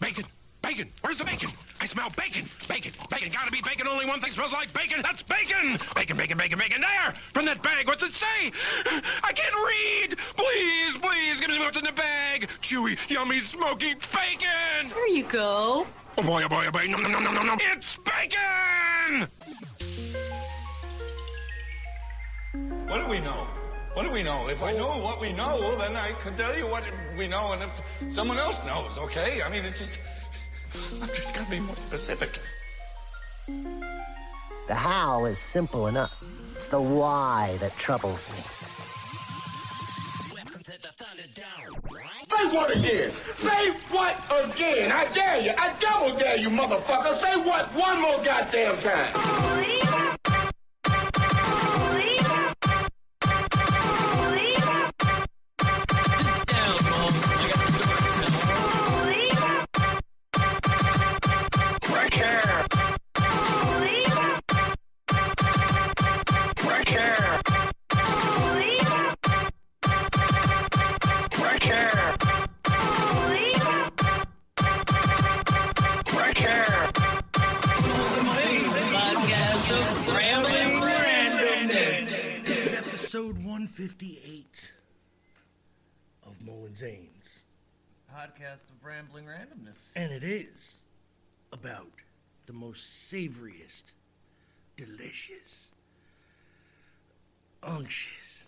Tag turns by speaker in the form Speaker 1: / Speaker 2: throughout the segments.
Speaker 1: Bacon! Bacon! Where's the bacon? I smell bacon! Bacon! Bacon! Gotta be bacon! Only one thing smells like bacon! That's bacon! Bacon, bacon, bacon, bacon! There! From that bag! What's it say? I can't read! Please, please, give me what's in the bag! Chewy, yummy, smoky bacon!
Speaker 2: There you go.
Speaker 1: Oh boy, oh boy, oh boy! No, no, no, no, no, no! It's bacon!
Speaker 3: What do we know? What do we know? If I know what we know, then I can tell you what we know, and if someone else knows, okay? I mean, it's just. I've just got to be more specific.
Speaker 4: The how is simple enough. It's the why that troubles me.
Speaker 5: Say what again? Say what again? I dare you. I double dare you, motherfucker. Say what one more goddamn time.
Speaker 6: episode 158 of Mullen Zane's.
Speaker 7: podcast of rambling randomness.
Speaker 6: And it is about the most savoriest, delicious, unctuous,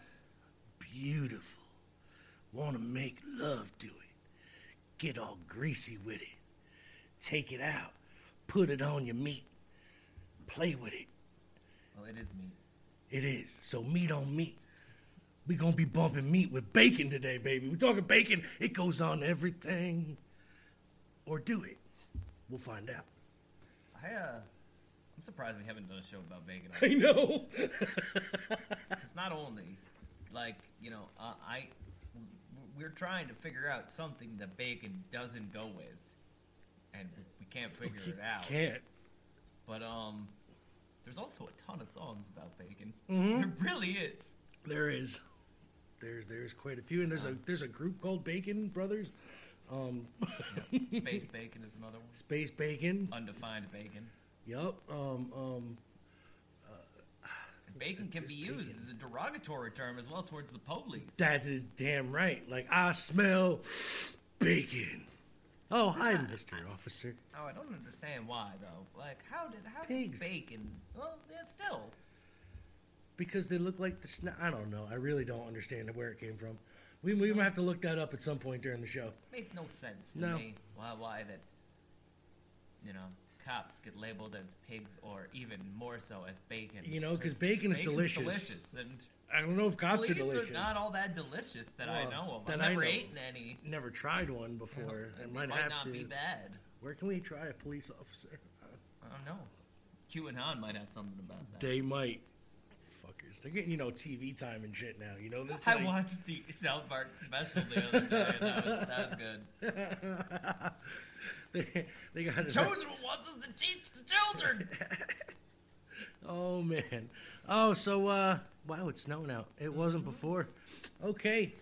Speaker 6: beautiful, want to make love to it, get all greasy with it, take it out, put it on your meat, play with it.
Speaker 7: Well, it is meat.
Speaker 6: It is. So meat on meat. We gonna be bumping meat with bacon today, baby. We talking bacon. It goes on everything. Or do it. We'll find out.
Speaker 7: I uh, I'm surprised we haven't done a show about bacon.
Speaker 6: I know.
Speaker 7: It's not only like you know uh, I, w- we're trying to figure out something that bacon doesn't go with, and we can't figure it out.
Speaker 6: Can't.
Speaker 7: But um, there's also a ton of songs about bacon. There really is.
Speaker 6: There is. There's there's quite a few, and there's a there's a group called Bacon Brothers. Um,
Speaker 7: Space bacon is another one.
Speaker 6: Space Bacon.
Speaker 7: Undefined bacon.
Speaker 6: Yup. Um, um,
Speaker 7: And bacon can be used as a derogatory term as well towards the police.
Speaker 6: that is damn right. Like I smell bacon. Oh hi,
Speaker 7: Ah.
Speaker 6: Mister Officer.
Speaker 7: Oh, I don't understand why though. Like, how did how
Speaker 6: Pigs.
Speaker 7: did bacon? Well, yeah, still.
Speaker 6: because they look like the snow. I don't know. I really don't understand where it came from. We, we might have to look that up at some point during the show.
Speaker 7: Makes no sense to
Speaker 6: No.
Speaker 7: me why why that you know cops get labeled as pigs or even more so as bacon.
Speaker 6: You know, 'cause bacon is
Speaker 7: bacon's
Speaker 6: delicious.
Speaker 7: and
Speaker 6: I don't know if cops
Speaker 7: police
Speaker 6: are delicious.
Speaker 7: are not all that delicious that I
Speaker 6: Well,
Speaker 7: know of.
Speaker 6: that
Speaker 7: I've
Speaker 6: I
Speaker 7: never
Speaker 6: know.
Speaker 7: eaten any.
Speaker 6: Never tried one before. I
Speaker 7: It
Speaker 6: might,
Speaker 7: might,
Speaker 6: have
Speaker 7: not
Speaker 6: to.
Speaker 7: be bad.
Speaker 6: Where can we try a police officer?
Speaker 7: I don't know. QAnon might have something about that.
Speaker 6: They might. Fuckers. They're getting you know TV time and shit now. You know this.
Speaker 7: I
Speaker 6: like-
Speaker 7: watched the South Park special the other day, and that was, that was good.
Speaker 6: They, they got it.
Speaker 7: Chosen one wants us to teach the children.
Speaker 6: Oh man. Oh, so uh wow, it's snowing out. It wasn't before. Okay.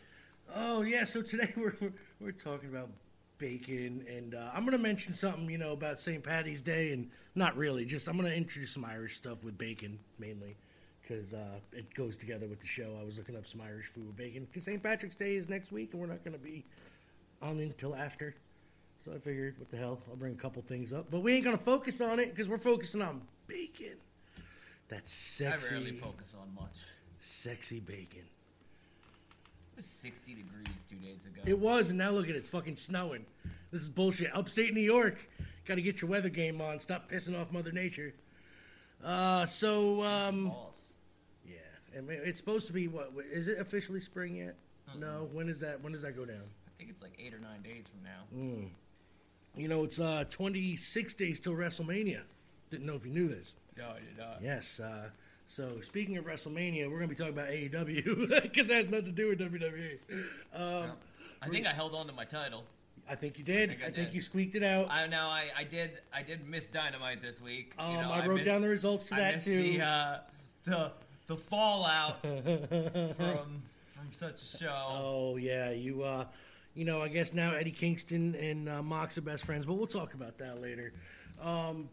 Speaker 6: Oh yeah, so today we're we're, we're talking about bacon and uh, I'm going to mention something, you know, about St. Patty's Day and not really, just I'm going to introduce some Irish stuff with bacon mainly cuz uh it goes together with the show. I was looking up some Irish food with bacon cuz St. Patrick's Day is next week and we're not going to be on until after. So I figured, what the hell? I'll bring a couple things up, but we ain't gonna focus on it because we're focusing on bacon. That's
Speaker 7: I
Speaker 6: sexy,
Speaker 7: rarely focus on much.
Speaker 6: sexy bacon.
Speaker 7: It was 60 degrees two days ago.
Speaker 6: It was, and now look at it. It's fucking snowing. This is bullshit. Upstate New York, got to get your weather game on. Stop pissing off Mother Nature. Uh, so um,
Speaker 7: False.
Speaker 6: yeah, I mean, it's supposed to be what? Is it officially spring yet?
Speaker 7: Uh-uh.
Speaker 6: No. When is that? When does that go down?
Speaker 7: I think it's like eight or nine days from now.
Speaker 6: Mm. You know, it's uh 26 days till WrestleMania. Didn't know if you knew this.
Speaker 7: No, I did not.
Speaker 6: Yes. Uh, so speaking of WrestleMania, we're gonna be talking about AEW because that has nothing to do with WWE. Um,
Speaker 7: I think I held on to my title.
Speaker 6: I think you did. I
Speaker 7: think
Speaker 6: think,
Speaker 7: I did.
Speaker 6: you squeaked it out.
Speaker 7: I now I, I did I did miss dynamite this week. You
Speaker 6: um,
Speaker 7: know,
Speaker 6: I wrote
Speaker 7: missed-
Speaker 6: down the results to
Speaker 7: I
Speaker 6: that
Speaker 7: missed
Speaker 6: too.
Speaker 7: The, uh, the the fallout from from such a show.
Speaker 6: oh yeah, you. Uh, you know, I guess now Eddie Kingston and uh, Mox are best friends, but we'll talk about that later. Um,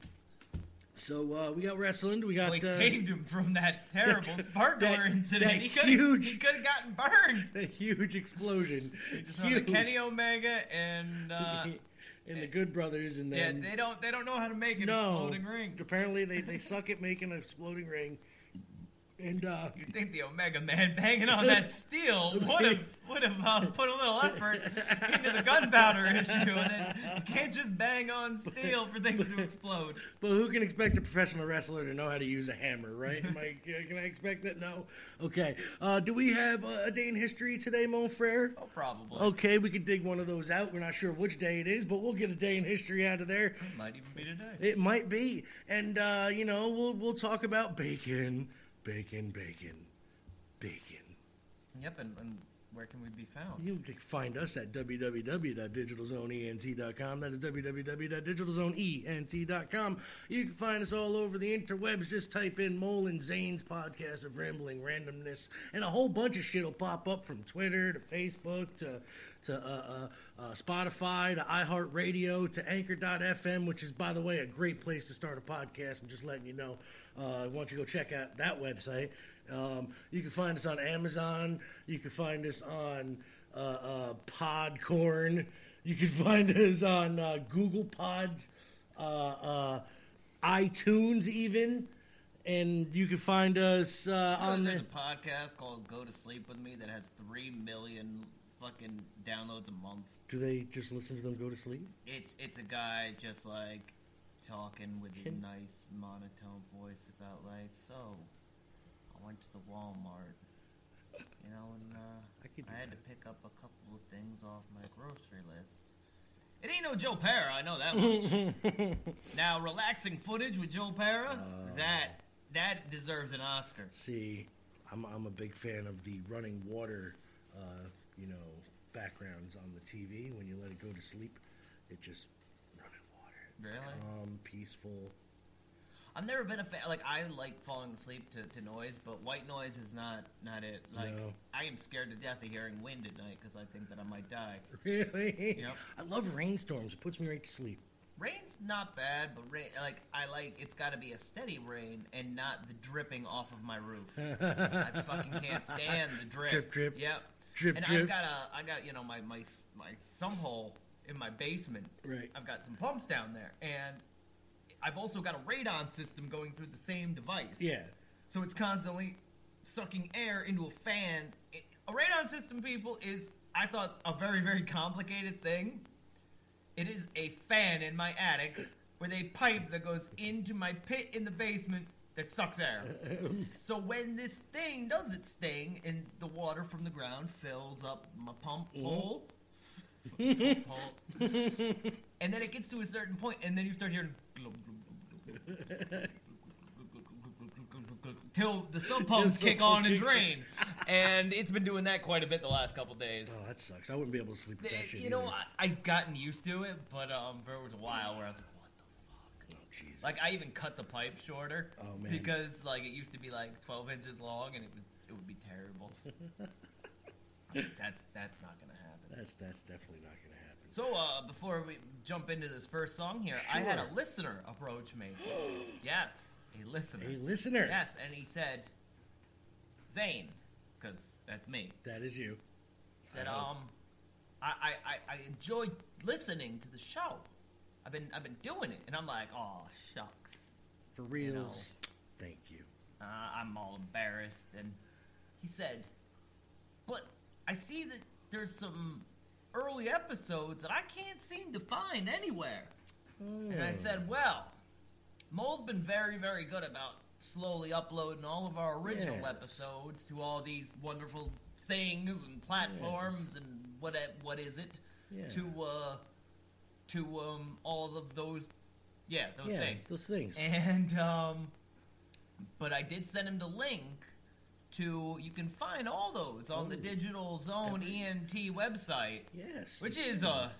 Speaker 6: so uh, we got wrestling. We got
Speaker 7: Well, he
Speaker 6: uh,
Speaker 7: saved him from that terrible spark
Speaker 6: that-
Speaker 7: door incident.
Speaker 6: that
Speaker 7: he could
Speaker 6: huge-
Speaker 7: he could have gotten burned.
Speaker 6: a huge explosion.
Speaker 7: He just saw the
Speaker 6: Huge.
Speaker 7: Kenny Omega and uh,
Speaker 6: and the Good Brothers, and
Speaker 7: yeah,
Speaker 6: then
Speaker 7: they don't they don't know how to make an
Speaker 6: no,
Speaker 7: exploding ring.
Speaker 6: apparently they, they suck at making an exploding ring, and uh,
Speaker 7: You'd think the Omega Man banging on that steel would have would have uh, put a little effort into the gunpowder issue, and then you can't just bang on steel for things to explode.
Speaker 6: But who can expect a professional wrestler to know how to use a hammer, right? Am I, uh, can I expect that? No. Okay. Uh, do we have uh, a day in history today, Mon Frere?
Speaker 7: Oh, probably.
Speaker 6: Okay, we could dig one of those out. We're not sure which day it is, but we'll get a day in history out of there.
Speaker 7: Might even be today.
Speaker 6: It might be, and uh, you know, we'll we'll talk about bacon, bacon, bacon, bacon.
Speaker 7: Yep, and, and where can we be found?
Speaker 6: You can find us at www.digitalzoneent.com. That is www.digitalzoneent.com. You can find us all over the interwebs. Just type in Mole and Zane's podcast of rambling randomness, and a whole bunch of shit will pop up from Twitter to Facebook to to uh, uh, uh, Spotify to iHeartRadio to Anchor.fm, which is, by the way, a great place to start a podcast. I'm just letting you know. Uh, why don't you go check out that website? Um, you can find us on Amazon. You can find us on uh, uh, Podcorn. You can find us on uh, Google Pods, uh, uh, iTunes, even. And you can find us uh, on
Speaker 7: Oh, There's
Speaker 6: the.
Speaker 7: a podcast called Go to Sleep with Me that has three million fucking downloads a month.
Speaker 6: Do they just listen to them go to sleep?
Speaker 7: It's it's a guy just like talking with a nice monotone voice about like, so I went to the Walmart, you know, and
Speaker 6: I could
Speaker 7: uh,
Speaker 6: do
Speaker 7: I had to pick up a couple of things off my grocery list. It ain't no Joe Para, I know that much. now, relaxing footage with Joe Para,
Speaker 6: Uh,
Speaker 7: that that deserves an Oscar.
Speaker 6: See, I'm, I'm a big fan of the running water, uh, you know, backgrounds on the TV. When you let it go to sleep, it just running water. It's
Speaker 7: Really?
Speaker 6: calm, peaceful.
Speaker 7: I've never been a fan. Like I like falling asleep to, to noise, but white noise is not not it. Like
Speaker 6: No.
Speaker 7: I am scared to death of hearing wind at night because I think that I might die.
Speaker 6: Really?
Speaker 7: Yep.
Speaker 6: I love rainstorms. It puts me right to sleep.
Speaker 7: Rain's not bad, but rain like I like it's got to be a steady rain and not the dripping off of my roof. I fucking can't stand the drip.
Speaker 6: Drip, drip.
Speaker 7: Yep.
Speaker 6: Drip,
Speaker 7: and
Speaker 6: drip.
Speaker 7: I've got a I got you know my my s- my sump hole in my basement.
Speaker 6: Right.
Speaker 7: I've got some pumps down there, and I've also got a radon system going through the same device.
Speaker 6: Yeah.
Speaker 7: So it's constantly sucking air into a fan. It, a radon system, people, is, I thought, a very, very complicated thing. It is a fan in my attic with a pipe that goes into my pit in the basement that sucks air. so when this thing does its thing and the water from the ground fills up my pump hole, pump hole, and then it gets to a certain point, and then you start hearing glub, glub, glub, glub, glub, glub, glub, glub, glub, glub, glub, glub, glub, glub, glub, glub, till the sub pumps kick on and drain. And it's been doing that quite a bit the last couple days.
Speaker 6: Oh, that sucks. I wouldn't be able to sleep with that
Speaker 7: Eh,
Speaker 6: shit.
Speaker 7: You know,
Speaker 6: either.
Speaker 7: I, I've gotten used to it, but um, there was a while where I was like, what the
Speaker 6: Oh,
Speaker 7: fuck?
Speaker 6: Jesus.
Speaker 7: Like, I even cut the pipe shorter.
Speaker 6: Oh, man.
Speaker 7: Because, like, it used to be like 12 inches long, and it would, it would be terrible. that's, that's not going to happen.
Speaker 6: that's that's definitely not gonna happen.
Speaker 7: So, uh, before we jump into this first song here, I had a
Speaker 6: Sure.
Speaker 7: listener approach me. yes, a listener.
Speaker 6: Hey, listener.
Speaker 7: Yes, and he said, Zane, because that's me.
Speaker 6: That is you.
Speaker 7: He said,
Speaker 6: I know.
Speaker 7: um, I, I, I, I enjoy listening to the show. I've been, I've been doing it. And I'm like, oh, shucks.
Speaker 6: For reals. Thank you.
Speaker 7: Uh, I'm all embarrassed. And he said, But I see that there's some early episodes that I can't seem to find anywhere. And
Speaker 6: Hmm.
Speaker 7: I said, Well, Mole's been very, very good about slowly uploading all of our original
Speaker 6: Yes.
Speaker 7: episodes to all these wonderful things and platforms and what e-, what is it
Speaker 6: Yeah.
Speaker 7: to uh to um all of those yeah those
Speaker 6: yeah,
Speaker 7: things
Speaker 6: those things.
Speaker 7: and um, but I did send him the link to. You can find all
Speaker 6: Oh.
Speaker 7: those on the Digital Zone ENT E website,
Speaker 6: yes.
Speaker 7: which is a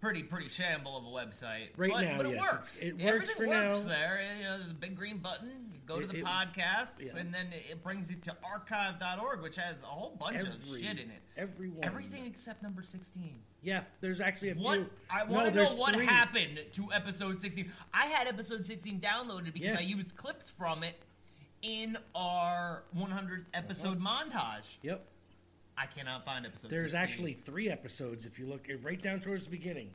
Speaker 7: pretty pretty shamble of a website.
Speaker 6: Right
Speaker 7: but,
Speaker 6: now,
Speaker 7: but it
Speaker 6: yes,
Speaker 7: works.
Speaker 6: it's- it works
Speaker 7: Everything
Speaker 6: for
Speaker 7: works
Speaker 6: now.
Speaker 7: There, And, you know, there's a big green button. You go
Speaker 6: It-
Speaker 7: to the
Speaker 6: it-
Speaker 7: podcasts,
Speaker 6: yeah.
Speaker 7: and then it brings you to archive.org, which has a whole bunch of
Speaker 6: Every-
Speaker 7: shit in it.
Speaker 6: everyone.
Speaker 7: Everything except number sixteen.
Speaker 6: Yeah, there's actually a
Speaker 7: What
Speaker 6: few.
Speaker 7: I
Speaker 6: No,
Speaker 7: want to know
Speaker 6: there's
Speaker 7: what
Speaker 6: three.
Speaker 7: happened to episode 16. I had episode 16 downloaded because
Speaker 6: Yeah.
Speaker 7: I used clips from it in our 100th episode montage.
Speaker 6: Uh-huh. Yep.
Speaker 7: I cannot find episode.
Speaker 6: There's
Speaker 7: 16.
Speaker 6: actually three episodes if you look it right down towards the beginning.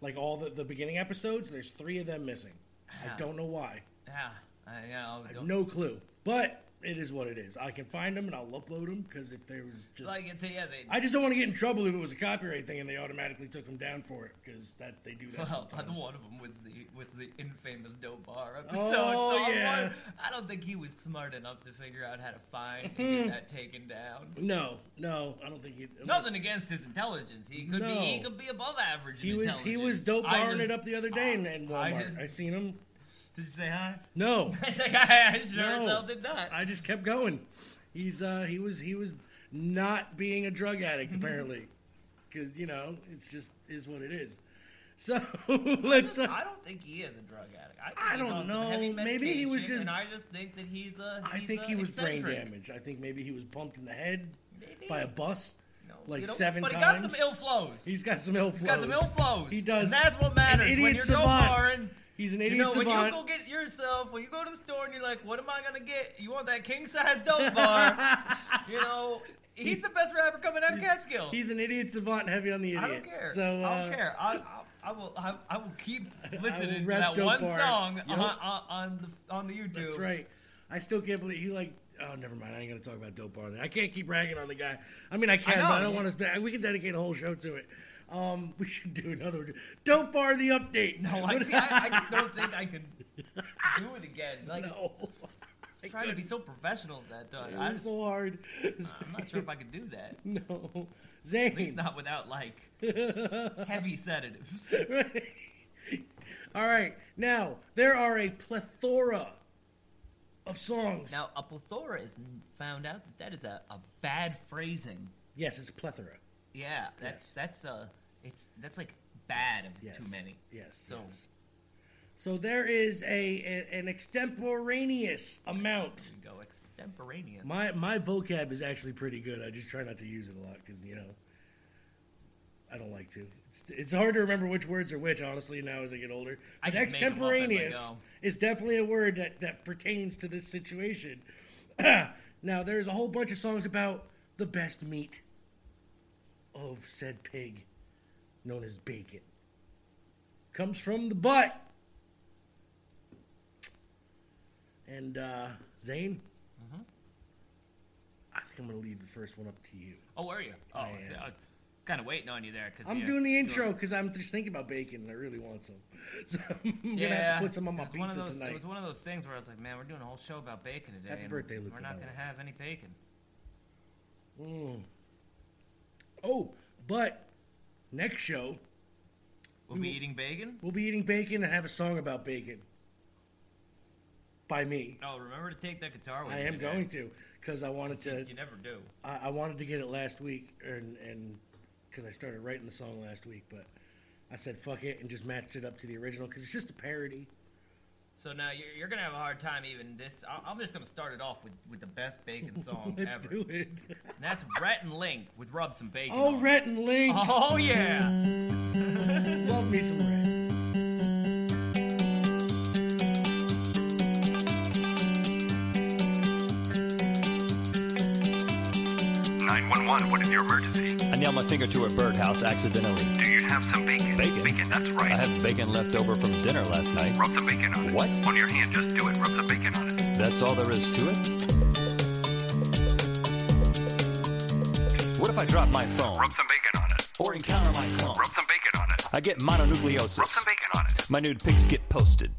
Speaker 6: Like all the, the beginning episodes, there's three of them missing. I
Speaker 7: Ah.
Speaker 6: don't know why.
Speaker 7: yeah, I, yeah, I
Speaker 6: I have
Speaker 7: don't-
Speaker 6: no clue. But it is what it is. I can find them and I'll upload them because if there was just.
Speaker 7: like it's a, yeah, they,
Speaker 6: I just don't want to get in trouble if it was a copyright thing and they automatically took them down for it because that they do that.
Speaker 7: well,
Speaker 6: sometimes.
Speaker 7: one of them was the was the infamous dope bar episode.
Speaker 6: Oh,
Speaker 7: so I'm
Speaker 6: yeah.
Speaker 7: wondering- I don't think he was smart enough to figure out how to find and get that taken down.
Speaker 6: Mm-hmm. No, no, I don't think he. unless-
Speaker 7: Nothing against his intelligence. He could be he
Speaker 6: No.
Speaker 7: could be above average. in
Speaker 6: He was he was
Speaker 7: intelligence.
Speaker 6: dope
Speaker 7: I
Speaker 6: barring
Speaker 7: just-
Speaker 6: it up the other day in, in
Speaker 7: I
Speaker 6: Walmart.
Speaker 7: just-
Speaker 6: I, seen him.
Speaker 7: Did you say hi?
Speaker 6: No,
Speaker 7: It's like, I sure
Speaker 6: No.
Speaker 7: as hell did not.
Speaker 6: I just kept going. He's uh he was he was not being a drug addict
Speaker 7: Mm-hmm.
Speaker 6: apparently, because you know it's just is what it is. So let's. Uh,
Speaker 7: I don't think he is a drug addict. I, think
Speaker 6: I
Speaker 7: he's
Speaker 6: don't
Speaker 7: on some
Speaker 6: know.
Speaker 7: heavy
Speaker 6: Maybe he was
Speaker 7: medication,
Speaker 6: just-
Speaker 7: And I just think that he's a.
Speaker 6: I
Speaker 7: he's
Speaker 6: think
Speaker 7: a
Speaker 6: he was brain
Speaker 7: eccentric.
Speaker 6: damaged. I think maybe he was bumped in the head
Speaker 7: Maybe.
Speaker 6: by a bus,
Speaker 7: No,
Speaker 6: like
Speaker 7: you know,
Speaker 6: seven
Speaker 7: but
Speaker 6: times.
Speaker 7: he got some ill flows.
Speaker 6: He's got some ill flows.
Speaker 7: He's got some ill flows.
Speaker 6: He does.
Speaker 7: And that's what matters.
Speaker 6: An idiot
Speaker 7: when you're
Speaker 6: savant.
Speaker 7: so foreign.
Speaker 6: He's an
Speaker 7: You
Speaker 6: idiot
Speaker 7: know, when you
Speaker 6: savant.
Speaker 7: go get yourself, when you go to the store and you're like, "What am I gonna get? You want that king size dope bar?" you know, he's the best rapper coming out of Catskill.
Speaker 6: He's an idiot savant, heavy on the idiot.
Speaker 7: I don't care.
Speaker 6: So uh,
Speaker 7: I don't care. I, I, I will. I, I will keep listening to
Speaker 6: rep
Speaker 7: that
Speaker 6: Dope
Speaker 7: one
Speaker 6: Bar.
Speaker 7: song
Speaker 6: Yup.
Speaker 7: on, on, on the on the YouTube.
Speaker 6: That's right. I still can't believe he like. Oh, never mind. I ain't gonna talk about dope bar. I can't keep ragging on the guy. I mean, I can,
Speaker 7: know,
Speaker 6: but I don't
Speaker 7: yeah.
Speaker 6: want to. Spend, we could dedicate a whole show to it. Um, we should do another one. Dope bar the update.
Speaker 7: No, I,
Speaker 6: What-
Speaker 7: see, I, I just don't think I can do it again. Like
Speaker 6: no. I
Speaker 7: trying to be
Speaker 6: couldn't.
Speaker 7: so professional at that time.
Speaker 6: It
Speaker 7: I
Speaker 6: was
Speaker 7: just, Uh,
Speaker 6: so hard.
Speaker 7: I'm not sure if I could do that.
Speaker 6: no,
Speaker 7: At least
Speaker 6: Zane.
Speaker 7: not without like heavy sedatives.
Speaker 6: All right. Now there are a plethora of songs.
Speaker 7: Now a plethora is found out that that is a, a bad phrasing.
Speaker 6: yes, it's a plethora.
Speaker 7: Yeah, that's that's uh it's that's like bad of
Speaker 6: Yes.
Speaker 7: too many.
Speaker 6: Yes.
Speaker 7: So
Speaker 6: yes. So there is a, a an extemporaneous amount.
Speaker 7: we go extemporaneous.
Speaker 6: My my vocab is actually pretty good. I just try not to use it a lot because you know I don't like to. It's, it's hard to remember which words are which. Honestly, now as I get older,
Speaker 7: I just make 'em up as
Speaker 6: But
Speaker 7: I
Speaker 6: extemporaneous
Speaker 7: go.
Speaker 6: is definitely a word that that pertains to this situation. now there's a whole bunch of songs about the best meat of said pig, known as bacon, comes from the butt. And uh, Zane,
Speaker 7: Mm-hmm.
Speaker 6: I think I'm gonna leave the first one up to you.
Speaker 7: Oh, were you? Oh, I was,
Speaker 6: am.
Speaker 7: kind of waiting on you there. Cause
Speaker 6: I'm
Speaker 7: you-
Speaker 6: doing the
Speaker 7: you
Speaker 6: intro
Speaker 7: were-
Speaker 6: because I'm just thinking about bacon and I really want some. So I'm gonna
Speaker 7: yeah,
Speaker 6: have to put some on my
Speaker 7: it was one
Speaker 6: pizza
Speaker 7: of those,
Speaker 6: tonight.
Speaker 7: It was one of those things where I was like, man, we're doing a whole show about bacon today.
Speaker 6: Happy
Speaker 7: and
Speaker 6: birthday, Luke,
Speaker 7: We're
Speaker 6: by
Speaker 7: not
Speaker 6: the
Speaker 7: gonna
Speaker 6: way.
Speaker 7: have any bacon.
Speaker 6: Mm. Oh, but next show
Speaker 7: We'll be eating bacon.
Speaker 6: we'll be eating bacon and have a song about bacon. By me,
Speaker 7: Oh, remember to take that guitar with
Speaker 6: I
Speaker 7: you.
Speaker 6: am
Speaker 7: today.
Speaker 6: going to because I wanted to.
Speaker 7: You never do.
Speaker 6: I, I wanted to get it last week, and and because I started writing the song last week, but I said fuck it and just matched it up to the original because it's just a parody.
Speaker 7: So now you're, you're gonna have a hard time even this. I- I'm just gonna start it off with, with the best bacon song
Speaker 6: Let's
Speaker 7: ever.
Speaker 6: do it.
Speaker 7: And that's Rhett and Link with Rub Some Bacon.
Speaker 6: Oh,
Speaker 7: on.
Speaker 6: Rhett and Link,
Speaker 7: Oh yeah.
Speaker 6: love me some Rhett.
Speaker 2: I nailed my finger to a birdhouse accidentally.
Speaker 8: Do you have some bacon?
Speaker 2: Bacon?
Speaker 8: Bacon, that's
Speaker 2: I
Speaker 8: right.
Speaker 2: had bacon left over from dinner last night.
Speaker 8: Rub some bacon on it.
Speaker 2: What?
Speaker 8: On your hand, just do it. Rub some bacon on it.
Speaker 2: That's all there is to it? What if I drop my phone
Speaker 8: Rub some bacon on it.
Speaker 2: or encounter my clone?
Speaker 8: Rub some bacon on it.
Speaker 2: I get mononucleosis.
Speaker 8: Rub some bacon on it.
Speaker 2: My nude pics get posted.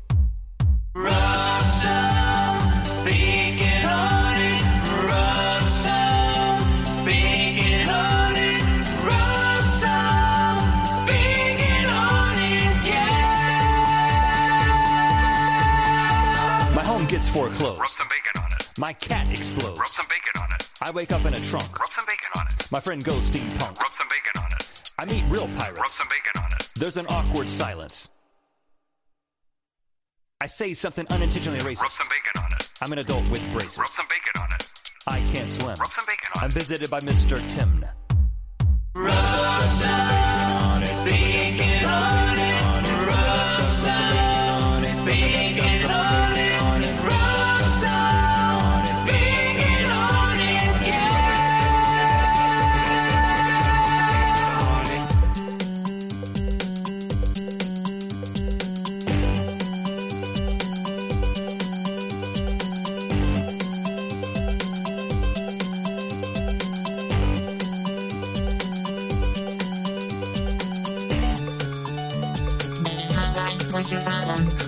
Speaker 2: My home gets
Speaker 8: Rub
Speaker 2: foreclosed.
Speaker 8: some bacon on it.
Speaker 2: My cat explodes.
Speaker 8: Rub some bacon on it.
Speaker 2: I wake up in a trunk.
Speaker 8: Rub some bacon on it.
Speaker 2: My friend goes steampunk.
Speaker 8: Rub some bacon on it.
Speaker 2: I meet real
Speaker 8: Rub
Speaker 2: pirates.
Speaker 8: some bacon on it.
Speaker 2: There's an awkward silence. I say something unintentionally
Speaker 8: Rub
Speaker 2: racist.
Speaker 8: some bacon on it.
Speaker 2: I'm an adult with
Speaker 8: Rub
Speaker 2: braces.
Speaker 8: some bacon on it.
Speaker 2: I can't swim.
Speaker 8: Rub some bacon on
Speaker 2: I'm
Speaker 8: it.
Speaker 2: visited by Mr. Timn.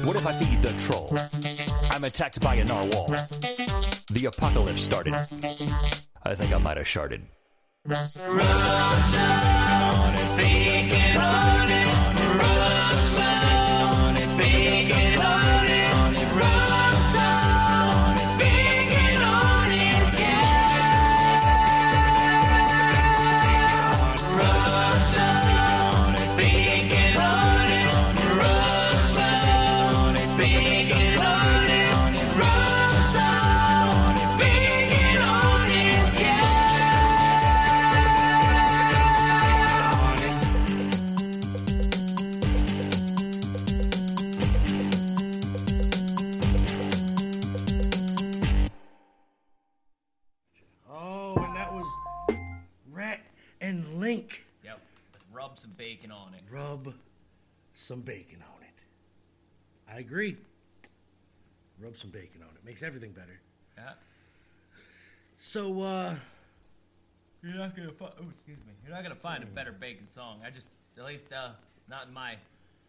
Speaker 2: What if I feed the troll? I'm attacked by a narwhal. The apocalypse started. I think I might have sharded.
Speaker 6: Oh, and that was Rat and Link.
Speaker 7: Yep. Let's rub some bacon on it.
Speaker 6: Rub some bacon on it. I agree. Rub some bacon on it. Makes everything better.
Speaker 7: Yeah.
Speaker 6: So, uh,
Speaker 7: You're not gonna find. Oh, excuse me. You're not gonna find a better bacon song. I just, at least, uh, not in my,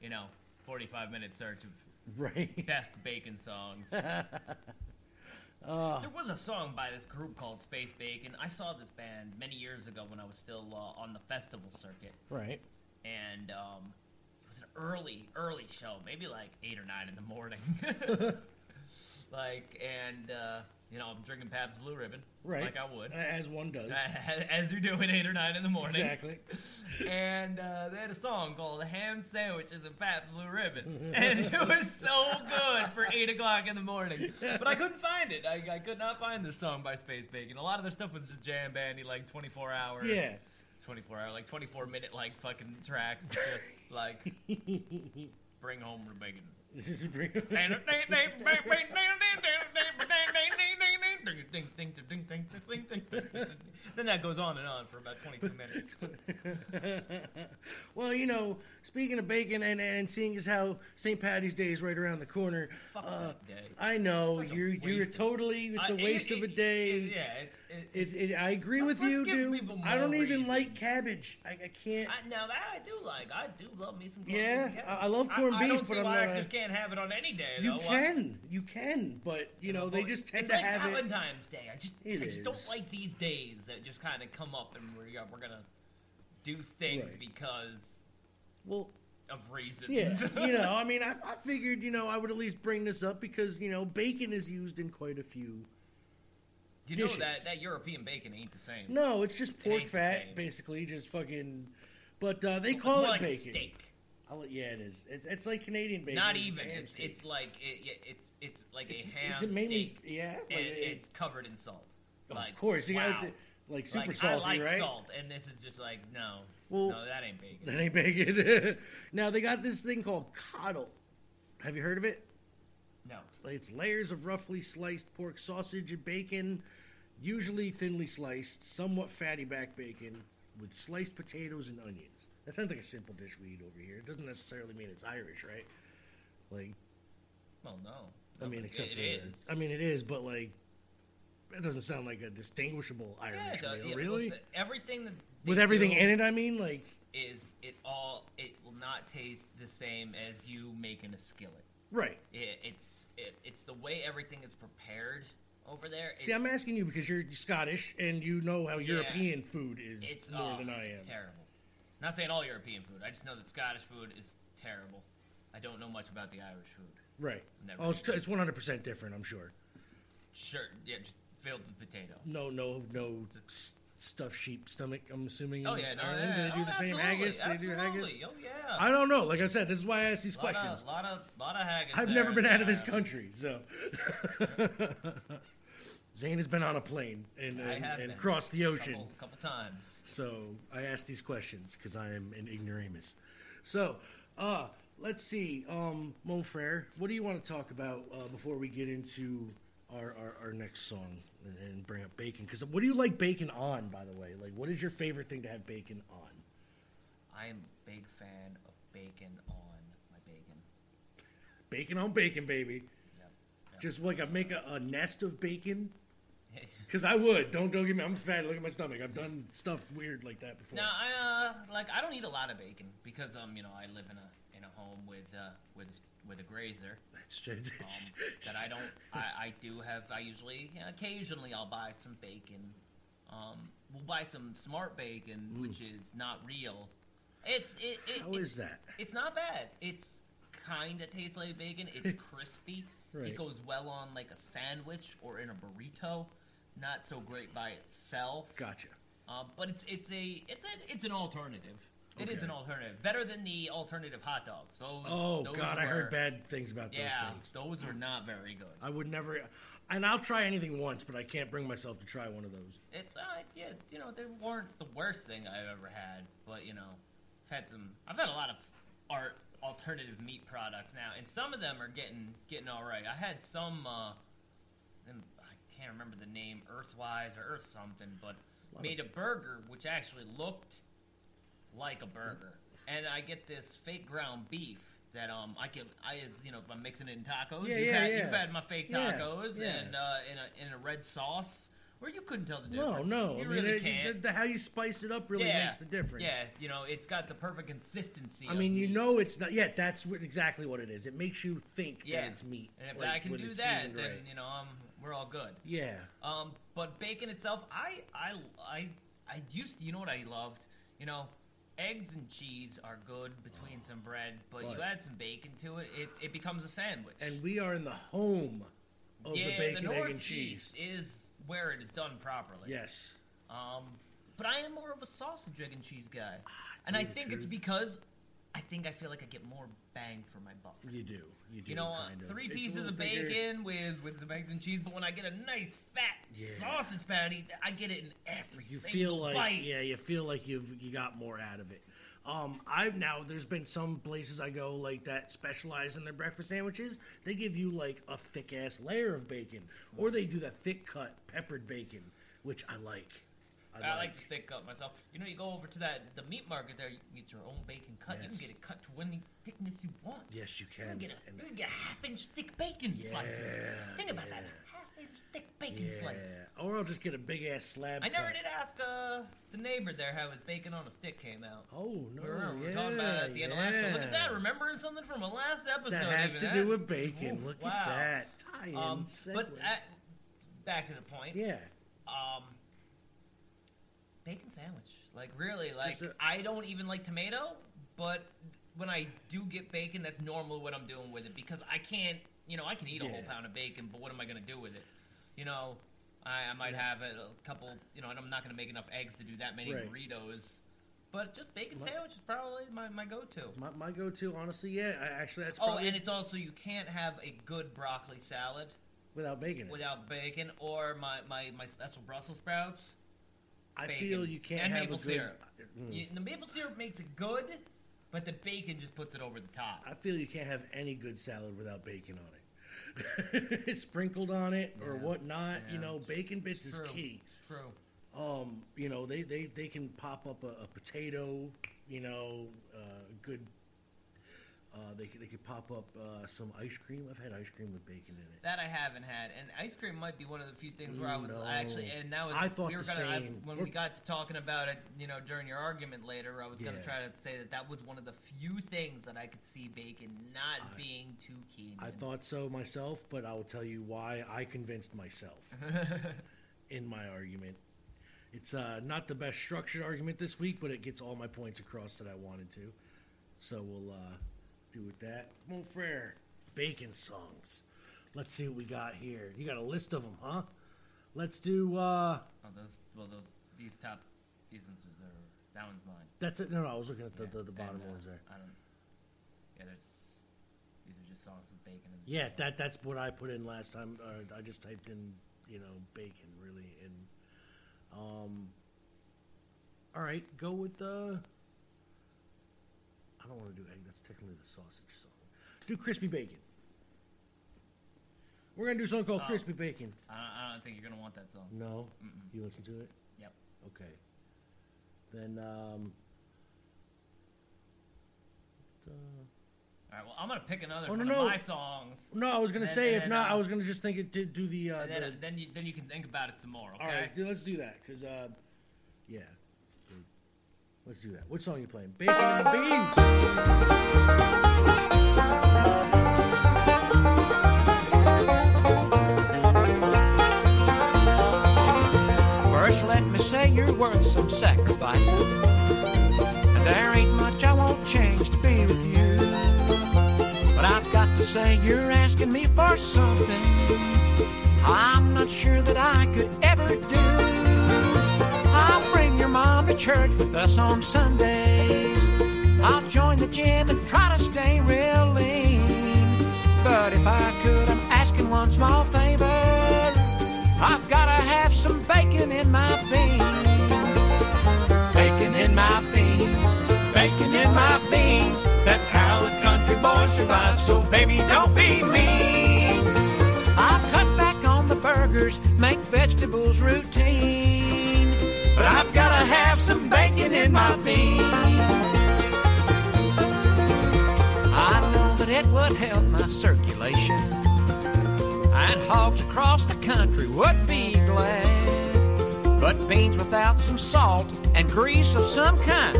Speaker 7: you know, 45 minute search of
Speaker 6: right. Uh,
Speaker 7: best bacon songs. there was a song by this group called Space Bacon. I saw this band many years ago when I was still uh, on the festival circuit,
Speaker 6: Right.
Speaker 7: and um, it was an early, early show, maybe like eight or nine in the morning. like, and uh, you know, I'm drinking Pabst Blue Ribbon,
Speaker 6: Right.
Speaker 7: Like I would.
Speaker 6: As one does.
Speaker 7: As you do at eight or nine in the morning,
Speaker 6: Exactly.
Speaker 7: and uh, they had a song called "The Ham Sandwiches and Fat Blue Ribbon," and it was so good for eight o'clock in the morning. But I couldn't find it. I, I could not find this song by Space Bacon. A lot of their stuff was just jam bandy, like twenty-four hour,
Speaker 6: Yeah.
Speaker 7: twenty-four hour, like twenty-four minute, like fucking tracks, just like bring home the bacon. then that goes on and on for about 22 minutes.
Speaker 6: well, you know, speaking of bacon and, and seeing as how St. Patty's Day is right around the corner,
Speaker 7: Fuck
Speaker 6: uh,
Speaker 7: that day.
Speaker 6: I know
Speaker 7: It's like a
Speaker 6: you're you're
Speaker 7: waste of-
Speaker 6: totally it's a
Speaker 7: Uh, it-
Speaker 6: waste
Speaker 7: it-
Speaker 6: of a
Speaker 7: it-
Speaker 6: day.
Speaker 7: it- yeah, it's. It,
Speaker 6: It, it, I agree with
Speaker 7: Let's
Speaker 6: you,
Speaker 7: give
Speaker 6: dude.
Speaker 7: people
Speaker 6: I don't
Speaker 7: more
Speaker 6: even
Speaker 7: reason.
Speaker 6: like cabbage. I, I can't.
Speaker 7: I, now that I do like, I do love me some. Corned
Speaker 6: Yeah,
Speaker 7: beef.
Speaker 6: I- I love corned
Speaker 7: I, I
Speaker 6: beef,
Speaker 7: don't see
Speaker 6: but I'm
Speaker 7: why
Speaker 6: not-
Speaker 7: I just can't have it on any day.
Speaker 6: you
Speaker 7: though. I-
Speaker 6: can, you can, but you know they just tend
Speaker 7: it's
Speaker 6: to
Speaker 7: like
Speaker 6: have it.
Speaker 7: Valentine's Day. I just,
Speaker 6: It
Speaker 7: I just
Speaker 6: is.
Speaker 7: don't like these days that just kind of come up and we're, yeah, we're gonna do things
Speaker 6: Right.
Speaker 7: because
Speaker 6: Well,
Speaker 7: of reasons.
Speaker 6: yeah, you know, I mean, I, I figured, you know, I would at least bring this up because you know bacon is used in quite a few.
Speaker 7: you know
Speaker 6: dishes.
Speaker 7: that that European bacon ain't the same.
Speaker 6: No, it's just pork
Speaker 7: ain't the
Speaker 6: fat,
Speaker 7: same.
Speaker 6: basically, just fucking. But uh, they
Speaker 7: It's
Speaker 6: call
Speaker 7: more
Speaker 6: it
Speaker 7: like a
Speaker 6: bacon.
Speaker 7: steak.
Speaker 6: I'll- yeah, it is. It's, it's like Canadian bacon.
Speaker 7: Not
Speaker 6: a
Speaker 7: even.
Speaker 6: ham
Speaker 7: It's
Speaker 6: steak.
Speaker 7: it's like it, yeah, it's it's like
Speaker 6: It's-
Speaker 7: a
Speaker 6: is
Speaker 7: ham
Speaker 6: it mainly-
Speaker 7: steak.
Speaker 6: yeah, like
Speaker 7: and
Speaker 6: it-
Speaker 7: it's covered in salt. Like,
Speaker 6: of course you
Speaker 7: wow.
Speaker 6: got it, like super
Speaker 7: Like,
Speaker 6: salty,
Speaker 7: I like
Speaker 6: right?
Speaker 7: salt, and this is just like no,
Speaker 6: Well-
Speaker 7: no, that ain't bacon.
Speaker 6: That ain't bacon. now they got this thing called coddle. Have you heard of it?
Speaker 7: No,
Speaker 6: It's layers of roughly sliced pork sausage and bacon, usually thinly sliced, somewhat fatty back bacon with sliced potatoes and onions. That sounds like a simple dish we eat over here. It doesn't necessarily mean it's Irish, right? Like,
Speaker 7: well, no.
Speaker 6: I
Speaker 7: No,
Speaker 6: mean,
Speaker 7: but
Speaker 6: except
Speaker 7: it,
Speaker 6: for
Speaker 7: it is.
Speaker 6: I mean, it is, but like, that doesn't sound like a distinguishable Irish
Speaker 7: yeah, the-
Speaker 6: meal,
Speaker 7: yeah,
Speaker 6: really.
Speaker 7: with the- everything that they
Speaker 6: With everything
Speaker 7: do
Speaker 6: in it, I mean, like,
Speaker 7: is it all? It will not taste the same as you making a skillet.
Speaker 6: right?
Speaker 7: It, it's it, it's the way everything is prepared over there.
Speaker 6: See,
Speaker 7: It's-
Speaker 6: I'm asking you because you're Scottish and you know how
Speaker 7: Yeah.
Speaker 6: European food is
Speaker 7: It's
Speaker 6: more
Speaker 7: oh,
Speaker 6: than I am.
Speaker 7: It's terrible. Not saying all European food. I just know that Scottish food is terrible. I don't know much about the Irish food.
Speaker 6: Right.
Speaker 7: Never
Speaker 6: Oh, it's
Speaker 7: been.
Speaker 6: it's 100% different, I'm sure.
Speaker 7: Sure, yeah, just filled with potato.
Speaker 6: No, no, no s- stuffed sheep stomach. I'm assuming.
Speaker 7: Oh
Speaker 6: in
Speaker 7: yeah, no, yeah,
Speaker 6: Ireland. uh, They do
Speaker 7: oh,
Speaker 6: the same
Speaker 7: absolutely,
Speaker 6: haggis.
Speaker 7: Absolutely.
Speaker 6: They do haggis.
Speaker 7: Oh yeah.
Speaker 6: I don't know. Like I said, this is why I ask these
Speaker 7: lot
Speaker 6: questions.
Speaker 7: Of, lot of lot of haggis.
Speaker 6: I've
Speaker 7: there,
Speaker 6: never been out of
Speaker 7: yeah.
Speaker 6: this country, so. Zane has been on a plane and,
Speaker 7: I
Speaker 6: and,
Speaker 7: have
Speaker 6: and
Speaker 7: been.
Speaker 6: crossed the ocean.
Speaker 7: Couple, couple times.
Speaker 6: So I ask these questions because I am an ignoramus. So, uh, let's see, um, Mon Frere, what do you want to talk about uh, before we get into our, our, our next song and, and bring up bacon? Because what do you like bacon on, by the way? Like, what is your favorite thing to have bacon on?
Speaker 7: I am a big fan of bacon on my bacon.
Speaker 6: Bacon on bacon, baby.
Speaker 7: Yep.
Speaker 6: Just like I make a, a nest of bacon. Because I would. Don't don't get me. I'm fat. Look at my stomach. I've done stuff weird like that before.
Speaker 7: Now I uh, like I don't eat a lot of bacon because um you know I live in a in a home with uh with with a grazer
Speaker 6: That's just-
Speaker 7: um, that I don't I, I do have I usually you know, occasionally I'll buy some bacon. Um, we'll buy some smart bacon, which is not real. It's it, it
Speaker 6: How
Speaker 7: it-
Speaker 6: is that?
Speaker 7: It's not bad. It's kind of tastes like bacon. It's crispy.
Speaker 6: Right.
Speaker 7: It goes well on like a sandwich or in a burrito. Not so great by itself.
Speaker 6: Gotcha.
Speaker 7: Um, but it's it's a it's a, it's an alternative. It is
Speaker 6: Okay.
Speaker 7: an alternative, better than the alternative hot dogs. Those,
Speaker 6: Oh
Speaker 7: those
Speaker 6: God, I
Speaker 7: were-
Speaker 6: heard bad things about
Speaker 7: Yeah,
Speaker 6: those things.
Speaker 7: those are not very good.
Speaker 6: I would never, and I'll try anything once, but I can't bring myself to try one of those.
Speaker 7: It's uh, yeah, you know, they weren't the worst thing I've ever had, but you know, I've had some. I've had a lot of art alternative meat products now, and some of them are getting getting all right. I had some, uh, them, I can't remember the name, Earthwise or Earth something, but made a burger which actually looked like a burger, and I get this fake ground beef. That um I can I is you know if I'm mixing it in tacos
Speaker 6: Yeah,
Speaker 7: you've,
Speaker 6: yeah,
Speaker 7: had,
Speaker 6: yeah.
Speaker 7: you've had my fake
Speaker 6: Yeah,
Speaker 7: tacos
Speaker 6: yeah.
Speaker 7: and uh, in a in a red sauce where you couldn't tell the
Speaker 6: No,
Speaker 7: difference.
Speaker 6: no.
Speaker 7: you
Speaker 6: I mean,
Speaker 7: really
Speaker 6: it-
Speaker 7: can't.
Speaker 6: The, the- how you spice it up really
Speaker 7: yeah.
Speaker 6: makes the difference.
Speaker 7: Yeah, you know, it's got the perfect consistency.
Speaker 6: I
Speaker 7: of
Speaker 6: mean, you
Speaker 7: meat.
Speaker 6: know, it's not. Yeah, that's what, exactly what it is. It makes you think
Speaker 7: yeah,
Speaker 6: that it's meat.
Speaker 7: And if
Speaker 6: like,
Speaker 7: I can
Speaker 6: when
Speaker 7: do
Speaker 6: it's
Speaker 7: that,
Speaker 6: seasoned
Speaker 7: then
Speaker 6: right.
Speaker 7: you know, um, we're all good.
Speaker 6: yeah,
Speaker 7: Um, but bacon itself, I, I, I, I used to, you know what I loved? You know, eggs and cheese are good between some bread, but,
Speaker 6: Oh, But-
Speaker 7: you add some bacon to it, it, it becomes a sandwich.
Speaker 6: and we are in the home of
Speaker 7: yeah,
Speaker 6: Oh, the bacon, egg, and
Speaker 7: Northeast
Speaker 6: cheese.
Speaker 7: is where it is done properly.
Speaker 6: Yes,
Speaker 7: Um, but I am more of a sausage, egg, and cheese guy, and I
Speaker 6: Ah, the
Speaker 7: think it's
Speaker 6: truth.
Speaker 7: because I think I feel like I get more bang for my buck.
Speaker 6: you do. You do.
Speaker 7: You know, uh,
Speaker 6: kind of.
Speaker 7: three
Speaker 6: It's a
Speaker 7: pieces
Speaker 6: little
Speaker 7: of
Speaker 6: bigger.
Speaker 7: bacon with with some eggs and cheese. But when I get a nice fat
Speaker 6: Yeah.
Speaker 7: sausage patty, th- I get it in every
Speaker 6: you
Speaker 7: single
Speaker 6: feel like
Speaker 7: bite.
Speaker 6: yeah you feel like you've you got more out of it um i've now there's been some places i go like that specialize in their breakfast sandwiches they give you like a thick ass layer of bacon or they do that thick cut peppered bacon which i like
Speaker 7: I like to thick up myself. You know, you go over to that the meat market there. You can get your own bacon cut. You
Speaker 6: Yes.
Speaker 7: can get it cut to any thickness you want.
Speaker 6: yes you
Speaker 7: You
Speaker 6: can
Speaker 7: can get
Speaker 6: And
Speaker 7: a, you can get half inch thick bacon slices.
Speaker 6: Yeah,
Speaker 7: Think about that,
Speaker 6: yeah.
Speaker 7: half inch thick bacon
Speaker 6: yeah
Speaker 7: slice.
Speaker 6: or i'll just get a big ass slab
Speaker 7: I never
Speaker 6: cut.
Speaker 7: did ask uh, the neighbor there how his bacon on a stick came out.
Speaker 6: oh no
Speaker 7: We were- we
Speaker 6: yeah,
Speaker 7: were talking about it at the end of last show. Look at that,
Speaker 6: yeah.
Speaker 7: remembering something from a last episode.
Speaker 6: that has
Speaker 7: even.
Speaker 6: to do
Speaker 7: That's-
Speaker 6: with bacon
Speaker 7: oof,
Speaker 6: look
Speaker 7: wow.
Speaker 6: at that tie-in
Speaker 7: Um, but
Speaker 6: segue.
Speaker 7: at, back to the point.
Speaker 6: yeah
Speaker 7: Um, bacon sandwich. Like really, like
Speaker 6: a-
Speaker 7: I I don't even like tomato, but when I do get bacon, that's normally what I'm doing with it because I can't. You know, I can eat a whole
Speaker 6: Yeah.
Speaker 7: pound of bacon, but what am I going to do with it? You know, I, I might have a, a couple. You know, and I'm not going to make enough eggs to do that many
Speaker 6: Right.
Speaker 7: burritos. But just bacon sandwich is probably my, my go-to.
Speaker 6: my, my go-to honestly yeah I, actually that's
Speaker 7: Oh,
Speaker 6: probably
Speaker 7: and it's also you can't have a good broccoli salad
Speaker 6: without bacon in it.
Speaker 7: without bacon or my, my, my special Brussels sprouts.
Speaker 6: I
Speaker 7: Bacon
Speaker 6: feel you can't
Speaker 7: and
Speaker 6: have
Speaker 7: maple
Speaker 6: a good.
Speaker 7: syrup.
Speaker 6: Mm.
Speaker 7: You- the maple syrup makes it good, but the bacon just puts it over the top.
Speaker 6: I feel you can't have any good salad without bacon on it. Sprinkled on it or whatnot, you
Speaker 7: Yeah.
Speaker 6: know, bacon bits
Speaker 7: It's
Speaker 6: is
Speaker 7: true.
Speaker 6: key.
Speaker 7: It's true.
Speaker 6: Um, you know, they, they, they can pop up a, a potato, you know, uh, good. Uh, they could- they could pop up uh, some ice cream. I've had ice cream with bacon in it.
Speaker 7: That I haven't had, and ice cream might be one of the few things where I was I actually,
Speaker 6: Mm, No.
Speaker 7: and that was
Speaker 6: I thought
Speaker 7: we were
Speaker 6: the
Speaker 7: gonna, I-
Speaker 6: same.
Speaker 7: when
Speaker 6: We're-
Speaker 7: we got to talking about it, you know, during your argument later, I was gonna
Speaker 6: Yeah.
Speaker 7: try to say that that was one of the few things that I could see bacon not being too keen.
Speaker 6: I
Speaker 7: in.
Speaker 6: thought so myself, but I will tell you why I convinced myself in my argument. It's uh, not the best structured argument this week, but it gets all my points across that I wanted to. So we'll uh, do with that. Mon Frere, bacon songs. Let's see what we got here. You got a list of them, huh? Let's do. Uh,
Speaker 7: Oh, those, well, those these top these ones are that one's mine.
Speaker 6: That's it. No, no, I was looking at the,
Speaker 7: Yeah,
Speaker 6: the, the bottom
Speaker 7: and, uh,
Speaker 6: ones there.
Speaker 7: I don't. Yeah, there's. These are just songs with bacon. And
Speaker 6: Yeah, that that's what I put in last time. Or I just typed in, you know, bacon really, and um. All right, go with the. I don't want to do egg. That's technically the sausage song. Do crispy bacon. We're gonna do something called crispy bacon.
Speaker 7: I, don't, I don't think you're gonna want that song.
Speaker 6: No, you listen to it.
Speaker 7: Yep.
Speaker 6: Okay. Then um. the-
Speaker 7: All right. Well, I'm gonna pick another
Speaker 6: Oh,
Speaker 7: one of
Speaker 6: no, no.
Speaker 7: my songs.
Speaker 6: No, I was gonna
Speaker 7: And
Speaker 6: say if
Speaker 7: then,
Speaker 6: not, I
Speaker 7: uh,
Speaker 6: was gonna just think it did do the. Uh,
Speaker 7: And then,
Speaker 6: the-
Speaker 7: then you then you can think about it some more. Okay.
Speaker 6: All right, dude, let's do that because, uh, yeah, let's do that. What song you playing? Bacon and beans.
Speaker 9: First, let me say you're worth some sacrifice. And there ain't much I won't change to be with you. But I've got to say you're asking me for something I'm not sure that I could ever do. I'll bring your mom to church with us on Sundays. I'll join the gym and try to stay real lean. But if I could, I'm asking one small favor. I've gotta have some bacon in my beans. Bacon in my beans, bacon in my beans. That's how a country boy survives, so baby, don't be mean. I'll cut back on the burgers, make vegetables routine. But I've gotta have some bacon in my beans. I know that it would help my circulation. And hogs across the country would be glad. But beans without some salt and grease of some kind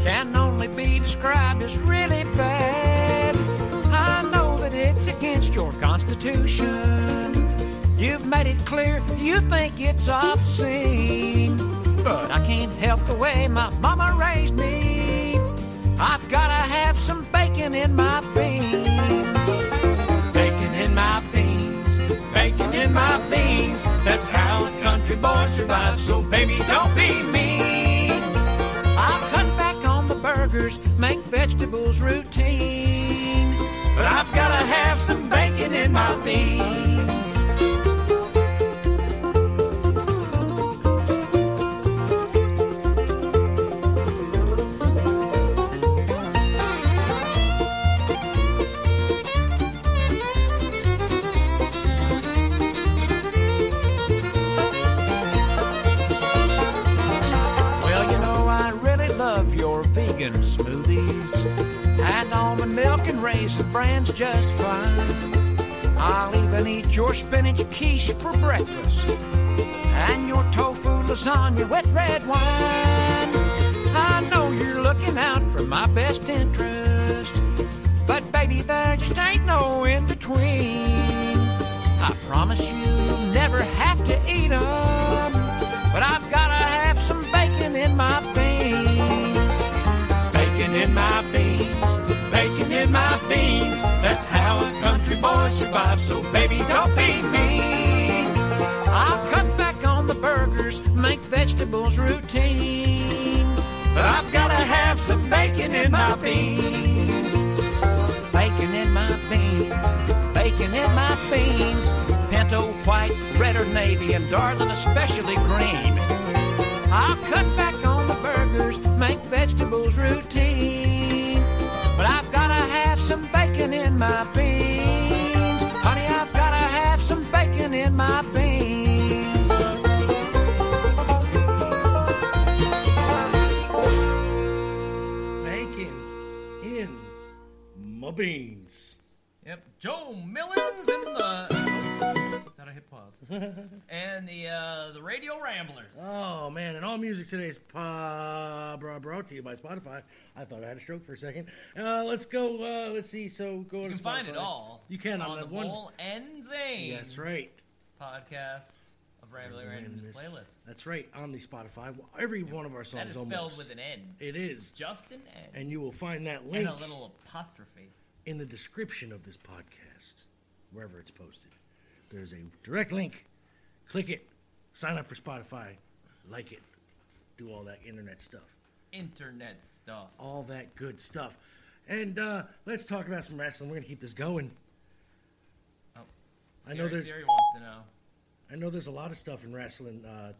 Speaker 9: can only be described as really bad. I know that it's against your constitution. You've made it clear you think it's obscene. But I can't help the way my mama raised me. I've gotta have some bacon in my beans. Bacon in my beans, bacon in my beans. That's how a country boy survives, so baby, don't be mean. I'll cut back on the burgers, make vegetables routine. But I've gotta have some bacon in my beans. Well, you know, I really love your vegan smoothies. And almond milk and raisin bran's just fine. I'll even eat your spinach quiche for breakfast. And your tofu lasagna with red wine. I know you're looking out for my best interest. But baby, there just ain't no in between. I promise you, you'll never have to eat 'em. But I've gotta have some bacon in my beans. Bacon in my beans. Bacon in my beans. That's how a country boy survives. So baby, don't be mean. I'll cut back on the burgers, make vegetables routine. But I've gotta have some bacon in my beans bacon in my beans, bacon in my beans, pinto white, red or navy, and darling especially green. I'll cut back on the burgers, make vegetables routine, but I've gotta have some bacon in my beans, honey. I've gotta have some bacon in my beans.
Speaker 6: Bacon in my beans.
Speaker 7: Yep. Joe Millins and the. Thought I hit pause. and the uh, the Radio Ramblers.
Speaker 6: Oh man, and all music today is pa- bra- brought to you by Spotify. I thought I had a stroke for a second. Uh, let's go. Uh, let's see. So go
Speaker 7: you
Speaker 6: to
Speaker 7: can find it
Speaker 6: Spotify.
Speaker 7: all.
Speaker 6: You can
Speaker 7: on
Speaker 6: on
Speaker 7: the
Speaker 6: that one-
Speaker 7: Bull and Zane.
Speaker 6: That's right.
Speaker 7: Podcast of Randomly Randomness
Speaker 6: Randomness.
Speaker 7: playlist.
Speaker 6: That's right. On the Spotify, every one of our songs
Speaker 7: That is
Speaker 6: almost.
Speaker 7: spelled with an N.
Speaker 6: it is,
Speaker 7: Just an N.
Speaker 6: and you will find that link
Speaker 7: and a little apostrophe.
Speaker 6: in the description of this podcast, wherever it's posted, there's a direct link. Click it, sign up for Spotify, like it, do all that internet stuff.
Speaker 7: Internet stuff.
Speaker 6: all that good stuff. And uh, let's talk about some wrestling. We're gonna keep this going.
Speaker 7: Oh,
Speaker 6: I know
Speaker 7: Siri-
Speaker 6: there's-
Speaker 7: Siri wants to know.
Speaker 6: I know there's a lot of stuff in wrestling uh,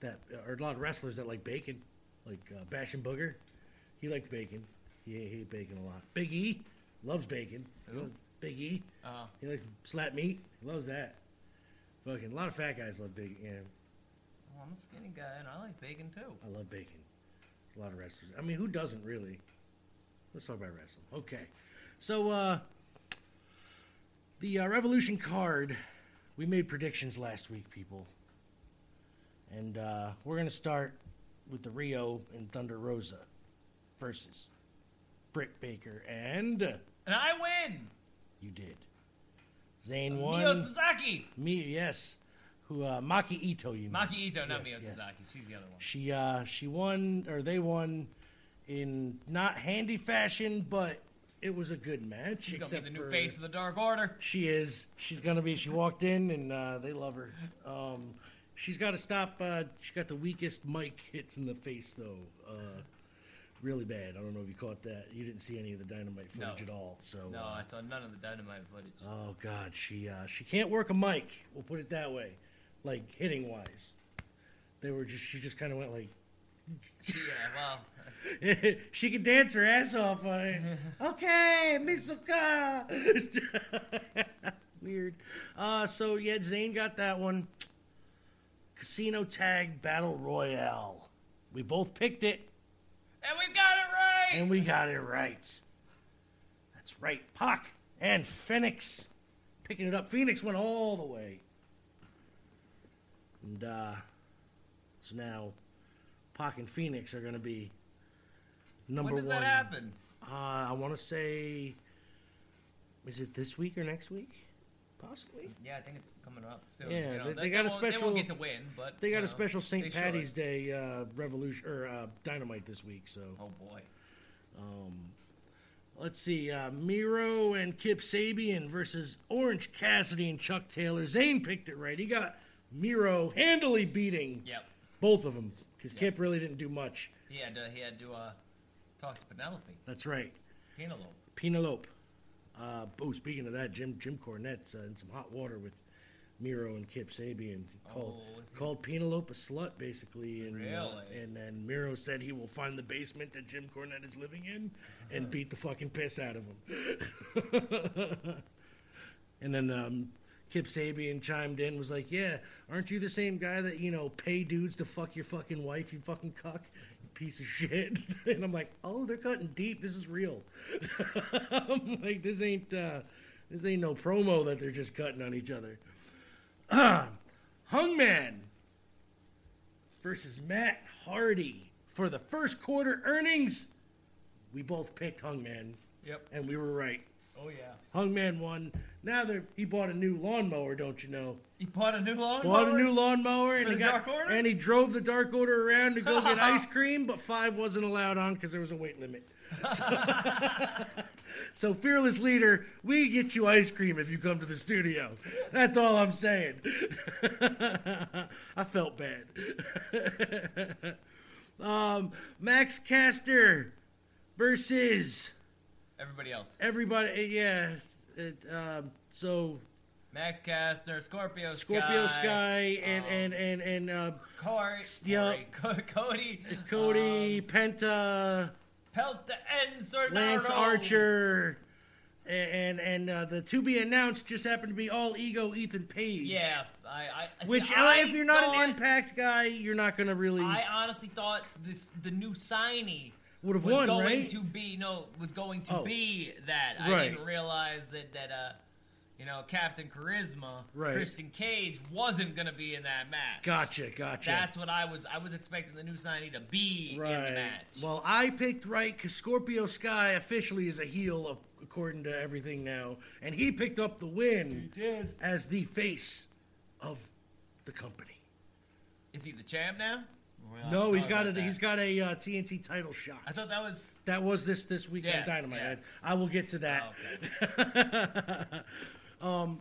Speaker 6: that, or a lot of wrestlers that like bacon, like uh, Bash and Booger. He liked bacon. He ate, he ate bacon a lot. Big E loves bacon. He loves Big E.
Speaker 7: Uh,
Speaker 6: He likes slap meat. He loves that. Fucking a lot of fat guys love bacon. Yeah,
Speaker 7: well, Oh, I'm a skinny guy and I like bacon too.
Speaker 6: I love bacon. A lot of wrestlers. I mean, who doesn't really? Let's talk about wrestling. Okay. So, uh, the uh, Revolution card, we made predictions last week, people. And uh, we're going to start with the Rio and Thunder Rosa versus Britt Baker. And
Speaker 7: And I win.
Speaker 6: you did. Zane
Speaker 7: Mio
Speaker 6: won.
Speaker 7: Suzuki.
Speaker 6: Me, yes. Who, uh, Maki Ito, you mean.
Speaker 7: Maki Ito, not
Speaker 6: Yes,
Speaker 7: Mio
Speaker 6: yes.
Speaker 7: Suzuki. She's the other one.
Speaker 6: She uh she won or they won in not handy fashion, but it was a good match.
Speaker 7: She's gonna be
Speaker 6: except
Speaker 7: the new
Speaker 6: for-
Speaker 7: face of the Dark Order.
Speaker 6: She is. She's gonna be. She walked in and uh, they love her. Um, she's got to stop. Uh, she got the weakest mic hits in the face though. Uh, really bad. I don't know if you caught that. You didn't see any of the dynamite
Speaker 7: No.
Speaker 6: footage at all. So
Speaker 7: No, I
Speaker 6: uh,
Speaker 7: saw none of the dynamite footage.
Speaker 6: Oh God, she uh, she can't work a mic. We'll put it that way, like hitting wise. They were just she just kind of went like
Speaker 7: yeah, well,
Speaker 6: she could dance her ass off on it. okay, Misuka. Weird. Uh, so yeah, Zane got that one. Casino Tag Battle Royale. We both picked it,
Speaker 7: and we've got it right.
Speaker 6: and we got it right. That's right, Pac and Phoenix picking it up. Phoenix went all the way, and uh, so now Pac and Phoenix are going to be number
Speaker 7: when does
Speaker 6: one.
Speaker 7: that happen?
Speaker 6: Uh, I want to say, is it this week or next week? Possibly.
Speaker 7: Yeah, I think it's coming up soon.
Speaker 6: Yeah,
Speaker 7: you know,
Speaker 6: they- they got a
Speaker 7: won't- They
Speaker 6: special-
Speaker 7: won't get to win, but
Speaker 6: They got
Speaker 7: you know,
Speaker 6: a special St.
Speaker 7: they should.
Speaker 6: Patty's Day uh, revolution or uh, dynamite this week. So Um,
Speaker 7: Oh boy,
Speaker 6: let's see, uh, Miro and Kip Sabian versus Orange Cassidy and Chuck Taylor. Zane picked it right. He got Miro handily beating
Speaker 7: yep.
Speaker 6: both of them because Kip really didn't do much.
Speaker 7: He had to. He had to uh, talk to Penelope.
Speaker 6: That's right.
Speaker 7: Penelope.
Speaker 6: Penelope. Uh, oh, speaking of that, Jim Jim Cornette's uh, in some hot water with Miro and Kip Sabian. Called
Speaker 7: Oh, is he-
Speaker 6: called Penelope a slut, basically, and uh,
Speaker 7: Really?
Speaker 6: and then Miro said he will find the basement that Jim Cornette is living in and beat the fucking piss out of him. and then um, Kip Sabian chimed in, was like, "Yeah, aren't you the same guy that you know pay dudes to fuck your fucking wife, you fucking cuck?" you Piece of shit, and I'm like, oh, they're cutting deep. This is real. I'm like, this ain't uh, this ain't no promo that they're just cutting on each other. Hungman versus Matt Hardy for the first quarter earnings. We both picked Hungman,
Speaker 7: Yep.
Speaker 6: and we were right.
Speaker 7: Oh yeah.
Speaker 6: Hungman won. Now that he bought a new lawnmower, don't you know?
Speaker 7: He bought a new lawnmower.
Speaker 6: Bought a new lawnmower, and
Speaker 7: For
Speaker 6: he
Speaker 7: the
Speaker 6: got
Speaker 7: Dark Order?
Speaker 6: and he drove the Dark Order around to go get ice cream, but five wasn't allowed on because there was a weight limit. So, so fearless leader, we get you ice cream if you come to the studio. That's all I'm saying. I felt bad. um, Max Caster versus
Speaker 7: Everybody else.
Speaker 6: everybody. eh, Yeah. It, um, so
Speaker 7: Max Caster, Scorpio Sky, um,
Speaker 6: Scorpio Sky and and and and uh,
Speaker 7: Corey,
Speaker 6: Yeah.
Speaker 7: Corey, Co- Cody, Um,
Speaker 6: Cody Penta,
Speaker 7: Pelt the End, Sordaro.
Speaker 6: Lance Archer, a- and and uh, the to be announced just happened to be all ego Ethan Page.
Speaker 7: Yeah, I. I see,
Speaker 6: Which,
Speaker 7: I
Speaker 6: uh, if you're not
Speaker 7: thought-
Speaker 6: an Impact guy, you're not gonna really.
Speaker 7: I honestly thought this the new signee
Speaker 6: Would have
Speaker 7: was
Speaker 6: won,
Speaker 7: going
Speaker 6: right?
Speaker 7: to be no was going to
Speaker 6: Oh.
Speaker 7: be that. I
Speaker 6: Right.
Speaker 7: didn't realize that that uh you know Captain Charisma,
Speaker 6: Right.
Speaker 7: Christian Cage wasn't going to be in that match.
Speaker 6: Gotcha, gotcha.
Speaker 7: That's what I was I was expecting the new signee to be in the match.
Speaker 6: Well, I picked right because Scorpio Sky officially is a heel, of- according to everything now, and he picked up the win
Speaker 7: did.
Speaker 6: as the face of the company.
Speaker 7: Is he the champ now? Well,
Speaker 6: No,
Speaker 7: I
Speaker 6: he's
Speaker 7: thought
Speaker 6: got
Speaker 7: about
Speaker 6: a
Speaker 7: that.
Speaker 6: he's got a uh, TNT title shot.
Speaker 7: I thought that was
Speaker 6: that was this this weekend
Speaker 7: Yes,
Speaker 6: Dynamite.
Speaker 7: yes.
Speaker 6: I, I will get to that.
Speaker 7: oh, okay. Oh,
Speaker 6: um,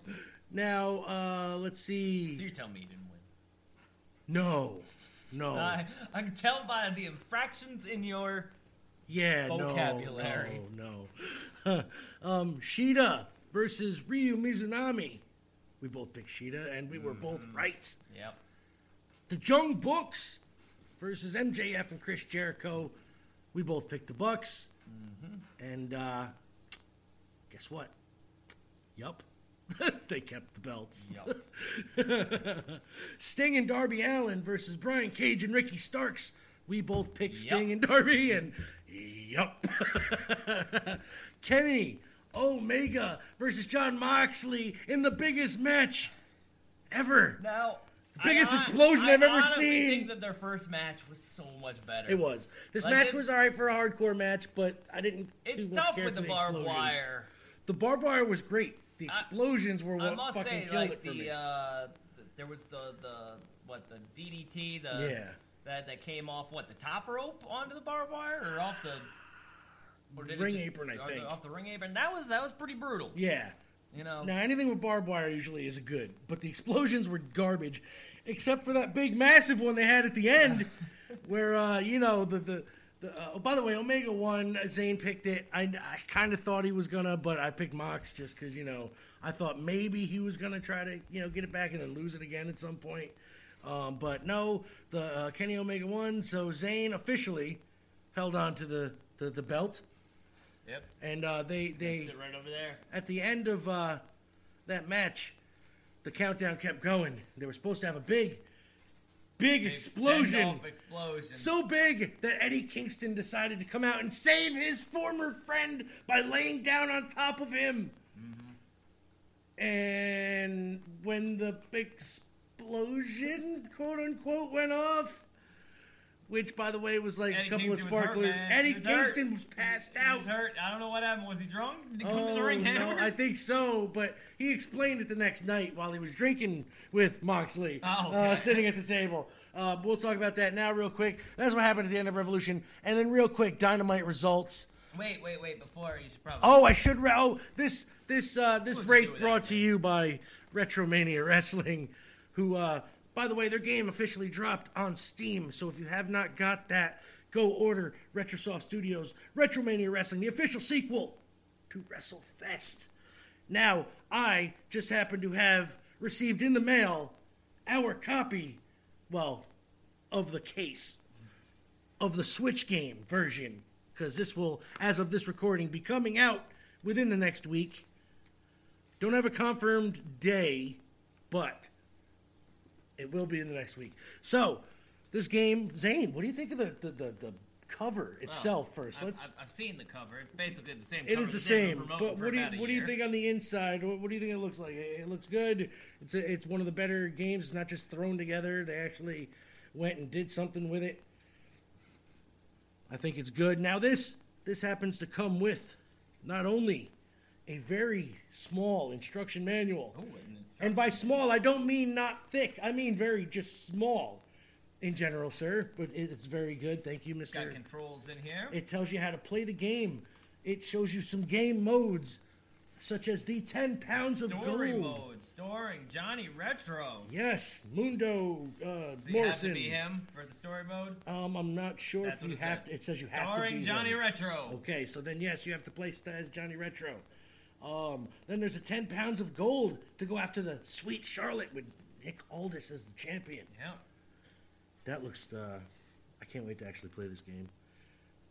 Speaker 6: now uh, let's
Speaker 7: So
Speaker 6: see.
Speaker 7: you tell me he didn't win.
Speaker 6: No, No.
Speaker 7: I, I can tell by the infractions in your.
Speaker 6: Yeah,
Speaker 7: Vocabulary.
Speaker 6: No, no. no. um, Sheeta versus Ryu Mizunami. We both picked Sheeta, and we were both right.
Speaker 7: Mm-hmm. Yep.
Speaker 6: The Jung Books versus MJF and Chris Jericho. We both picked the Bucks, and uh, guess what? Yup, they kept the belts.
Speaker 7: Yup.
Speaker 6: Sting and Darby Allen versus Brian Cage and Ricky Starks. We both picked
Speaker 7: Yup.
Speaker 6: Sting and Darby, and yup. Kenny Omega versus John Moxley in the biggest match ever.
Speaker 7: Now. I
Speaker 6: biggest
Speaker 7: hon-
Speaker 6: explosion
Speaker 7: I
Speaker 6: I've ever
Speaker 7: honestly
Speaker 6: seen.
Speaker 7: think that their first match was so much better.
Speaker 6: It was. This
Speaker 7: Like
Speaker 6: match
Speaker 7: it-
Speaker 6: was all right for a hardcore match, but I didn't.
Speaker 7: It's
Speaker 6: too much
Speaker 7: tough
Speaker 6: care
Speaker 7: with
Speaker 6: for
Speaker 7: the barbed
Speaker 6: explosions.
Speaker 7: wire.
Speaker 6: The barbed wire was great. The explosions were
Speaker 7: I
Speaker 6: what
Speaker 7: must
Speaker 6: fucking
Speaker 7: say,
Speaker 6: killed
Speaker 7: like
Speaker 6: it for
Speaker 7: the
Speaker 6: me.
Speaker 7: uh, th- there was the the what the DDT the
Speaker 6: Yeah.
Speaker 7: that that came off what the top rope onto the barbed wire or off the or did it
Speaker 6: Ring apron, I
Speaker 7: or the-
Speaker 6: think.
Speaker 7: off the ring apron. That was that was pretty brutal.
Speaker 6: yeah.
Speaker 7: You know,
Speaker 6: Now anything with barbed wire usually is good, but the explosions were garbage, except for that big massive one they had at the end, where uh, you know the the. the uh, oh, by the way, Omega won. Zane picked it. I, I kind of thought he was gonna, but I picked Mox just because you know I thought maybe he was gonna try to you know get it back and then lose it again at some point. Um, but no, the uh, Kenny Omega won, so Zane officially held on to the, the, the belt,
Speaker 7: yep,
Speaker 6: and uh, they they
Speaker 7: sit right over there.
Speaker 6: at the end of uh, that match, the countdown kept going. They were supposed to have a big, big
Speaker 7: Big
Speaker 6: explosion.
Speaker 7: send-off explosion.
Speaker 6: So big that Eddie Kingston decided to come out and save his former friend by laying down on top of him.
Speaker 7: Mm-hmm.
Speaker 6: And when the explosion, quote unquote, went off, which by the way was like
Speaker 7: Eddie
Speaker 6: a couple
Speaker 7: Kingston
Speaker 6: of
Speaker 7: was hurt,
Speaker 6: sparklers,
Speaker 7: man.
Speaker 6: Eddie
Speaker 7: He was hurt.
Speaker 6: Kingston was passed
Speaker 7: He
Speaker 6: out.
Speaker 7: was hurt. I don't know what happened. Was he drunk? Did he come
Speaker 6: Oh,
Speaker 7: to the ring
Speaker 6: no,
Speaker 7: hammered?
Speaker 6: I think so, but he explained it the next night while he was drinking with Moxley,
Speaker 7: Oh, okay.
Speaker 6: uh, sitting at the table. Uh, we'll talk about that now, real quick. That's what happened at the end of Revolution, and then real quick, Dynamite results.
Speaker 7: Wait, wait, wait. Before you should probably.
Speaker 6: Oh, I should. Re- oh, this this uh,
Speaker 7: What'd you
Speaker 6: this
Speaker 7: do
Speaker 6: break
Speaker 7: with
Speaker 6: brought
Speaker 7: that,
Speaker 6: to
Speaker 7: man?
Speaker 6: you by Retromania Wrestling, who, uh, by the way, their game officially dropped on Steam. So if you have not got that, go order Retrosoft Studios Retromania Wrestling, the official sequel to WrestleFest. Now, I just happen to have received in the mail our copy, well, of the case of the Switch game version, because this will, as of this recording, be coming out within the next week. Don't have a confirmed day, but it will be in the next week. So, this game, Zane, what do you think of the the, the, the cover itself? first,
Speaker 7: Oh, I've,
Speaker 6: let's.
Speaker 7: I've, I've seen the cover. It's basically the same.
Speaker 6: It
Speaker 7: cover
Speaker 6: is the
Speaker 7: that they've been
Speaker 6: same,
Speaker 7: promoting
Speaker 6: but
Speaker 7: for
Speaker 6: what do
Speaker 7: about a
Speaker 6: you what do you
Speaker 7: year.
Speaker 6: think on the inside? What, what do you think it looks like? It, it looks good. It's a, it's one of the better games. It's not just thrown together. They actually went and did something with it. I think it's good. Now this this happens to come with not only a very small instruction manual,
Speaker 7: Oh,
Speaker 6: and by small I don't mean not thick. I mean very just small, in general, sir. But it, it's very good. Thank you, Mister.
Speaker 7: Got controls in here.
Speaker 6: It tells you how to play the game. It shows you some game modes, such as the 10 pounds of
Speaker 7: Story
Speaker 6: gold.
Speaker 7: mode, starring Johnny Retro.
Speaker 6: Yes, Mundo
Speaker 7: Does
Speaker 6: uh,
Speaker 7: it have to
Speaker 6: Morrison.
Speaker 7: be him for the story mode?
Speaker 6: Um, I'm not sure
Speaker 7: That's
Speaker 6: if
Speaker 7: what
Speaker 6: you
Speaker 7: it
Speaker 6: have
Speaker 7: says.
Speaker 6: to. It says you have to
Speaker 7: Starring
Speaker 6: be
Speaker 7: Johnny
Speaker 6: him.
Speaker 7: Retro.
Speaker 6: Okay, so then yes, you have to play st- as Johnny Retro. Um, then there's a 10 pounds of gold to go after the Sweet Charlotte with Nick Aldis as the champion.
Speaker 7: Yeah.
Speaker 6: That looks. Uh, I can't wait to actually play this game.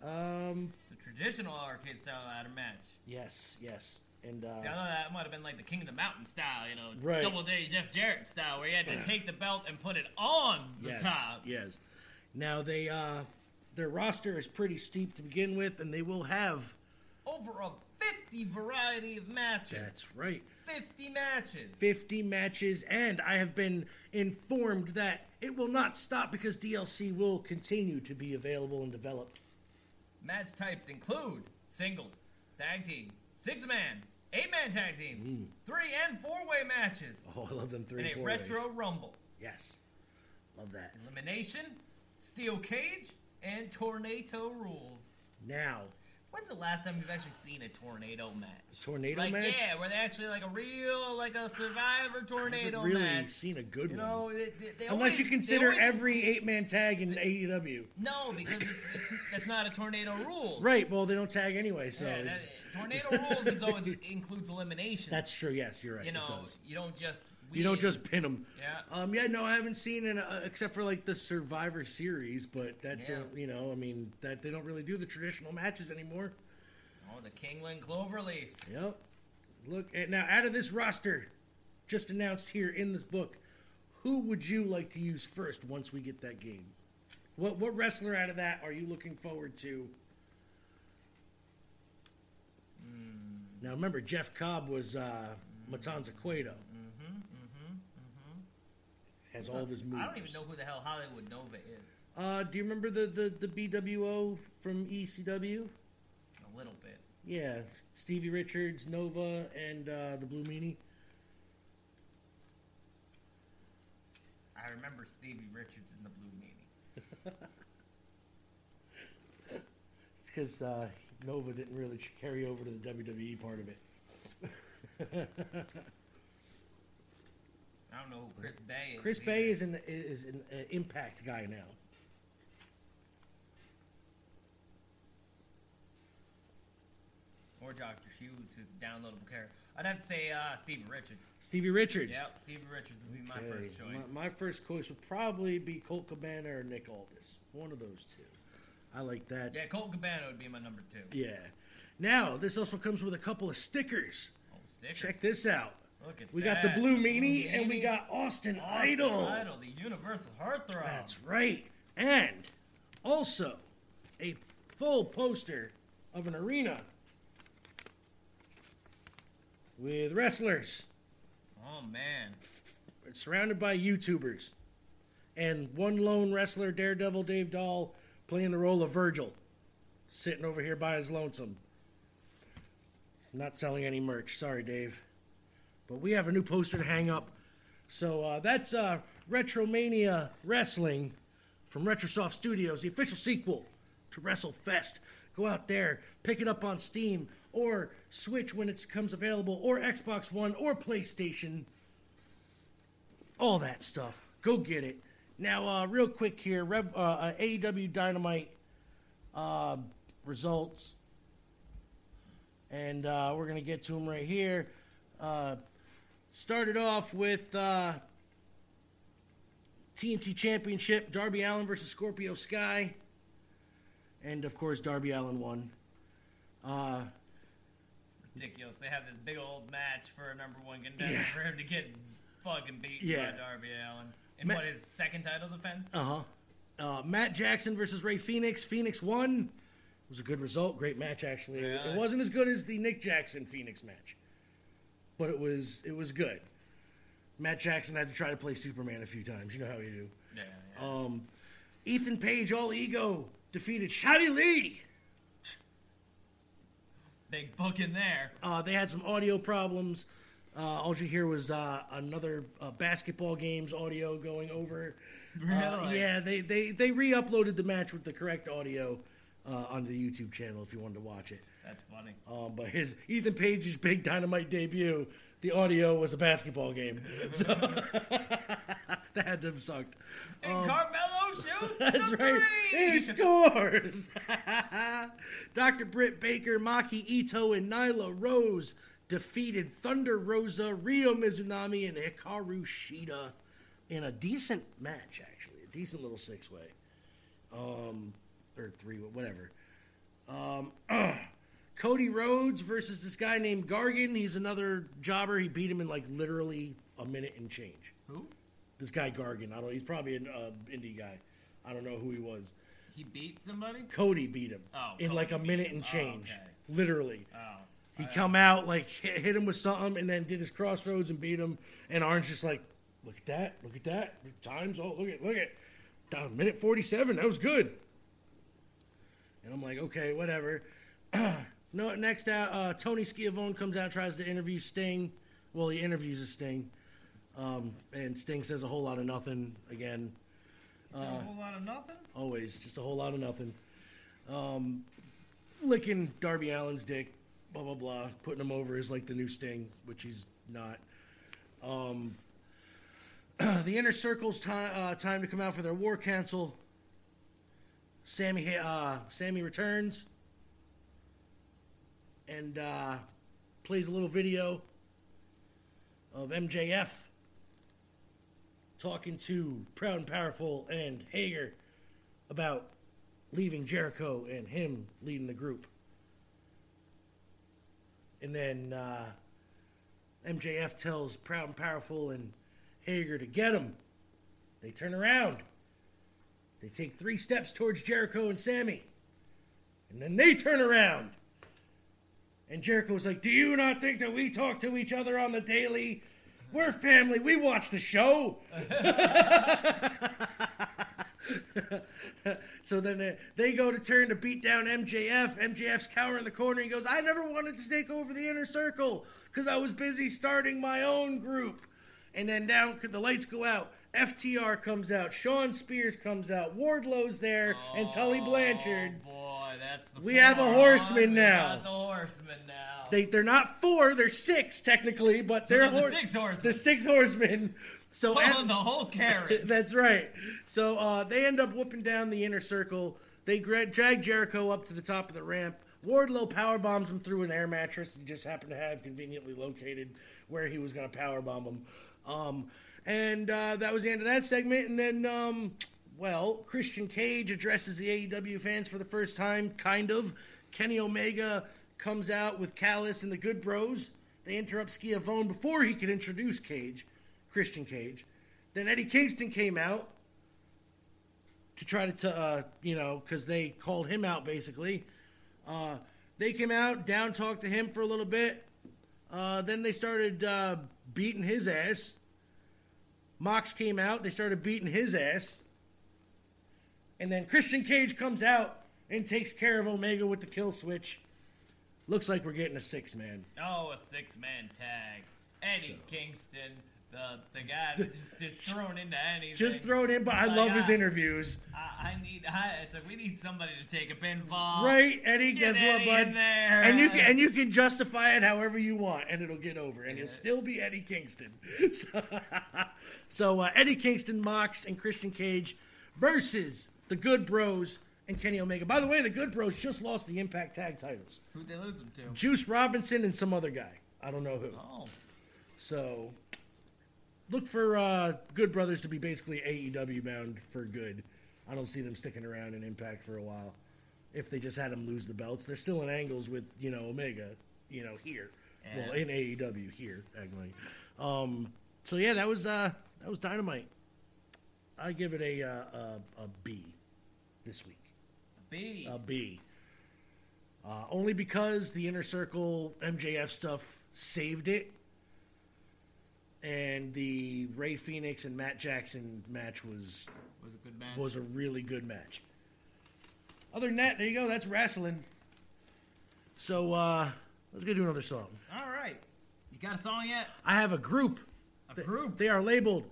Speaker 6: Uh,
Speaker 7: The traditional arcade style ladder match.
Speaker 6: Um, Yes, yes, and uh,
Speaker 7: See, I thought that might have been like the King of the Mountain style, you know,
Speaker 6: Right.
Speaker 7: Double J Jeff Jarrett style, where you had to take the belt and put it on the
Speaker 6: yes,
Speaker 7: top.
Speaker 6: Yes. Now they uh their roster is pretty steep to begin with, and they will have
Speaker 7: Over a 50 variety of matches.
Speaker 6: that's right.
Speaker 7: 50 matches.
Speaker 6: 50 matches, and I have been informed that it will not stop because DLC will continue to be available and developed.
Speaker 7: Match types include singles, tag team, six man, eight man tag teams, three and four way matches,
Speaker 6: Oh, I love them three
Speaker 7: and
Speaker 6: and,
Speaker 7: a
Speaker 6: four
Speaker 7: retro
Speaker 6: ways.
Speaker 7: rumble.
Speaker 6: Yes, love that.
Speaker 7: Elimination, steel cage, and tornado rules.
Speaker 6: Now,
Speaker 7: When's the last time you've actually seen a tornado match?
Speaker 6: Tornado
Speaker 7: like,
Speaker 6: match?
Speaker 7: Yeah, where they actually like a real, like a Survivor
Speaker 6: I
Speaker 7: tornado
Speaker 6: haven't really
Speaker 7: match.
Speaker 6: seen a good
Speaker 7: You
Speaker 6: one.
Speaker 7: know, they, they, they
Speaker 6: Unless
Speaker 7: always-
Speaker 6: you
Speaker 7: they
Speaker 6: consider
Speaker 7: always-
Speaker 6: every eight man tag in E AEW.
Speaker 7: No, because it's, it's that's not a tornado rule.
Speaker 6: Right, well, they don't tag anyway, so
Speaker 7: Yeah,
Speaker 6: it's,
Speaker 7: that, tornado rules is always includes elimination.
Speaker 6: that's true. Yes, you're right.
Speaker 7: you
Speaker 6: it
Speaker 7: know,
Speaker 6: does.
Speaker 7: you don't just
Speaker 6: You don't
Speaker 7: win.
Speaker 6: just pin them.
Speaker 7: Yeah.
Speaker 6: Um. Yeah. No, I haven't seen it uh, except for like the Survivor Series, but that
Speaker 7: Yeah.
Speaker 6: don't- you know, I mean, that they don't really do the traditional matches anymore.
Speaker 7: Oh, the Kingland Cloverleaf.
Speaker 6: Yep. Look at now out of this roster, just announced here in this book, who would you like to use first once we get that game? What what wrestler out of that are you looking forward to?
Speaker 7: Hmm.
Speaker 6: Now remember, Jeff Cobb was uh, Matanza Cueto. Has all of his moves.
Speaker 7: Mm-hmm, I don't even know who the hell Hollywood Nova is.
Speaker 6: Uh, do you remember the, the, the BWO from ECW?
Speaker 7: A little bit.
Speaker 6: Yeah, Stevie Richards, Nova, and uh, the Blue Meanie.
Speaker 7: I remember Stevie Richards in the Blue Meanie.
Speaker 6: It's because uh, Nova didn't really ch- carry over to the WWE part of it.
Speaker 7: I don't know who Chris Bay is.
Speaker 6: Chris
Speaker 7: either.
Speaker 6: Bay is an is an uh, Impact guy now.
Speaker 7: Or Dr. Hughes, who's a downloadable character. I'd have to say uh, Stevie Richards.
Speaker 6: Stevie Richards.
Speaker 7: Yep, Stevie Richards would be my
Speaker 6: Okay,
Speaker 7: first choice.
Speaker 6: My, my first choice would probably be Colt Cabana or Nick Aldis. One of those two. I like that.
Speaker 7: Yeah, Colt Cabana would be my number two.
Speaker 6: Yeah. Now this also comes with a couple of stickers.
Speaker 7: Oh, sticker.
Speaker 6: Check this out.
Speaker 7: Look at
Speaker 6: We
Speaker 7: that.
Speaker 6: got the Blue Meanie, and we
Speaker 7: Meanie.
Speaker 6: got
Speaker 7: Austin
Speaker 6: Austin,
Speaker 7: Idol, the Universal Heartthrob.
Speaker 6: That's right. And also a full poster of an arena with wrestlers
Speaker 7: Oh man,
Speaker 6: surrounded by YouTubers and one lone wrestler, Daredevil Dave Dahl, playing the role of Virgil, sitting over here by his lonesome. Not selling any merch. Sorry, Dave. But we have a new poster to hang up. So uh, that's uh, Retromania Wrestling from Retrosoft Studios, the official sequel to WrestleFest. Go out there, pick it up on Steam or Switch when it comes available, or Xbox One or PlayStation all that stuff. Go get it. Now, uh, real quick here, Rev, uh, uh, AEW Dynamite uh, results, and uh, we're gonna get to them right here. Uh, started off with uh, TNT Championship: Darby Allen versus Scorpio Sky, and of course, Darby Allen won. Uh,
Speaker 7: ridiculous! They have this big old match for a number one contender
Speaker 6: Yeah.
Speaker 7: for him to get fucking beaten
Speaker 6: Yeah.
Speaker 7: by Darby Allen. And
Speaker 6: Ma-
Speaker 7: what his second title defense?
Speaker 6: Uh-huh. Uh Matt Jackson versus Ray Phoenix. Phoenix won. It was a good result. Great match, actually.
Speaker 7: Yeah.
Speaker 6: It wasn't as good as the Nick Jackson Phoenix match, but it was it was good. Matt Jackson had to try to play Superman a few times. You know how you do.
Speaker 7: yeah, yeah.
Speaker 6: Um, Ethan Page, all ego, defeated Shotty Lee.
Speaker 7: big book in there.
Speaker 6: Uh, they had some audio problems. Uh, all you hear was uh, another uh, basketball game's audio going over. Uh,
Speaker 7: Really?
Speaker 6: yeah, they, they, they re-uploaded the match with the correct audio uh, onto the YouTube channel if you wanted to watch it.
Speaker 7: That's funny.
Speaker 6: Um, but his Ethan Page's big dynamite debut, the audio was a basketball game, so that had to have sucked. Um,
Speaker 7: And Carmelo shoots
Speaker 6: That's
Speaker 7: the
Speaker 6: right. He
Speaker 7: three.
Speaker 6: scores. Dr. Britt Baker, Maki Ito, and Nyla Rose defeated Thunder Rosa, Rio Mizunami, and Hikaru Shida in a decent match, actually. A decent little six way. Um, or three, whatever. Um, Cody Rhodes versus this guy named Gargan. He's another jobber. He beat him in like literally a minute and change
Speaker 7: Who?
Speaker 6: this guy Gargan. I don't. He's probably an uh, indie guy. I don't know who he was.
Speaker 7: He beat somebody?
Speaker 6: Cody beat him
Speaker 7: Oh,
Speaker 6: in
Speaker 7: Cody
Speaker 6: like a
Speaker 7: beat
Speaker 6: minute
Speaker 7: him.
Speaker 6: and
Speaker 7: Oh,
Speaker 6: change,
Speaker 7: okay.
Speaker 6: literally.
Speaker 7: Oh.
Speaker 6: He come out like hit, hit him with something, and then did his crossroads and beat him. And Orange just like, look at that, look at that, the times. Oh, look at, look at, down minute forty-seven. That was good. And I'm like, okay, whatever. no, next out, uh, Tony Schiavone comes out, tries to interview Sting. Well, he interviews a Sting, um, and Sting says a whole lot of nothing again. uh,
Speaker 7: a whole lot of nothing?
Speaker 6: Always just a whole lot of nothing. Um, licking Darby Allen's dick, blah blah blah, putting him over is like the new Sting, which he's not. Um, the Inner Circle's time uh, time to come out for their War Council. Sammy uh, Sammy returns and uh, plays a little video of MJF talking to Proud and Powerful and Hager about leaving Jericho and him leading the group. And then uh, MJF tells Proud and Powerful and Hager to get him. They turn around. They take three steps towards Jericho and Sammy. And then they turn around. And Jericho was like, Do you not think that we talk to each other on the daily? We're family. We watch the show. so then they- they go to turn to beat down MJF. MJF's cowering in the corner. He goes, I never wanted to take over the inner circle because I was busy starting my own group. And then down the lights go out. FTR comes out. Sean Spears comes out. Wardlow's there. and Tully Blanchard.
Speaker 7: Oh, Boy, that's the
Speaker 6: We have a
Speaker 7: four, huh?
Speaker 6: horseman
Speaker 7: We
Speaker 6: now.
Speaker 7: got the horseman now.
Speaker 6: They they're not four, they're six technically, but
Speaker 7: So
Speaker 6: they're
Speaker 7: they're the
Speaker 6: hor-
Speaker 7: six horsemen.
Speaker 6: The six horsemen. So
Speaker 7: Pulling
Speaker 6: at-
Speaker 7: the whole carriage.
Speaker 6: that's right. So uh, they end up whooping down the inner circle. They gra- drag Jericho up to the top of the ramp. Wardlow power bombs him through an air mattress he just happened to have conveniently located where he was going to power bomb him. Um, and uh, that was the end of that segment. And then, um, well, Christian Cage addresses the AEW fans for the first time, kind of. Kenny Omega comes out with Callis and the Good Bros. They interrupt Schiavone before he could introduce Cage, Christian Cage. Then Eddie Kingston came out to try to, t- uh, you know, because they called him out basically. Uh, they came out, down talked to him for a little bit. Uh, then they started uh, beating his ass. Mox came out, they started beating his ass. And then Christian Cage comes out and takes care of Omega with the kill switch. Looks like we're getting a six man.
Speaker 7: Oh, a six man tag. Eddie Kingston, the the guy that just, just thrown into anything.
Speaker 6: Just throw it in, but I
Speaker 7: Like,
Speaker 6: love his
Speaker 7: I-
Speaker 6: interviews.
Speaker 7: I, I need. I, it's like we need somebody to take a pinfall.
Speaker 6: Right, Eddie.
Speaker 7: Oh, Get
Speaker 6: Guess
Speaker 7: Eddie
Speaker 6: what, bud?
Speaker 7: in there.
Speaker 6: And you can and you can justify it however you want, and it'll get over, and it'll still be Eddie Kingston. So, so, uh, Eddie Kingston, Mox, and Christian Cage versus the Good Bros and Kenny Omega. By the way, the Good Bros just lost the Impact Tag Titles.
Speaker 7: Who'd they lose him to?
Speaker 6: Juice Robinson and some other guy. I don't know who.
Speaker 7: Oh,
Speaker 6: So look for uh, Good Brothers to be basically AEW bound for good. I don't see them sticking around in Impact for a while. If they just had them lose the belts, they're still in angles with you know Omega, you know here, well in AEW here technically. Um, so yeah, that was uh, that was Dynamite. I give it a, uh, a a B this week.
Speaker 7: B.
Speaker 6: A B. Uh, only because the inner circle MJF stuff saved it, and the Ray Phoenix and Matt Jackson match was
Speaker 7: was a good match.
Speaker 6: was a really good match. Other than that, there you go. That's wrestling. So uh, let's go do another song.
Speaker 7: All right. You got a song yet?
Speaker 6: I have a group.
Speaker 7: A group.
Speaker 6: They are labeled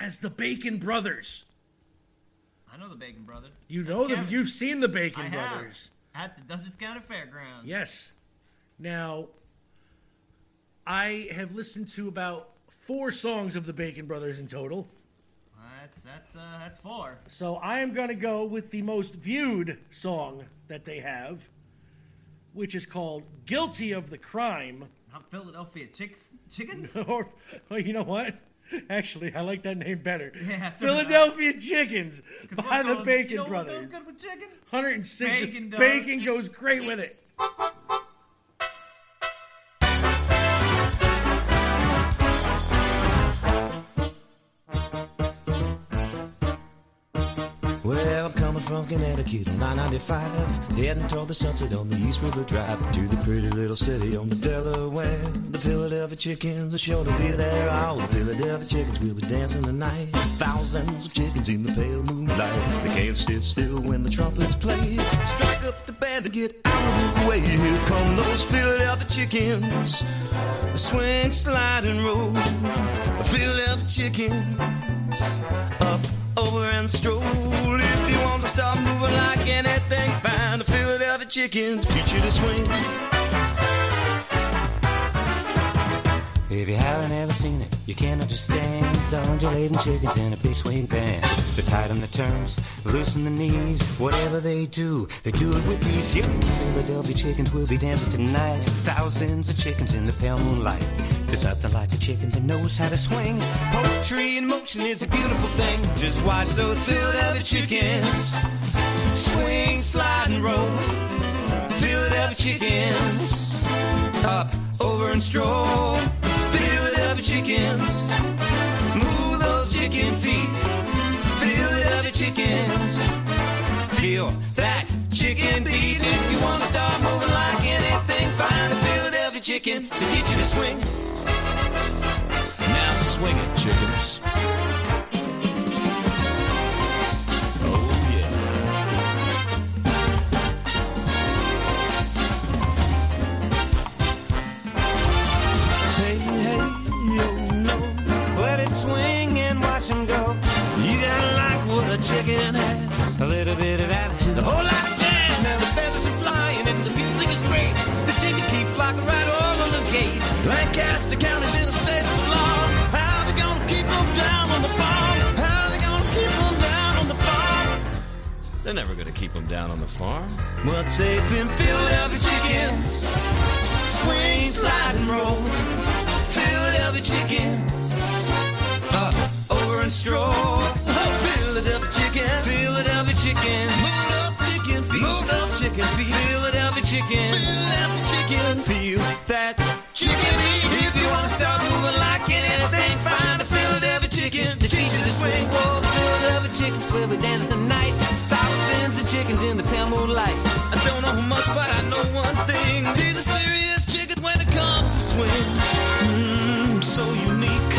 Speaker 6: as the Bacon Brothers.
Speaker 7: I know the Bacon Brothers.
Speaker 6: You know them.
Speaker 7: Kevin.
Speaker 6: You've seen the Bacon
Speaker 7: I have.
Speaker 6: Brothers.
Speaker 7: At the Dutchess County Fairgrounds.
Speaker 6: Yes. Now, I have listened to about four songs of the Bacon Brothers in total.
Speaker 7: That's that's uh that's four.
Speaker 6: So I am going to go with the most viewed song that they have, which is called Guilty of the Crime.
Speaker 7: Not Philadelphia chicks chickens.
Speaker 6: or, well, you know what? Actually, I like that name better.
Speaker 7: Yeah, so do I.
Speaker 6: Philadelphia Chickens by the
Speaker 7: Those-
Speaker 6: Bacon
Speaker 7: you know what
Speaker 6: Brothers.
Speaker 7: goes good with chicken?
Speaker 6: 106.
Speaker 7: Bacon does.
Speaker 6: bacon goes great with it.
Speaker 10: Well, I'm coming from Connecticut on I-95, heading toward the sunset on the East River Drive, to the pretty little city on the Delaware. The Philadelphia chickens are sure to be there. All the Philadelphia chickens will be dancing tonight. Thousands of chickens in the pale moonlight. They can't sit still when the trumpets play. Strike up the band and get out of the way. Here come those Philadelphia chickens. Swing, slide, and roll. Philadelphia chickens up, over and stroll. If you want to start moving like anything, find a Philadelphia chicken, teach you to swing. If you haven't ever seen it, you can't understand the undulating chickens in a big swing band. They tighten the turns, loosen the knees, whatever they do, they do it with these here. Philadelphia chickens will be dancing tonight. Thousands of chickens in the pale moonlight. There's nothing like a chicken that knows how to swing. Poetry in motion is a beautiful thing. Just watch those Philadelphia chickens swing, slide, and roll. Philadelphia chickens up, over, and stroll. Philadelphia chickens. Move those chicken feet. Philadelphia chickens. Feel that chicken beat. If you want to start moving like anything, find a Philadelphia chicken to teach you to swing. Now swing it, chickens. Oh, yeah. Hey, hey, yo, no. Let it swing and watch 'em go. You gotta like what a chicken has. A little bit of attitude, a whole lot of jazz. Now the feathers are flying and the music is great. The chickens keep flocking right over the gate. Lancaster County's in a state of alarm. How they gonna keep 'em down on the farm? How they gonna keep 'em down on the farm?
Speaker 11: They're never going to keep them down on the farm.
Speaker 10: Well, take them Philadelphia chickens. Swing, slide, and roll. Philadelphia chickens. Up, over, and stroll. Philadelphia chicken. Philadelphia chicken. Move those chicken feet. Move those chicken feet. Philadelphia chicken. Philadelphia chicken. Feel that chicken beat. If you want to start moving like anything, find a Philadelphia chicken to teach you to swing. Whoa, Philadelphia chicken. Swear we dance tonight. Thousands of chickens in the pale moonlight. I don't know much, but I know one thing. These are serious chickens when it comes to swing. Mm, so unique.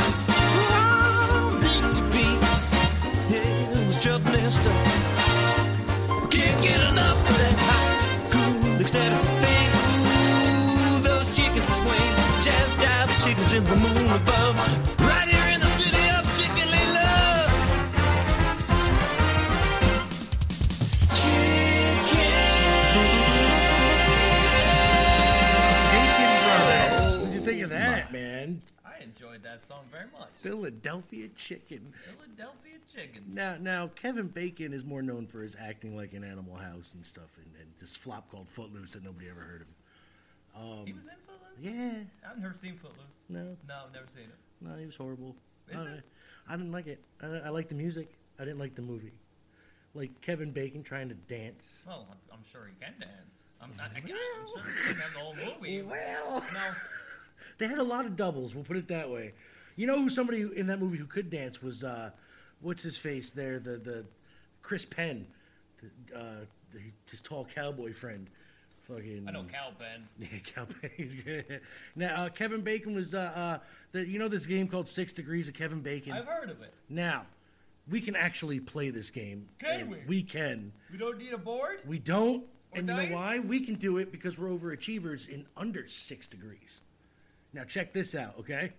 Speaker 10: Wow, beat to beat. Yeah, it's just messed up. Can't get enough of that hot, cool, ecstatic thing. Ooh, those chickens swing. Jazz, jive, chickens in the moon above. Right here in the city of chickenly love.
Speaker 6: What'd you think of that, man?
Speaker 7: I enjoyed that song very much.
Speaker 6: Philadelphia chicken.
Speaker 7: Philadelphia chicken.
Speaker 6: Now, now Kevin Bacon is more known for his acting like in Animal House and stuff, and, and this flop called Footloose that nobody ever heard of. Um,
Speaker 7: He was in Footloose.
Speaker 6: Yeah.
Speaker 7: I've never seen Footloose.
Speaker 6: No.
Speaker 7: No, I've never seen it.
Speaker 6: No, he was horrible.
Speaker 7: Is
Speaker 6: I, don't
Speaker 7: it?
Speaker 6: know. I didn't like it. I, I liked the music. I didn't like the movie. Like Kevin Bacon trying to dance.
Speaker 7: Well, I'm, I'm sure he can dance. I'm not. I, I'm sure he can dance the whole movie.
Speaker 6: Well.
Speaker 7: No.
Speaker 6: They had a lot of doubles. We'll put it that way. You know who somebody who- in that movie who could dance was uh, what's his face there the the Chris Penn, the, uh, the, his tall cowboy friend. Fucking.
Speaker 7: I know Cal Ben.
Speaker 6: Yeah, Cowboy. He's good. Now uh, Kevin Bacon was uh, uh, the, you know this game called Six Degrees of Kevin Bacon.
Speaker 7: I've heard of it.
Speaker 6: Now, we can actually play this game.
Speaker 7: Can
Speaker 6: and
Speaker 7: we?
Speaker 6: We can.
Speaker 7: We don't need a board.
Speaker 6: We don't.
Speaker 7: Or
Speaker 6: and you
Speaker 7: dice?
Speaker 6: know why? We can do it because we're overachievers in under six degrees. Now, check this out, okay?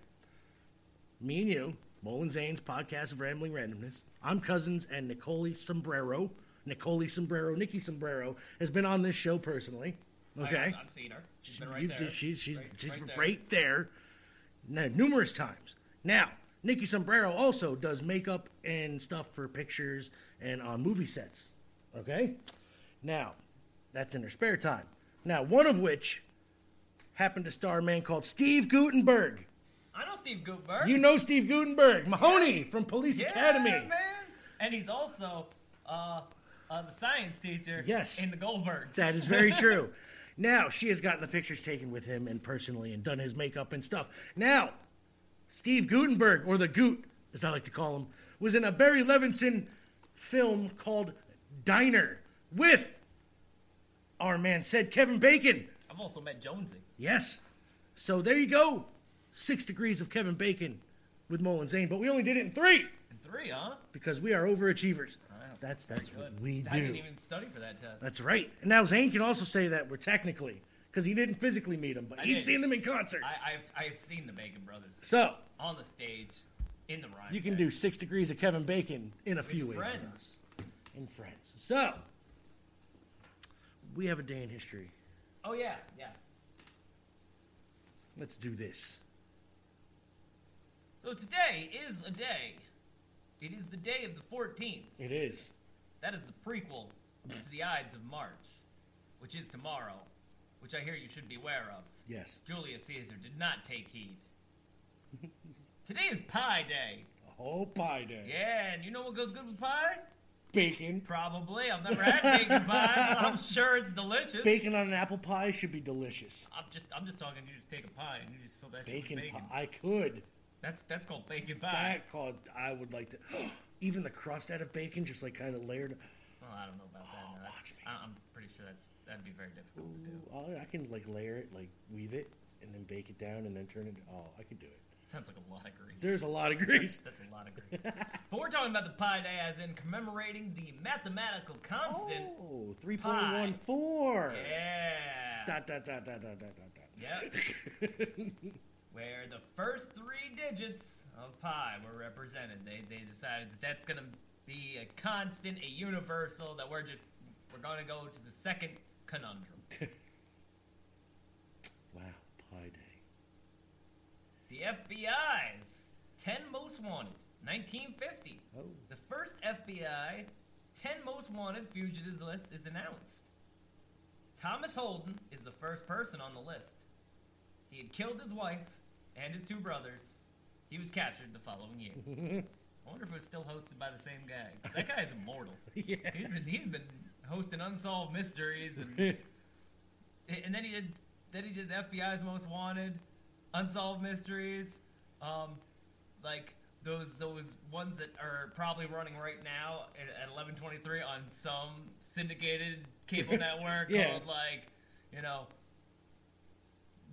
Speaker 6: Me and you, Mullen Zane's podcast of Rambling Randomness. I'm Cousins and Nicole Sombrero. Nicole Sombrero, Nikki Sombrero, has been on this show personally. Okay?
Speaker 7: I, I've seen her. She's been right
Speaker 6: You-
Speaker 7: there.
Speaker 6: she- she's she's right,
Speaker 7: right there.
Speaker 6: there, n- numerous times. Now, Nikki Sombrero also does makeup and stuff for pictures and on movie sets. Okay? Now, that's in her spare time. Now, one of which happened to star a man called Steve Gutenberg.
Speaker 7: I know Steve Gutenberg.
Speaker 6: You know Steve Gutenberg, Mahoney from Police
Speaker 7: yeah,
Speaker 6: Academy.
Speaker 7: man. And he's also uh, uh, the science teacher.
Speaker 6: Yes.
Speaker 7: In the Goldbergs.
Speaker 6: That is very true. now she has gotten the pictures taken with him and personally and done his makeup and stuff. Now, Steve Gutenberg, or the Goot, as I like to call him, was in a Barry Levinson film called Diner with our man said Kevin Bacon.
Speaker 7: I've also met Jonesy.
Speaker 6: Yes. So there you go. Six degrees of Kevin Bacon with Mullen Zane, but we only did it in three
Speaker 7: Three, huh?
Speaker 6: because we are overachievers. That's that's
Speaker 7: Good.
Speaker 6: what we do.
Speaker 7: I didn't even study for that test.
Speaker 6: That's right. And now Zane can also say that we're technically, because he didn't physically meet him, but
Speaker 7: I
Speaker 6: he's
Speaker 7: did.
Speaker 6: seen them in concert.
Speaker 7: I, I've, I've seen the Bacon Brothers.
Speaker 6: So-
Speaker 7: On the stage, in the rhyme.
Speaker 6: you can do six degrees of Kevin Bacon in a few ways. with
Speaker 7: friends.
Speaker 6: us. In friends. So, we have a day in history.
Speaker 7: Oh yeah, yeah.
Speaker 6: Let's do this.
Speaker 7: So today is a day. It is the day of the 14th.
Speaker 6: It is.
Speaker 7: That is the prequel to the Ides of March, which is tomorrow, which I hear you should beware of.
Speaker 6: Yes.
Speaker 7: Julius Caesar did not take heed. Today is Pie Day.
Speaker 6: Oh, Pie Day.
Speaker 7: Yeah, and you know what goes good with pie?
Speaker 6: Bacon.
Speaker 7: Probably. I've never had bacon pie, but I'm sure it's delicious.
Speaker 6: Bacon on an apple pie should be delicious.
Speaker 7: I'm just, I'm just talking. You just take a pie and you just fill that shit
Speaker 6: Bacon,
Speaker 7: with bacon.
Speaker 6: pie. I could.
Speaker 7: That's that's called bacon pie.
Speaker 6: That called. I would like to. Even the crust out of bacon, just like kind of layered.
Speaker 7: Well, I don't know about
Speaker 6: Oh,
Speaker 7: that. No, that's, I, I'm pretty sure that's that'd be very difficult.
Speaker 6: Ooh, I I can like layer it, like weave it, and then bake it down, and then turn it. Oh, I could do it.
Speaker 7: Sounds like a lot of grease.
Speaker 6: There's a lot of grease.
Speaker 7: That's, that's a lot of grease. but we're talking about the Pi Day as in commemorating the mathematical constant.
Speaker 6: Oh, three point one four.
Speaker 7: Yeah.
Speaker 6: Dot dot dot dot dot dot dot.
Speaker 7: Yep. Where the first three digits of pi were represented. They they decided that that's gonna be a constant, a universal. That we're just we're gonna go to the second conundrum.
Speaker 6: Wow, Pi Day.
Speaker 7: The FBI's 10 Most Wanted, 1950. The first FBI 10 Most Wanted Fugitives list is announced. Thomas Holden is the first person on the list. He had killed his wife and his two brothers. He was captured the following year. I wonder if it was still hosted by the same guy. 'cause That guy is immortal.
Speaker 6: yeah.
Speaker 7: he's, been, he's been hosting unsolved mysteries and and and then he did then he did FBI's Most Wanted, Unsolved Mysteries, um, like those those ones that are probably running right now at, at eleven twenty three on some syndicated cable network
Speaker 6: Yeah.
Speaker 7: called like you know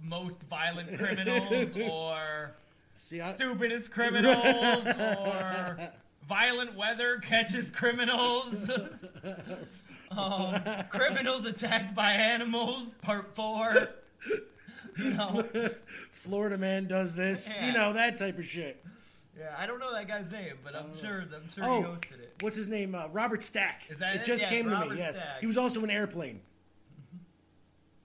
Speaker 7: most violent criminals or stupidest criminals or violent weather catches criminals. um, criminals attacked by animals, part four.
Speaker 6: Florida man does this.
Speaker 7: Yeah.
Speaker 6: You know that type of shit.
Speaker 7: Yeah, I don't know that guy's name, but I'm sure I'm sure he
Speaker 6: Oh,
Speaker 7: hosted it.
Speaker 6: what's his name? Uh, Robert Stack.
Speaker 7: Is that
Speaker 6: it?
Speaker 7: it?
Speaker 6: just
Speaker 7: Yes,
Speaker 6: came to
Speaker 7: Robert
Speaker 6: me. Yes,
Speaker 7: Stack. Mm-hmm.
Speaker 6: he was also an airplane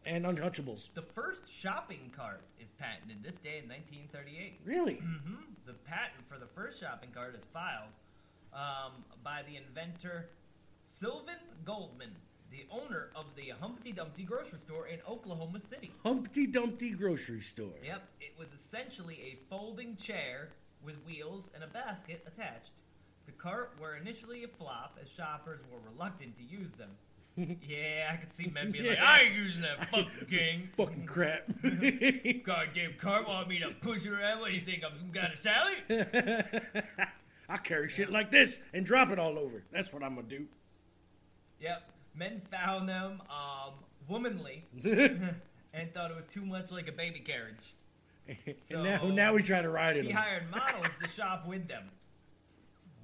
Speaker 6: and Untouchables.
Speaker 7: The first shopping cart is patented this day in 1938.
Speaker 6: Really?
Speaker 7: hmm The patent for the first shopping cart is filed um, by the inventor Sylvan Goldman, the owner of the Humpty Dumpty grocery store in Oklahoma City.
Speaker 6: Humpty Dumpty grocery store.
Speaker 7: Yep, it was essentially a folding chair with wheels and a basket attached. The cart were initially a flop as shoppers were reluctant to use them. yeah, I could see men being like,
Speaker 6: Yeah.
Speaker 7: I ain't using that fucking thing.
Speaker 6: Fucking crap.
Speaker 7: Goddamn cart want me to push her around. What do you think? I'm some kind of Sally?
Speaker 6: I carry shit like this and drop it all over. That's what I'm gonna do.
Speaker 7: Yep. Men found them um, womanly and thought it was too much like a baby carriage.
Speaker 6: and now, now we try to ride it.
Speaker 7: He hired models to shop with them.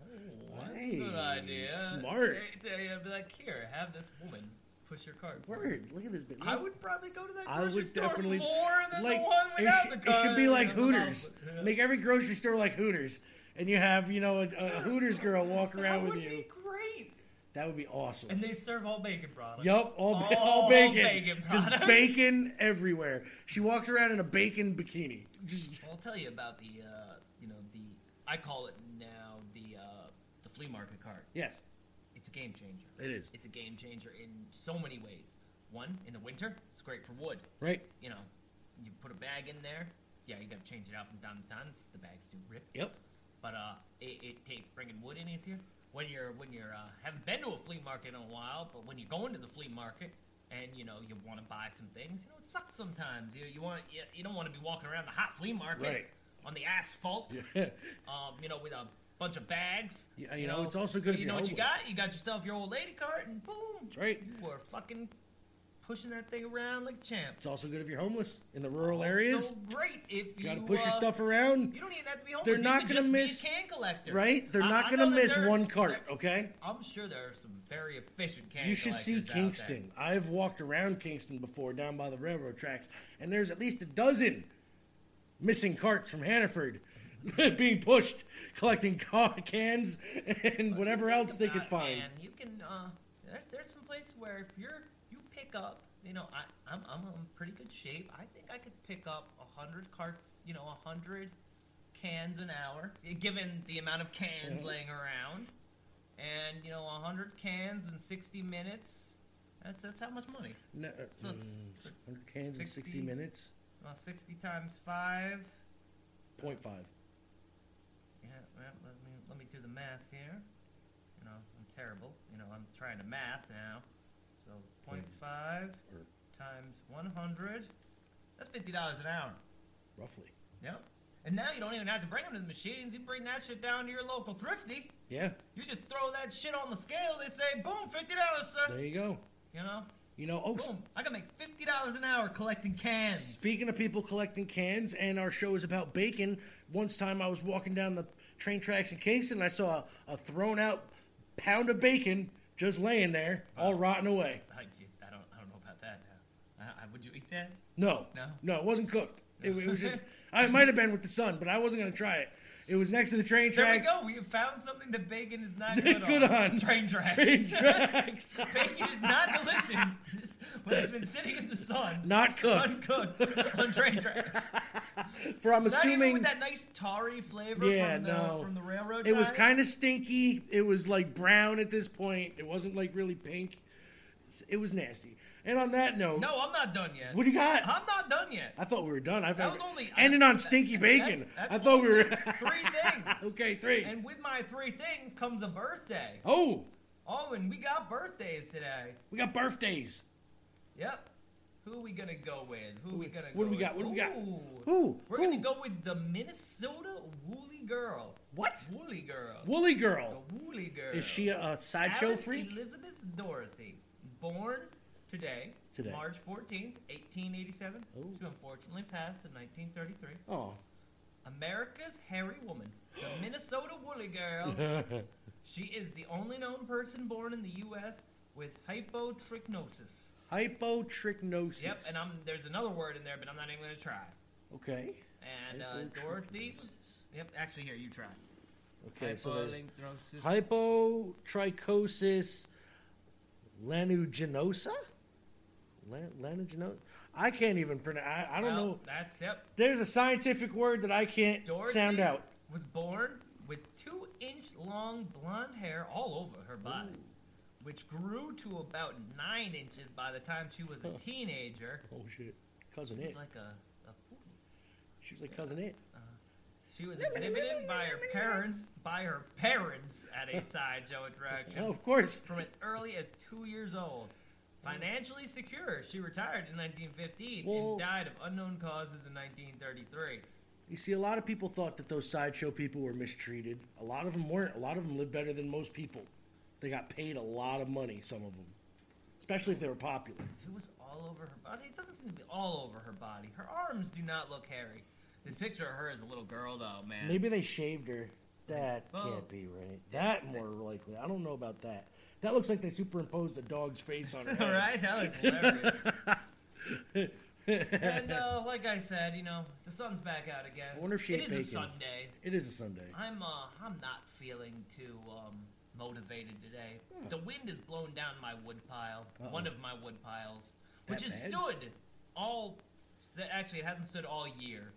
Speaker 7: Oh, that's a good
Speaker 6: Nice.
Speaker 7: idea.
Speaker 6: Smart.
Speaker 7: They, they, would be like, here, have this woman push your cart.
Speaker 6: Word. Look at this. bit.
Speaker 7: I would probably go to that
Speaker 6: I
Speaker 7: grocery
Speaker 6: would
Speaker 7: store
Speaker 6: definitely
Speaker 7: more than
Speaker 6: like,
Speaker 7: the one
Speaker 6: it,
Speaker 7: without
Speaker 6: sh-
Speaker 7: the
Speaker 6: it
Speaker 7: cart.
Speaker 6: should be like
Speaker 7: I don't know,
Speaker 6: Hooters.
Speaker 7: but, yeah.
Speaker 6: Make every grocery store like Hooters, and you have you know a, a Hooters girl walk around with you.
Speaker 7: Great.
Speaker 6: That would be awesome.
Speaker 7: And they serve all bacon products.
Speaker 6: Yup, all, ba- all bacon. Just bacon everywhere. She walks around in a bacon bikini. Just
Speaker 7: I'll tell you about the, uh, you know, the I call it now the uh, the flea market cart.
Speaker 6: Yes.
Speaker 7: It's a game changer.
Speaker 6: It is.
Speaker 7: It's a game changer in so many ways. One, in the winter, it's great for wood.
Speaker 6: Right.
Speaker 7: You know, you put a bag in there. Yeah, you got to change it out from time to time. The bags do rip.
Speaker 6: Yep.
Speaker 7: But uh, it, it takes bringing wood in easier. When you're when you're uh, haven't been to a flea market in a while, but when you're going to the flea market and you know you want to buy some things, you know it sucks sometimes. You you want you, you don't want to be walking around the hot flea market
Speaker 6: Right.
Speaker 7: on the asphalt.
Speaker 6: Yeah.
Speaker 7: Um, you know with a bunch of bags.
Speaker 6: Yeah, you know, it's also good
Speaker 7: so
Speaker 6: if
Speaker 7: you
Speaker 6: you're
Speaker 7: know what you
Speaker 6: homeless.
Speaker 7: got. You got yourself your old lady cart, and boom, that's
Speaker 6: right.
Speaker 7: You were fucking pushing that thing around like a champ.
Speaker 6: It's also good if you're homeless in the rural areas.
Speaker 7: So great if you
Speaker 6: Gotta push your
Speaker 7: uh,
Speaker 6: stuff around.
Speaker 7: You don't even have to be homeless.
Speaker 6: They're
Speaker 7: You
Speaker 6: not
Speaker 7: could
Speaker 6: gonna
Speaker 7: just be a
Speaker 6: miss-
Speaker 7: can collector,
Speaker 6: Right? They're
Speaker 7: I-
Speaker 6: not
Speaker 7: I
Speaker 6: gonna
Speaker 7: know that
Speaker 6: miss
Speaker 7: there-
Speaker 6: one cart,
Speaker 7: there-
Speaker 6: okay?
Speaker 7: I'm sure there are some very efficient can
Speaker 6: You should see
Speaker 7: collectors out there.
Speaker 6: Kingston. I've walked around Kingston before down by the railroad tracks, and there's at least a dozen missing carts from Hannaford being pushed, collecting ca- cans and whatever else they could
Speaker 7: Not-
Speaker 6: find.
Speaker 7: Man, you can. Uh, there's, there's some place where if you're you pick pick up, you know, I, I'm, I'm in pretty good shape. I think I could pick up a hundred carts, you know, a hundred cans an hour, given the amount of cans
Speaker 12: Mhm.
Speaker 7: laying around. And you know, a hundred cans in sixty minutes. That's that's how much money.
Speaker 6: No, uh,
Speaker 7: So it's-
Speaker 6: mm, 100 cans in 60
Speaker 7: 60
Speaker 6: minutes.
Speaker 7: Well, sixty times five.
Speaker 6: Point 0.5.
Speaker 7: Yeah, well, let me let me do the math here. You know, I'm terrible. You know, I'm trying to math now. So point five times one hundred. That's fifty dollars an hour.
Speaker 6: Roughly.
Speaker 7: Yep. And now you don't even have to bring them to the machines. You bring that shit down to your local thrifty.
Speaker 6: Yeah.
Speaker 7: You just throw that shit on the scale. They say, boom, fifty dollars, sir.
Speaker 6: There you go.
Speaker 7: You know.
Speaker 6: You know, oh,
Speaker 7: Boom! I can make fifty dollars an hour collecting cans.
Speaker 6: Speaking of people collecting cans, and our show is about bacon. Once time I was walking down the train tracks in Kingston, and I saw a, a thrown out pound of bacon just laying there, all rotten away.
Speaker 7: I, I don't, I don't know about that. Uh, I, I- would you eat that?
Speaker 6: No,
Speaker 7: No.
Speaker 6: no, it wasn't cooked. It, it was just, I might have been with the sun, but I wasn't going to try it. It was next to the train
Speaker 7: There we
Speaker 6: tracks.
Speaker 7: go. We have found something that bacon is not
Speaker 6: They're
Speaker 7: good,
Speaker 6: good on.
Speaker 7: Train tracks.
Speaker 6: Train tracks.
Speaker 7: bacon is not delicious when it's been sitting in the sun.
Speaker 6: Not cooked.
Speaker 7: Uncooked on train tracks.
Speaker 6: For I'm
Speaker 7: not even
Speaker 6: assuming,
Speaker 7: with that nice tarry flavor
Speaker 6: yeah,
Speaker 7: from, the,
Speaker 6: no,
Speaker 7: from the railroad.
Speaker 6: It was
Speaker 7: ties.
Speaker 6: kind of stinky. It was like brown at this point. It wasn't like really pink. It was nasty. And on that note,
Speaker 7: No, I'm not done yet.
Speaker 6: What do you got?
Speaker 7: I'm not done yet.
Speaker 6: I thought we were done. I
Speaker 7: That
Speaker 6: thought
Speaker 7: was only-
Speaker 6: ending on stinky bacon.
Speaker 7: that's
Speaker 6: I thought we were.
Speaker 7: Three things.
Speaker 6: okay, three.
Speaker 7: And with my three things comes a birthday.
Speaker 6: oh,
Speaker 7: Oh, and we got birthdays today.
Speaker 6: we got birthdays.
Speaker 7: Yep. Who we gonna go with? Who we gonna go
Speaker 6: What do we got? What
Speaker 7: with?
Speaker 6: do we got?
Speaker 7: Ooh.
Speaker 6: Who?
Speaker 7: We're gonna go with the Minnesota Woolly Girl.
Speaker 6: What?
Speaker 7: Woolly Girl.
Speaker 6: Woolly Girl.
Speaker 7: The Woolly Girl.
Speaker 6: Is she a, a sideshow
Speaker 7: Alice
Speaker 6: freak?
Speaker 7: Elizabeth Dorothy, born today,
Speaker 6: Today.
Speaker 7: March 14th, 1887. She unfortunately passed in 1933.
Speaker 6: Oh.
Speaker 7: America's hairy woman, the Minnesota Woolly Girl. she is the only known person born in the U.S. with hypotrichnosis.
Speaker 6: Hypotrichnosis.
Speaker 7: Yep, and I'm, there's another word in there, but I'm not even going to try.
Speaker 6: Okay.
Speaker 7: And uh, Dorothy. Yep, actually, here, you try.
Speaker 6: Okay, so there's
Speaker 7: Hypotrichnosis.
Speaker 6: hypotrichosis lanuginosa? Lan- Lanuginosa? I can't even pronounce. I, I don't
Speaker 7: Well,
Speaker 6: know.
Speaker 7: That's, yep.
Speaker 6: There's a scientific word that I can't
Speaker 7: Dorothy
Speaker 6: sound out.
Speaker 7: was born with two inch long blonde hair all over her body, which grew to about nine inches by the time she was a
Speaker 6: Huh.
Speaker 7: teenager.
Speaker 6: Oh shit, cousin
Speaker 7: she
Speaker 6: it.
Speaker 7: was like a, a
Speaker 6: she was like cousin it.
Speaker 7: she was exhibited by her parents by her parents at a sideshow attraction.
Speaker 6: Oh, of course.
Speaker 7: from as early as two years old. Financially secure, she retired in 1915
Speaker 6: Well-
Speaker 7: and died of unknown causes in 1933.
Speaker 6: You see, a lot of people thought that those sideshow people were mistreated. A lot of them weren't. A lot of them lived better than most people. They got paid a lot of money. Some of them, especially if they were popular.
Speaker 7: If it was all over her body, it doesn't seem to be all over her body. Her arms do not look hairy. This picture of her as a little girl, though, man.
Speaker 6: Maybe they shaved her. That
Speaker 7: Well,
Speaker 6: can't be right. That more likely. I don't know about that. That looks like they superimposed a dog's face on her head.
Speaker 7: right? That looks hilarious. and uh, like I said, you know, the sun's back out again.
Speaker 6: I wonder if she
Speaker 7: It
Speaker 6: ate
Speaker 7: is a
Speaker 6: bacon.
Speaker 7: Sunday.
Speaker 6: It is a Sunday.
Speaker 7: I'm uh, I'm not feeling too um, motivated today.
Speaker 6: Huh.
Speaker 7: The wind has blown down my wood pile,
Speaker 6: Hmm. Uh-oh.
Speaker 7: one of my wood piles,
Speaker 6: That
Speaker 7: which has
Speaker 6: bad?
Speaker 7: stood all. th- Actually, it hasn't stood all year,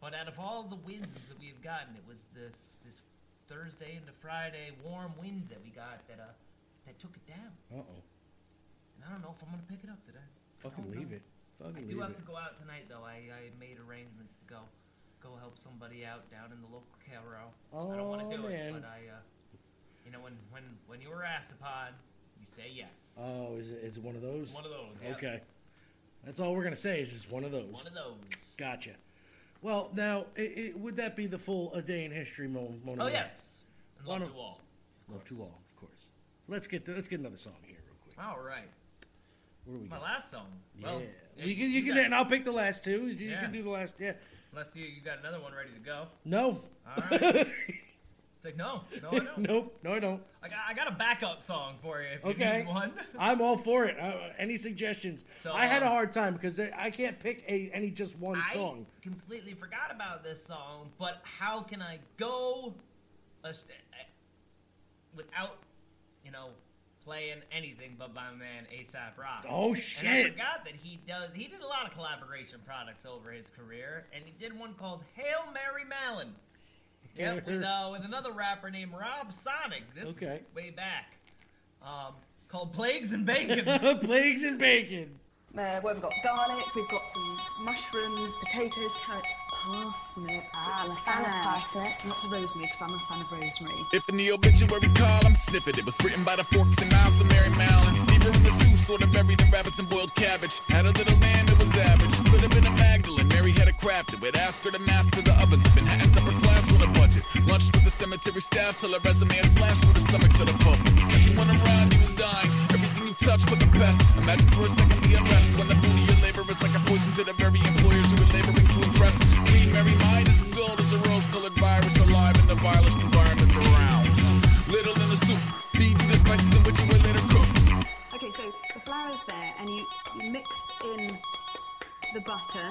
Speaker 7: but out of all the winds that we've gotten, it was this this Thursday into Friday warm wind that we got that uh that took it down.
Speaker 6: Uh oh.
Speaker 7: And I don't know if I'm gonna pick it up today. I
Speaker 6: Fucking
Speaker 7: don't
Speaker 6: leave
Speaker 7: know.
Speaker 6: it. Fucking
Speaker 7: I
Speaker 6: leave
Speaker 7: do have
Speaker 6: it.
Speaker 7: to go out tonight though. I, I made arrangements to go go help somebody out down in the local Cairo. I don't want
Speaker 6: Oh,
Speaker 7: to do it,
Speaker 6: man.
Speaker 7: but I uh, you know when when when you were asked upon, you say yes.
Speaker 6: Oh, is it, is it one of those?
Speaker 7: One of those, yeah.
Speaker 6: Okay. That's all we're going to say is just one of those.
Speaker 7: One of those.
Speaker 6: Gotcha. Well, now, i i would that be the full A Day in History mo- Mona
Speaker 7: oh
Speaker 6: Lisa?
Speaker 7: yes. And love
Speaker 6: One
Speaker 7: to all.
Speaker 6: Love to all, of course. Let's get to, let's get another song here real quick.
Speaker 7: All right.
Speaker 6: What do we
Speaker 7: My
Speaker 6: got?
Speaker 7: last song. Well,
Speaker 6: yeah.
Speaker 7: yeah,
Speaker 6: You can, you can,
Speaker 7: got-
Speaker 6: and I'll pick the last two. You, you
Speaker 7: Yeah.
Speaker 6: can do the last, yeah.
Speaker 7: Unless you you got another one ready to go.
Speaker 6: No.
Speaker 7: All right. It's like no, no, I don't.
Speaker 6: nope. No, I don't.
Speaker 7: I got, I got a backup song for you if you
Speaker 6: Okay.
Speaker 7: need one.
Speaker 6: I'm all for it. Uh, any suggestions?
Speaker 7: So,
Speaker 6: I had a
Speaker 7: uh,
Speaker 6: hard time because I I can't pick a, any just one
Speaker 7: I
Speaker 6: song.
Speaker 7: completely forgot about this song, but how can I go a, st- a- without, eh, you know, playing anything but my man ASAP Rocky.
Speaker 6: Oh,
Speaker 7: And I
Speaker 6: shit.
Speaker 7: forgot that he does. He did a lot of collaboration products over his career, and he did one called Hail Mary Malin. Yep, with uh, with another rapper named Rob Sonic. This
Speaker 6: Okay.
Speaker 7: is way back. Um, called Plagues and Bacon.
Speaker 6: Plagues and bacon.
Speaker 12: Uh, what have we got? Garlic, we've got some mushrooms, potatoes, carrots, parsnips.
Speaker 13: Ah, I'm a
Speaker 12: which
Speaker 13: fan of
Speaker 12: am.
Speaker 13: parsnips.
Speaker 12: Not rosemary, because I'm a fan of rosemary.
Speaker 14: If in the obituary column, sniff it. It was written by the forks and knives of Mary Mallon. Deeper in the stew, sort of buried in rabbits and boiled cabbage. Had a little lamb, it was average. Could have been a Magdalene, Mary had a craft it. Would ask her to master the ovens. Manhattan's upper class on a budget. Lunch with the cemetery staff till her resume had slashed with her stomach to the pump. Everyone around you was dying. Everything you touched was the best. Imagine for a second the unrest when the booty of labor is like a poison to the very employers who are laboring to impress. Queen Mary mind is as gold as a rose-colored virus alive in the vilest environments around. Little in the soup, beat to the spices in which you will later cook.
Speaker 13: Okay, so the flour is there, and you, you mix in the butter.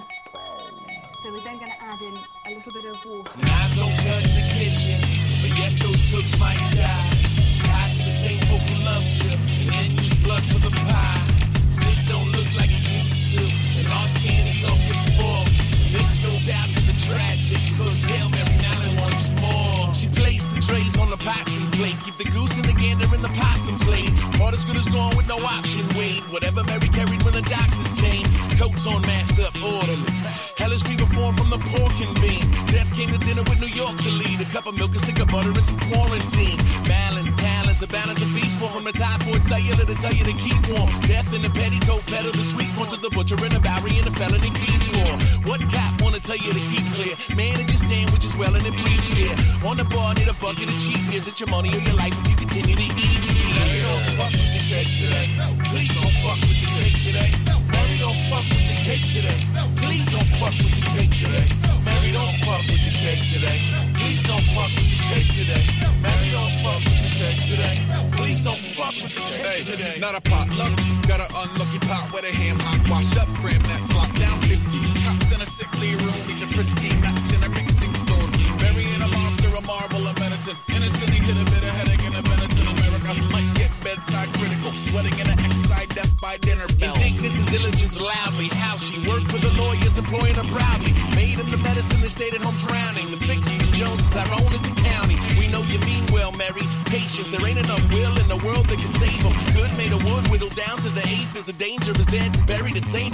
Speaker 13: So we're then going to add in a little bit of water.
Speaker 15: Knives don't cut in the kitchen, but yes, those cooks might die. Tied to the same folk who loved you, and then use blood for the pie. Sick don't look like it used to, and arms can't eat off your fork. This goes out to the tragic, cause Hail Mary Nine once more. She placed the trays on the boxing plate, keep the goose and the gander in the possum plate. All as good as gone with no option, Wade. Whatever Mary carried when the doctors came, coats on, masked up, orderly. Hellish fever formed from the pork and bean. Death came to dinner with New York to lead. A cup of milk, a stick of butter, and some quarantine. Balance, talents, a balance of beast form. From the typhoid cellular to tell you to keep warm. Death in the petticoat, pedal the sweet corn to the butcher and the Bowery and the felony fees for. What cop wanna tell you to keep clear? Man, it's your sandwich is well and it bleeds here. On the bar, need a bucket of cheese. Is it your money or your life if you continue to eat here? Larry, don't fuck with the cake today. Please don't fuck with the cake today. Larry, don't fuck with the cake today. Please don't fuck with the cake today. Mary, don't fuck with the cake today. Please don't fuck with the cake today. Mary, don't fuck with the cake today. Please don't fuck with the cake today.
Speaker 14: Hey, not a potluck. Got an unlucky pot with a ham hock wash up. Cram that slop down 50. Cops in a sickly room. Each a pristine notch in a mixing spoon. Burying a lobster, a marvel of medicine. Innocently hit a bit of headache in a venison. America might get bedside critical. Sweating in an exide death by dinner bell.
Speaker 15: Indignance and diligence loudly. How she worked for the lawyers, employing her proudly. Made him the medicine and stayed at home drowning. The fix the Jones, Tyrone is the county. We know you mean well, Mary. Patience, there ain't enough will in the world that can save him. Good made of wood, whittled down to the eighth. There's a danger is dead and buried at St.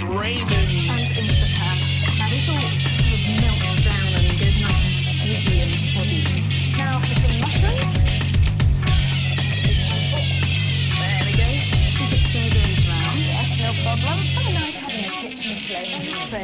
Speaker 13: And
Speaker 15: Raymond.
Speaker 13: into the pan. Um, Now this all sort of melts down and goes nice and smoothy and soggy. Now for some mushrooms. There we go. Keep it still goes round. That's no problem. It's kind of nice having a kitchen flavour. So.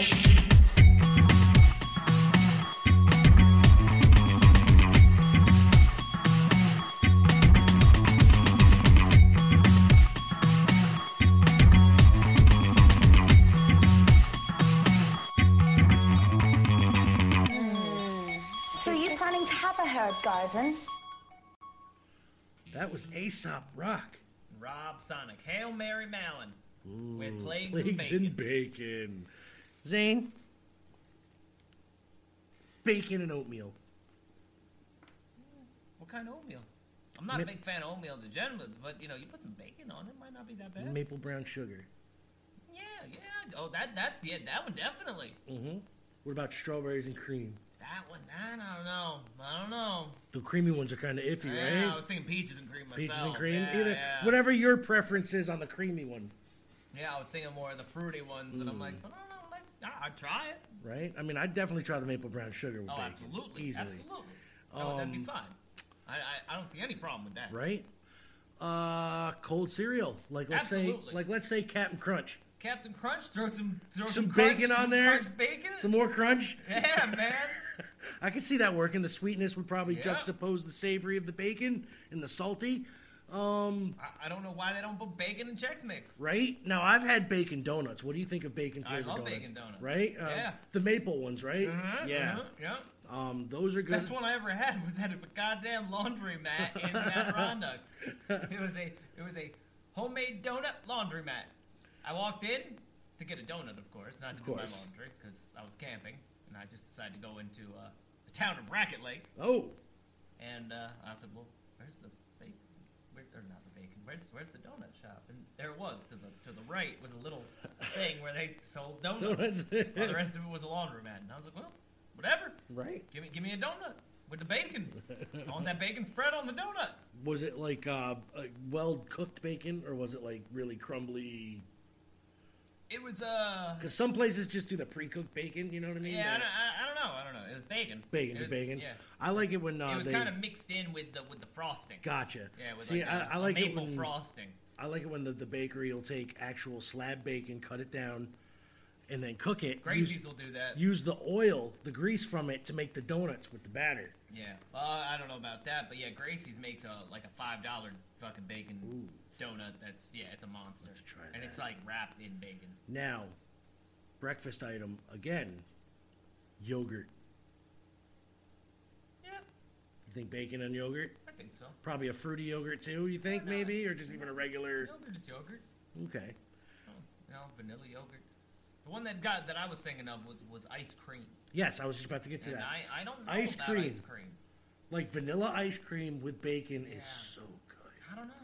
Speaker 16: So you're planning to have a herb garden?
Speaker 6: That was Aesop Rock.
Speaker 7: Rob Sonic, Hail Mary Malin.
Speaker 6: With
Speaker 7: plagues and
Speaker 6: and bacon. Zane. Bacon and oatmeal.
Speaker 7: What kind of oatmeal? I'm not a
Speaker 6: Ma-
Speaker 7: big fan of oatmeal to begin with, but you know, you put some bacon on it, might not be that bad.
Speaker 6: Maple brown sugar.
Speaker 7: Yeah, yeah. Oh, that that's yeah, that one definitely.
Speaker 6: Mm-hmm. What about strawberries and cream?
Speaker 7: That one, I don't know. I don't know.
Speaker 6: The creamy ones are kind of iffy,
Speaker 7: Yeah,
Speaker 6: right?
Speaker 7: I was thinking peaches and cream myself.
Speaker 6: Peaches and cream,
Speaker 7: Yeah,
Speaker 6: either
Speaker 7: yeah.
Speaker 6: whatever your preference is on the creamy one,
Speaker 7: Yeah, I was thinking more of the fruity ones, and I'm
Speaker 6: Mm.
Speaker 7: like, but I don't know. Like, I- I'd try it.
Speaker 6: right? I mean, I'd definitely try the maple brown sugar with
Speaker 7: Oh,
Speaker 6: bacon,
Speaker 7: absolutely,
Speaker 6: easily,
Speaker 7: absolutely. No, that'd be
Speaker 6: Um,
Speaker 7: fine. I, I I don't see any problem with that.
Speaker 6: right? Uh, cold cereal, like let's
Speaker 7: Absolutely.
Speaker 6: say, like let's say Captain Crunch,
Speaker 7: Captain Crunch, throw some throw
Speaker 6: some,
Speaker 7: crunch,
Speaker 6: bacon on
Speaker 7: some
Speaker 6: there,
Speaker 7: crunch bacon.
Speaker 6: some more crunch.
Speaker 7: Yeah, man.
Speaker 6: I could see that working. The sweetness would probably
Speaker 7: Yeah.
Speaker 6: juxtapose the savory of the bacon and the salty. Um,
Speaker 7: I, I don't know why they don't put bacon in Chex Mix.
Speaker 6: right now, I've had bacon donuts. What do you think of bacon
Speaker 7: I
Speaker 6: flavored
Speaker 7: love
Speaker 6: donuts?
Speaker 7: bacon donuts.
Speaker 6: Right? Uh,
Speaker 7: Yeah.
Speaker 6: The maple ones, right?
Speaker 7: Uh-huh,
Speaker 6: yeah.
Speaker 7: uh-huh, yeah.
Speaker 6: Um, those are good.
Speaker 7: Best one I ever had was at a goddamn laundromat in the Adirondacks. it was a it was a homemade donut laundromat. I walked in to get a donut, of course, not to
Speaker 6: Of
Speaker 7: do my
Speaker 6: course.
Speaker 7: laundry because I was camping, and I just decided to go into uh, the town of Racket Lake.
Speaker 6: Oh,
Speaker 7: And uh, I said, "Well, where's the bacon?" where, or not the bacon. Where's where's the donut shop? And there it was to the to the right was a little thing where they sold donuts.
Speaker 6: Donuts.
Speaker 7: While the rest of it was a laundromat, and I was like, well, whatever.
Speaker 6: Right.
Speaker 7: Give me give me a donut with the bacon. I want that bacon spread on the donut.
Speaker 6: Was it like uh, well cooked bacon, or was it like really crumbly?
Speaker 7: It was uh.
Speaker 6: Because some places just do the pre-cooked bacon. You know what I mean?
Speaker 7: Yeah, I
Speaker 6: Like,
Speaker 7: don't, I, I don't know. I don't know. It was bacon.
Speaker 6: Bacon's
Speaker 7: It was-
Speaker 6: bacon.
Speaker 7: Yeah.
Speaker 6: I like it when uh,
Speaker 7: it was
Speaker 6: they.
Speaker 7: kind of mixed in with the with the frosting.
Speaker 6: Gotcha.
Speaker 7: Yeah. With
Speaker 6: See,
Speaker 7: like
Speaker 6: I
Speaker 7: a-
Speaker 6: I
Speaker 7: a
Speaker 6: like it
Speaker 7: maple
Speaker 6: when,
Speaker 7: frosting.
Speaker 6: I like it when the, the bakery will take actual slab bacon, cut it down, and then cook it.
Speaker 7: Gracie's
Speaker 6: Use-
Speaker 7: will do that.
Speaker 6: Use the oil, the grease from it, to make the donuts with the batter.
Speaker 7: Yeah. Uh, I don't know about that, but yeah, Gracie's makes a like a five dollar fucking bacon donut. That's yeah, it's a monster. and it's like wrapped in bacon.
Speaker 6: Now, breakfast item again, yogurt.
Speaker 7: Yeah.
Speaker 6: You think bacon and yogurt?
Speaker 7: I think so.
Speaker 6: Probably a fruity yogurt too. You think maybe, or just even a regular?
Speaker 7: Yogurt is yogurt. Oh,
Speaker 6: Okay.
Speaker 7: You know, vanilla yogurt. The one that got that I was thinking of was was ice cream.
Speaker 6: Yes, I was just about to get to
Speaker 7: and
Speaker 6: that.
Speaker 7: I I don't know
Speaker 6: Ice
Speaker 7: about
Speaker 6: cream.
Speaker 7: ice cream.
Speaker 6: Like vanilla ice cream with bacon is so
Speaker 7: I don't know.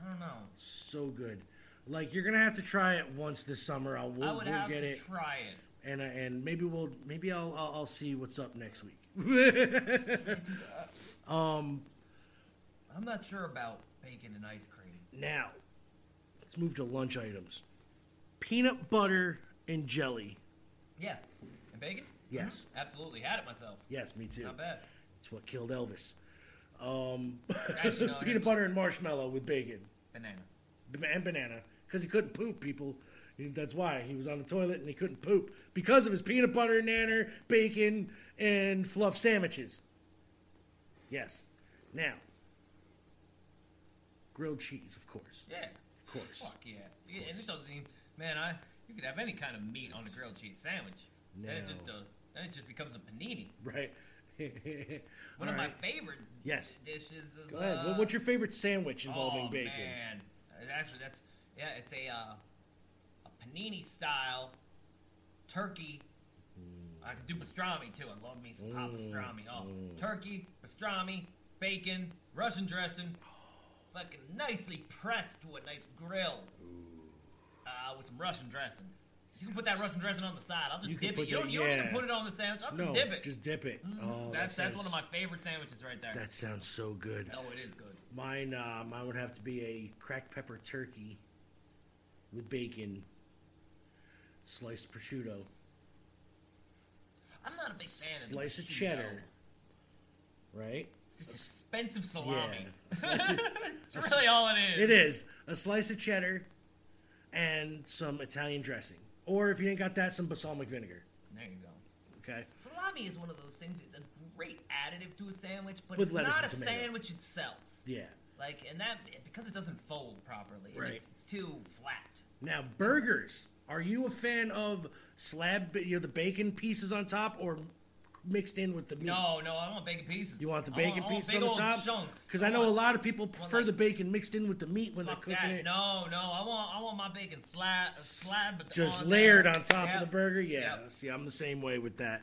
Speaker 7: I don't know.
Speaker 6: so good. Like you're gonna have to try it once this summer. I'll we'll,
Speaker 7: I would
Speaker 6: we'll
Speaker 7: have
Speaker 6: get
Speaker 7: to
Speaker 6: it,
Speaker 7: try it.
Speaker 6: and uh, and maybe we'll maybe I'll I'll, I'll see what's up next week.
Speaker 7: uh,
Speaker 6: um,
Speaker 7: I'm not sure about bacon and ice cream.
Speaker 6: now let's move to lunch items. Peanut butter and jelly.
Speaker 7: Yeah. And bacon?
Speaker 6: Yes.
Speaker 7: Mhm. Absolutely. Had it myself.
Speaker 6: Yes, me too.
Speaker 7: Not bad.
Speaker 6: It's what killed Elvis. Um,
Speaker 7: Actually, no,
Speaker 6: peanut butter and marshmallow with bacon
Speaker 7: Banana.
Speaker 6: and banana because he couldn't poop. People, that's why he was on the toilet and he couldn't poop because of his peanut butter and nanner, bacon, and fluff sandwiches. Yes. Now, grilled cheese, of course.
Speaker 7: Yeah.
Speaker 6: Of course.
Speaker 7: Fuck yeah. yeah and it doesn't even, man, I you could have any kind of meat on a grilled cheese sandwich. Then it's
Speaker 6: No.
Speaker 7: just a, then it just becomes a panini.
Speaker 6: Right.
Speaker 7: One
Speaker 6: All
Speaker 7: of
Speaker 6: right.
Speaker 7: my favorite
Speaker 6: Yes.
Speaker 7: dishes is
Speaker 6: Go ahead.
Speaker 7: uh,
Speaker 6: What- What's your favorite sandwich involving
Speaker 7: oh,
Speaker 6: bacon?
Speaker 7: Man. It's Actually that's yeah, it's a uh, a panini style turkey. I could do pastrami too. I love me some
Speaker 6: Mm.
Speaker 7: hot pastrami. Oh, turkey, pastrami, bacon, Russian dressing, fucking nicely pressed to a nice grill. Uh, with some Russian dressing. You can put that Russian dressing on the side. I'll just
Speaker 6: You can
Speaker 7: dip it.
Speaker 6: put
Speaker 7: You don't,
Speaker 6: that-
Speaker 7: you don't
Speaker 6: yeah.
Speaker 7: even put it on the sandwich. I'll just
Speaker 6: no,
Speaker 7: dip it. Mm-hmm.
Speaker 6: Just dip it. Oh,
Speaker 7: that's
Speaker 6: that
Speaker 7: that's one of my
Speaker 6: sounds-
Speaker 7: favorite sandwiches right there.
Speaker 6: That sounds so good.
Speaker 7: Oh, it is good.
Speaker 6: Mine, uh, mine would have to be a cracked pepper turkey with bacon, sliced prosciutto,
Speaker 7: I'm not a big fan of the
Speaker 6: slice of
Speaker 7: prosciutto.
Speaker 6: cheddar, right?
Speaker 7: It's expensive salami.
Speaker 6: Yeah. Slice of-
Speaker 7: That's really all it is.
Speaker 6: It is a slice of cheddar and some Italian dressing, or if you ain't got that, some balsamic vinegar.
Speaker 7: There you go.
Speaker 6: Okay.
Speaker 7: Salami is one of those things. It's a great additive to a sandwich, but
Speaker 6: With
Speaker 7: it's
Speaker 6: lettuce
Speaker 7: not a
Speaker 6: and tomato.
Speaker 7: sandwich itself.
Speaker 6: Yeah.
Speaker 7: Like, and that because it doesn't fold properly. and
Speaker 6: Right.
Speaker 7: It's, it's too flat.
Speaker 6: Now burgers. Are you a fan of slab? You know the bacon pieces on top, or mixed in with the meat?
Speaker 7: No, no, I want bacon pieces.
Speaker 6: You want the
Speaker 7: I
Speaker 6: bacon
Speaker 7: I want
Speaker 6: pieces
Speaker 7: big
Speaker 6: on the
Speaker 7: old
Speaker 6: top?
Speaker 7: Chunks.
Speaker 6: Because I know a
Speaker 7: want
Speaker 6: lot of people prefer the bacon mixed in with the meat when they're
Speaker 7: that.
Speaker 6: cooking it.
Speaker 7: No, no, I want I want my bacon slab, slab, but
Speaker 6: Just
Speaker 7: on
Speaker 6: layered
Speaker 7: there.
Speaker 6: on top
Speaker 7: Yep.
Speaker 6: of the burger. Yeah. See, I'm the same way with that.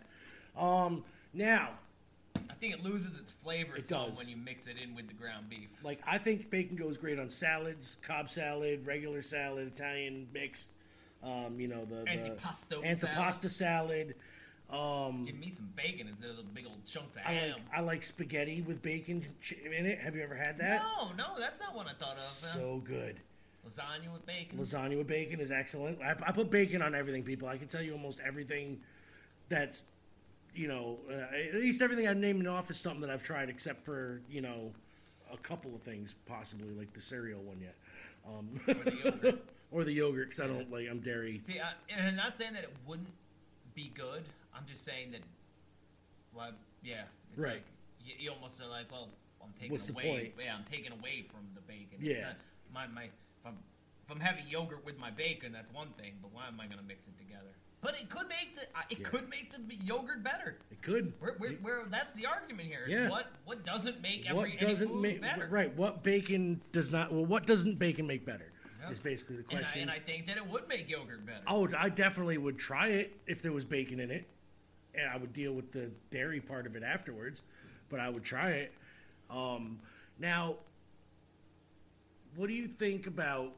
Speaker 6: Um, now,
Speaker 7: I think it loses its flavor
Speaker 6: It
Speaker 7: some
Speaker 6: does.
Speaker 7: when you mix it in with the ground beef.
Speaker 6: like I think bacon goes great on salads, Cobb salad, regular salad, Italian mixed. Um, you know the, the
Speaker 7: Antipasto
Speaker 6: antipasto salad. Um,
Speaker 7: Give me some bacon instead of the big old chunks of
Speaker 6: I
Speaker 7: ham.
Speaker 6: like, I like spaghetti with bacon ch- in it. Have you ever had that?
Speaker 7: No, no, that's not what I thought of.
Speaker 6: So good.
Speaker 7: Lasagna with bacon.
Speaker 6: Lasagna with bacon is excellent. I, I put bacon on everything, people. I can tell you almost everything that's, you know, uh, at least everything I've named off is something that I've tried, except for you know, a couple of things possibly, like the cereal one yet, um, or the yogurt, because I don't like I'm dairy.
Speaker 7: See, I, and I'm not saying that it wouldn't be good. I'm just saying that, well, yeah, it's
Speaker 6: Right.
Speaker 7: Like, you, you almost are like, well, I'm taking
Speaker 6: What's the
Speaker 7: away.
Speaker 6: point?
Speaker 7: Yeah, I'm taking away from the bacon. It's
Speaker 6: Yeah.
Speaker 7: not- my my. If I'm, if I'm having yogurt with my bacon, that's one thing. But why am I going to mix it together? But it could make the I- it
Speaker 6: Yeah.
Speaker 7: could make the b- yogurt better.
Speaker 6: It could.
Speaker 7: We're, we're, we're- that's the argument here. is
Speaker 6: Yeah.
Speaker 7: What what doesn't make every
Speaker 6: What
Speaker 7: any
Speaker 6: doesn't
Speaker 7: food
Speaker 6: make
Speaker 7: better?
Speaker 6: right? What bacon does not? Well, what doesn't bacon make better?
Speaker 7: Yeah.
Speaker 6: Is basically the
Speaker 7: And I,
Speaker 6: question.
Speaker 7: and I think that it would make yogurt better.
Speaker 6: Oh, I definitely would try it if there was bacon in it, and I would deal with the dairy part of it afterwards. But I would try it. Um, now, what do you think about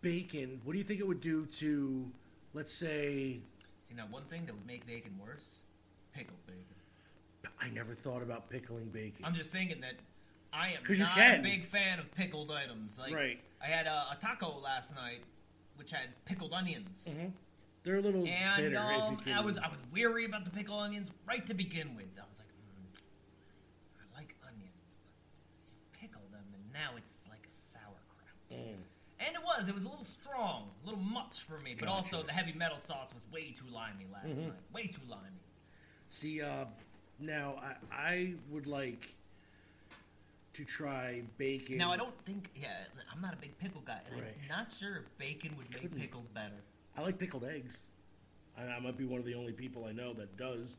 Speaker 6: bacon? What do you think it would do to, let's say,
Speaker 7: See, now one thing that would make bacon worse, pickled bacon.
Speaker 6: I never thought about pickling bacon.
Speaker 7: I'm just thinking that I am
Speaker 6: 'Cause you
Speaker 7: not a
Speaker 6: can.
Speaker 7: big fan of pickled items. Like,
Speaker 6: Right.
Speaker 7: I had a, a taco last night, which had pickled onions.
Speaker 6: Mm-hmm. They're a little
Speaker 7: And
Speaker 6: bitter.
Speaker 7: um,
Speaker 6: if you
Speaker 7: I
Speaker 6: can-
Speaker 7: was I was weary about the pickled onions right to begin with. I was like, mm, I like onions, but you pickle them, and now it's like a sauerkraut.
Speaker 6: Mm.
Speaker 7: And it was it was a little strong, a little much for me. But also
Speaker 6: Gotcha.
Speaker 7: the heavy metal sauce was way too limey last
Speaker 6: Mhm.
Speaker 7: night. Way too limey.
Speaker 6: See, uh, now I, I would like to try bacon.
Speaker 7: Now I don't think yeah I'm not a big pickle guy, and
Speaker 6: Right.
Speaker 7: I'm not sure if bacon would make
Speaker 6: Couldn't.
Speaker 7: pickles better.
Speaker 6: I like pickled eggs. I, I might be one of the only people I know that does.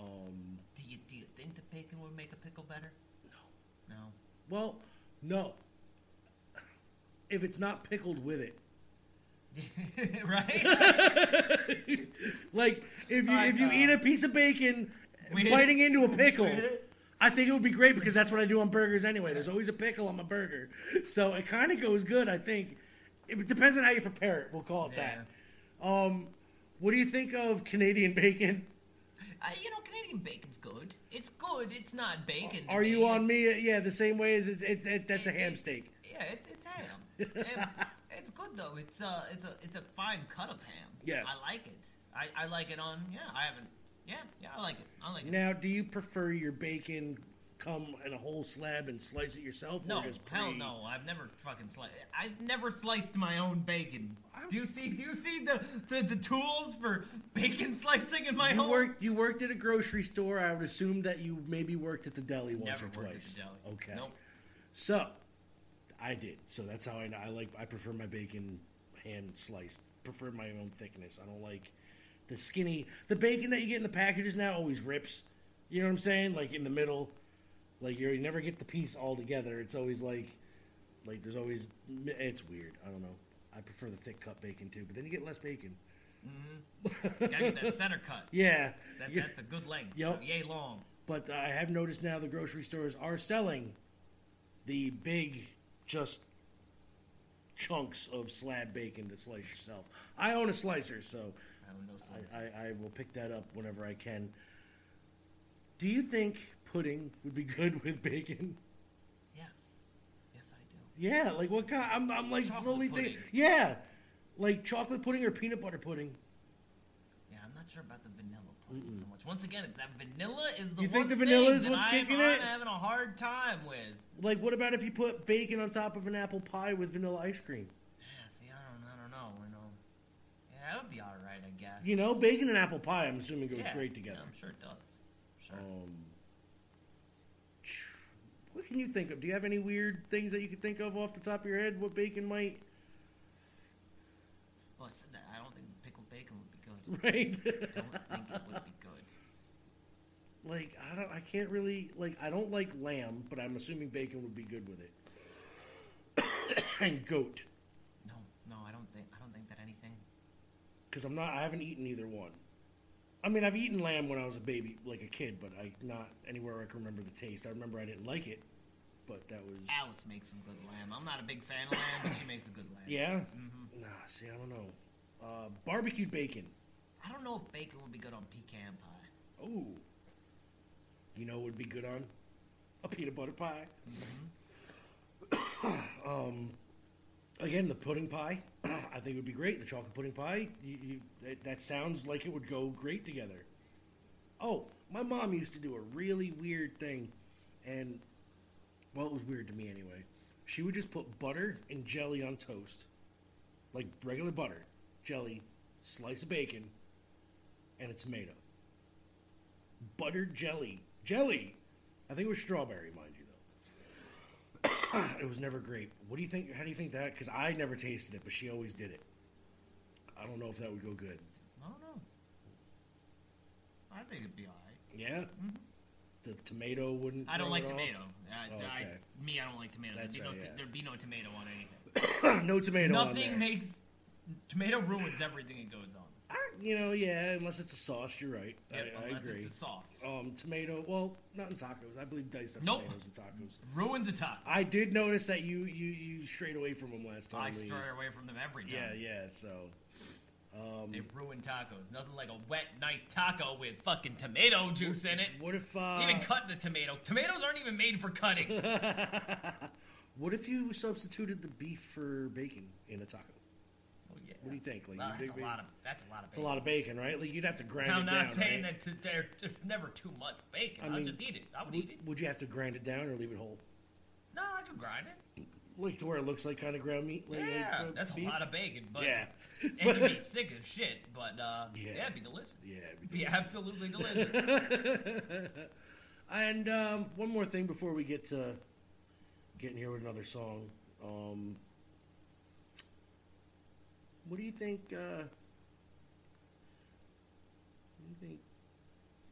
Speaker 6: Um,
Speaker 7: Do you do you think the bacon would make a pickle better? No. No.
Speaker 6: well, no. If it's not pickled with it, right? like if you
Speaker 7: Oh, I
Speaker 6: if you
Speaker 7: know.
Speaker 6: eat a piece of bacon,
Speaker 7: With-
Speaker 6: biting into a pickle.
Speaker 7: with it.
Speaker 6: I think it would be great because that's what I do on burgers anyway. There's always a pickle on my burger, so it kind of goes good. I think it depends on how you prepare it. We'll call it that. Um, what do you think of Canadian bacon?
Speaker 7: Uh, you know, Canadian bacon's good. It's good. It's not bacon. to
Speaker 6: Are
Speaker 7: me.
Speaker 6: you on me? Yeah, the same way as it's, it's it, that's a ham steak.
Speaker 7: Yeah, it's it's ham. It- it's good though. It's uh, it's a it's a fine cut of ham.
Speaker 6: Yes.
Speaker 7: I like it. I, I like it on. Yeah, I haven't. Yeah, yeah, I like it. I like it.
Speaker 6: Now, do you prefer your bacon come in a whole slab and slice it yourself?
Speaker 7: No,
Speaker 6: or just
Speaker 7: hell
Speaker 6: pre-
Speaker 7: no. I've never fucking sliced. I've never sliced my own bacon. Do you see? Do you see the, the, the tools for bacon slicing in my
Speaker 6: you
Speaker 7: home?
Speaker 6: worked you worked at a grocery store. I would assume that you maybe worked at the deli once
Speaker 7: Never
Speaker 6: or
Speaker 7: worked at
Speaker 6: twice.
Speaker 7: the deli.
Speaker 6: Okay.
Speaker 7: Nope.
Speaker 6: So, I did. So that's how I know. I like. I prefer my bacon hand sliced. Prefer my own thickness. I don't like the skinny. The bacon that you get in the packages now always rips. You know what I'm saying? Like in the middle. Like you're, you never get the piece all together. It's always like, like there's always. It's weird. I don't know. I prefer the thick cut bacon too, but then you get less bacon.
Speaker 7: Mm-hmm. Gotta get that center cut.
Speaker 6: Yeah.
Speaker 7: That,
Speaker 6: Yeah.
Speaker 7: that's a good length.
Speaker 6: Yep.
Speaker 7: Yay long.
Speaker 6: But I have noticed now the grocery stores are selling the big, just chunks of slab bacon to slice yourself. I own a slicer, so
Speaker 7: I own no slicer.
Speaker 6: I, I will pick that up whenever I can. Do you think pudding would be good with bacon?
Speaker 7: Yes. Yes, I do.
Speaker 6: Yeah, like what kind? I'm, I'm like
Speaker 7: Chocolate
Speaker 6: slowly thinking.
Speaker 7: pudding.
Speaker 6: Yeah, like chocolate pudding or peanut butter pudding.
Speaker 7: Yeah, I'm not sure about the vanilla pudding so much. Once again, it's that vanilla is the
Speaker 6: You
Speaker 7: one
Speaker 6: think the
Speaker 7: thing
Speaker 6: vanilla is
Speaker 7: that
Speaker 6: what's
Speaker 7: I'm,
Speaker 6: kicking
Speaker 7: I'm
Speaker 6: it?
Speaker 7: having a hard time with.
Speaker 6: Like, what about if you put bacon on top of an apple pie with vanilla ice cream?
Speaker 7: Yeah, see, I don't, I don't know. You know. Yeah, that would be all right, I guess.
Speaker 6: You know, bacon and apple pie. I'm assuming goes
Speaker 7: Yeah,
Speaker 6: great together.
Speaker 7: yeah, I'm sure it does.
Speaker 6: Um, what can you think of? Do you have any weird things that you can think of off the top of your head? What bacon might?
Speaker 7: Well, I said that. I don't think pickled bacon would be good. I
Speaker 6: Right.
Speaker 7: don't think it would be good.
Speaker 6: Like I don't. I can't really like. I don't like lamb, but I'm assuming bacon would be good with it. and goat,
Speaker 7: No, no, I don't think. I don't think that anything.
Speaker 6: because I'm not. I haven't eaten either one. I mean, I've eaten lamb when I was a baby, like a kid, but I not anywhere I can remember the taste. I remember I didn't like it, but that was
Speaker 7: Alice makes some good lamb. I'm not a big fan of lamb, but she makes a good lamb.
Speaker 6: yeah.
Speaker 7: hmm
Speaker 6: Nah, see, I don't know. Uh, barbecued bacon.
Speaker 7: I don't know if bacon would be good on pecan pie.
Speaker 6: Oh. You know what would be good on? A peanut butter pie. um, again, the pudding pie. I think it would be great. The chocolate pudding pie. You, you, that, that sounds like it would go great together. Oh, my mom used to do a really weird thing. And, well, it was weird to me anyway. She would just put butter and jelly on toast. Like regular butter, jelly, slice of bacon, and a tomato buttered jelly. Jelly! I think it was strawberry, mind you, though. it was never grape. What do you think? How do you think that? Because I never tasted it, but she always did it. I don't know if that would go good.
Speaker 7: I don't know. I think it'd be all right.
Speaker 6: Yeah? The tomato wouldn't.
Speaker 7: Mm-hmm. I don't
Speaker 6: throw
Speaker 7: like
Speaker 6: it off?
Speaker 7: tomato. I,
Speaker 6: Oh,
Speaker 7: I,
Speaker 6: okay.
Speaker 7: me, I don't like tomatoes. There'd
Speaker 6: That's
Speaker 7: be, no,
Speaker 6: right,
Speaker 7: t-
Speaker 6: yeah.
Speaker 7: there'd be no tomato on anything.
Speaker 6: no tomato on
Speaker 7: Nothing
Speaker 6: there.
Speaker 7: makes tomato ruins everything it goes on.
Speaker 6: you know, yeah, unless it's a sauce, you're right.
Speaker 7: Yep,
Speaker 6: I, I
Speaker 7: unless it's
Speaker 6: agree.
Speaker 7: a sauce.
Speaker 6: Um, tomato. Well, not in tacos. I believe diced up
Speaker 7: Nope.
Speaker 6: tomatoes in tacos.
Speaker 7: Ruins a taco.
Speaker 6: I did notice that you you you strayed away from them last
Speaker 7: I
Speaker 6: time. we-
Speaker 7: stray away from them every time.
Speaker 6: Yeah, yeah. So um,
Speaker 7: They ruin tacos. Nothing like a wet, nice taco with fucking tomato juice in it.
Speaker 6: What if uh,
Speaker 7: even cutting a tomato? Tomatoes aren't even made for cutting.
Speaker 6: what if you substituted the beef for bacon in a taco?
Speaker 7: Oh yeah.
Speaker 6: What do you think? Like,
Speaker 7: Well,
Speaker 6: you
Speaker 7: that's
Speaker 6: dig
Speaker 7: a
Speaker 6: bacon?
Speaker 7: lot of that's a lot of.
Speaker 6: It's a lot of bacon, right? Like you'd have to grind
Speaker 7: I'm
Speaker 6: it
Speaker 7: not
Speaker 6: down.
Speaker 7: saying
Speaker 6: right?
Speaker 7: that to, there- there's never too much bacon. I will just eat it. I would
Speaker 6: would,
Speaker 7: eat it.
Speaker 6: Would you have to grind it down or leave it whole?
Speaker 7: No, I could grind it.
Speaker 6: Like to where it looks like kind of ground meat. Like, like,
Speaker 7: yeah,
Speaker 6: uh,
Speaker 7: that's
Speaker 6: beef?
Speaker 7: a lot of bacon. But
Speaker 6: Yeah.
Speaker 7: and you'd be sick as shit. But uh,
Speaker 6: Yeah.
Speaker 7: yeah. it'd be delicious.
Speaker 6: Yeah,
Speaker 7: it'd be absolutely delicious.
Speaker 6: and um, one more thing before we get to getting here with another song. Um, what do you think? Uh, what do you think?